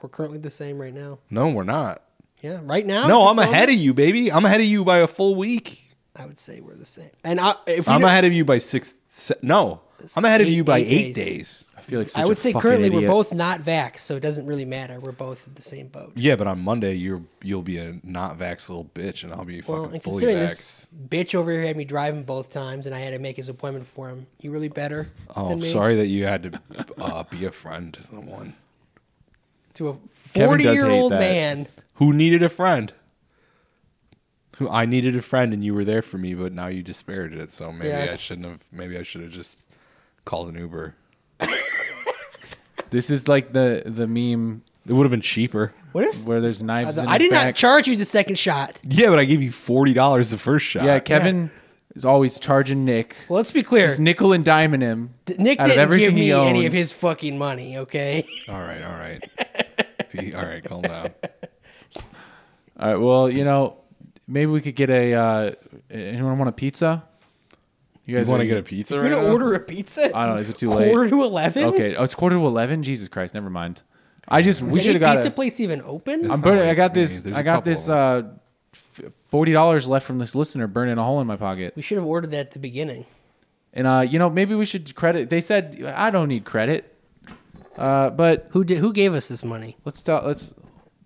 Speaker 2: We're currently the same right now.
Speaker 1: No, we're not.
Speaker 2: Yeah, right now.
Speaker 1: no,
Speaker 2: at
Speaker 1: I'm
Speaker 2: this
Speaker 1: ahead of
Speaker 2: moment,
Speaker 1: you, baby. I'm ahead of you by a full week.
Speaker 2: I would say we're the same. And I, if we
Speaker 1: I'm
Speaker 2: don't-
Speaker 1: ahead of you by six. Se- no, I'm ahead of
Speaker 2: Eight-
Speaker 1: you by
Speaker 2: eight
Speaker 1: eight,
Speaker 2: days.
Speaker 1: days.
Speaker 3: I feel like
Speaker 2: I would say currently we're both not vaxxed, so it doesn't really matter. We're both in the same boat.
Speaker 1: Yeah, but on Monday you're you'll be a not vax little bitch, and I'll be fucking
Speaker 2: Well, and
Speaker 1: fully
Speaker 2: considering
Speaker 1: vax.
Speaker 2: this bitch over here had me driving both times, and I had to make his appointment for him. You really better.
Speaker 1: Oh,
Speaker 2: than me?
Speaker 1: sorry that you had to uh, be a friend to someone.
Speaker 2: To a
Speaker 1: Kevin does hate
Speaker 2: forty-year-old
Speaker 1: that.
Speaker 2: man.
Speaker 1: who needed a friend. Who I needed a friend, and you were there for me, but now you disparaged it. So maybe
Speaker 2: Yeah.
Speaker 1: I shouldn't have. Maybe I should have just called an Uber.
Speaker 3: This is like the the meme.
Speaker 1: It would have been cheaper.
Speaker 2: What if
Speaker 3: where there's
Speaker 2: I,
Speaker 3: knives? in
Speaker 2: I
Speaker 3: his
Speaker 2: did not
Speaker 3: back.
Speaker 2: charge you the second shot.
Speaker 1: Yeah, but I gave you forty dollars the first shot.
Speaker 3: Yeah, Kevin is always charging Nick.
Speaker 2: Uh, Well, let's be clear.
Speaker 3: Just nickel and diamond him.
Speaker 2: D- Nick
Speaker 3: out
Speaker 2: didn't
Speaker 3: of
Speaker 2: give
Speaker 3: everything
Speaker 2: me
Speaker 3: he
Speaker 2: any of
Speaker 3: owns.
Speaker 2: his fucking money. Okay.
Speaker 1: All right, all right. Be- all right, calm down.
Speaker 3: All right. Well, you know, maybe we could get a. Uh, anyone want a pizza?
Speaker 1: You wanna
Speaker 3: are-
Speaker 1: get a pizza
Speaker 2: You're gonna order a pizza?
Speaker 3: I don't know. Is it too
Speaker 2: Quarter
Speaker 3: late?
Speaker 2: to 11?
Speaker 3: Okay. Oh, it's quarter to eleven. Jesus Christ. Never mind. I just
Speaker 2: Is
Speaker 3: we should
Speaker 2: any
Speaker 3: have got
Speaker 2: pizza
Speaker 3: a.
Speaker 2: place even open?
Speaker 3: I'm burning. I got
Speaker 1: me.
Speaker 3: this.
Speaker 1: There's
Speaker 3: I
Speaker 1: a
Speaker 3: got
Speaker 1: couple
Speaker 3: this. Uh, f- Forty dollars left from this listener burning a hole in my pocket.
Speaker 2: We should have ordered that at the beginning.
Speaker 3: And uh, you know, maybe we should credit. They said I don't need credit. Uh, but
Speaker 2: who did? Who gave us this money?
Speaker 3: Let's ta- let's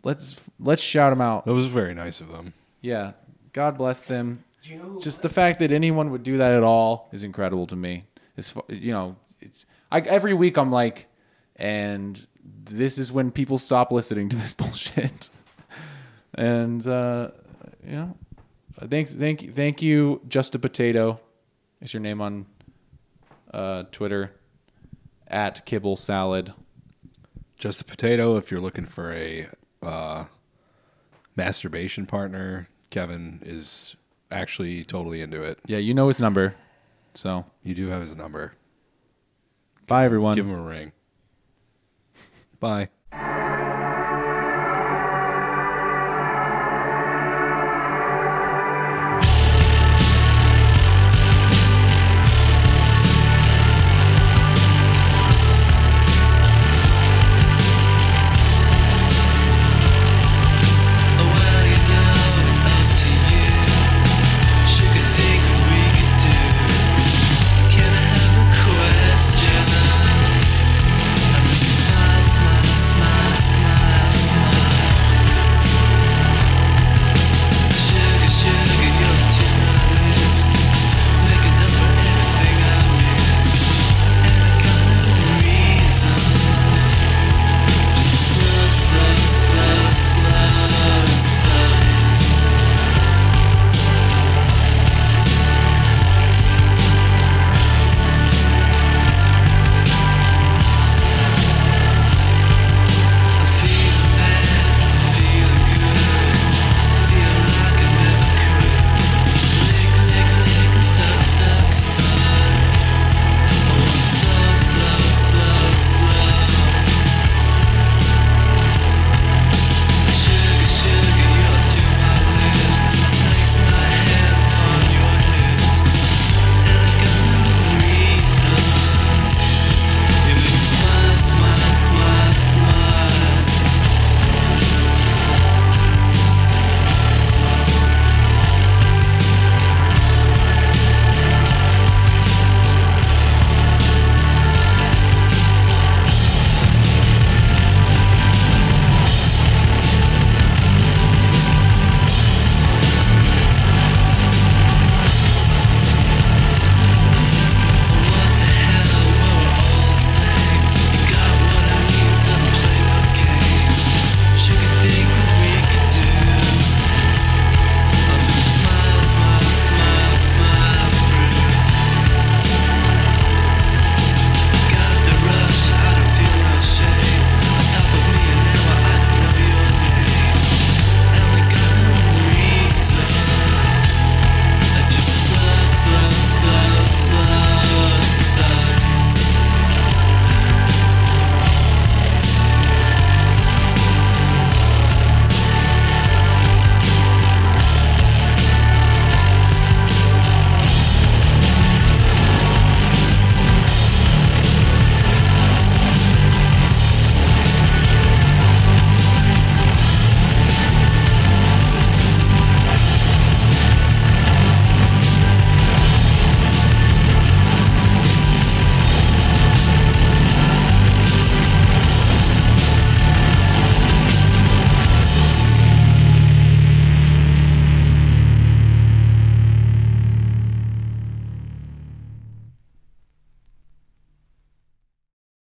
Speaker 3: let's let's shout them out.
Speaker 1: That was very nice of them.
Speaker 3: Yeah. God bless them. Just the fact that anyone would do that at all is incredible to me. It's fu- you know, it's I, every week I'm like, and this is when people stop listening to this bullshit. and uh, you know, uh, thanks, thank, thank you, Just a Potato, is your name on uh, Twitter at Kibble Salad.
Speaker 1: Just a potato. If you're looking for a uh, masturbation partner, Kevin is actually totally into it.
Speaker 3: Yeah, you know his number, so
Speaker 1: you do have his number.
Speaker 3: Bye, everyone.
Speaker 1: Give him a ring. Bye.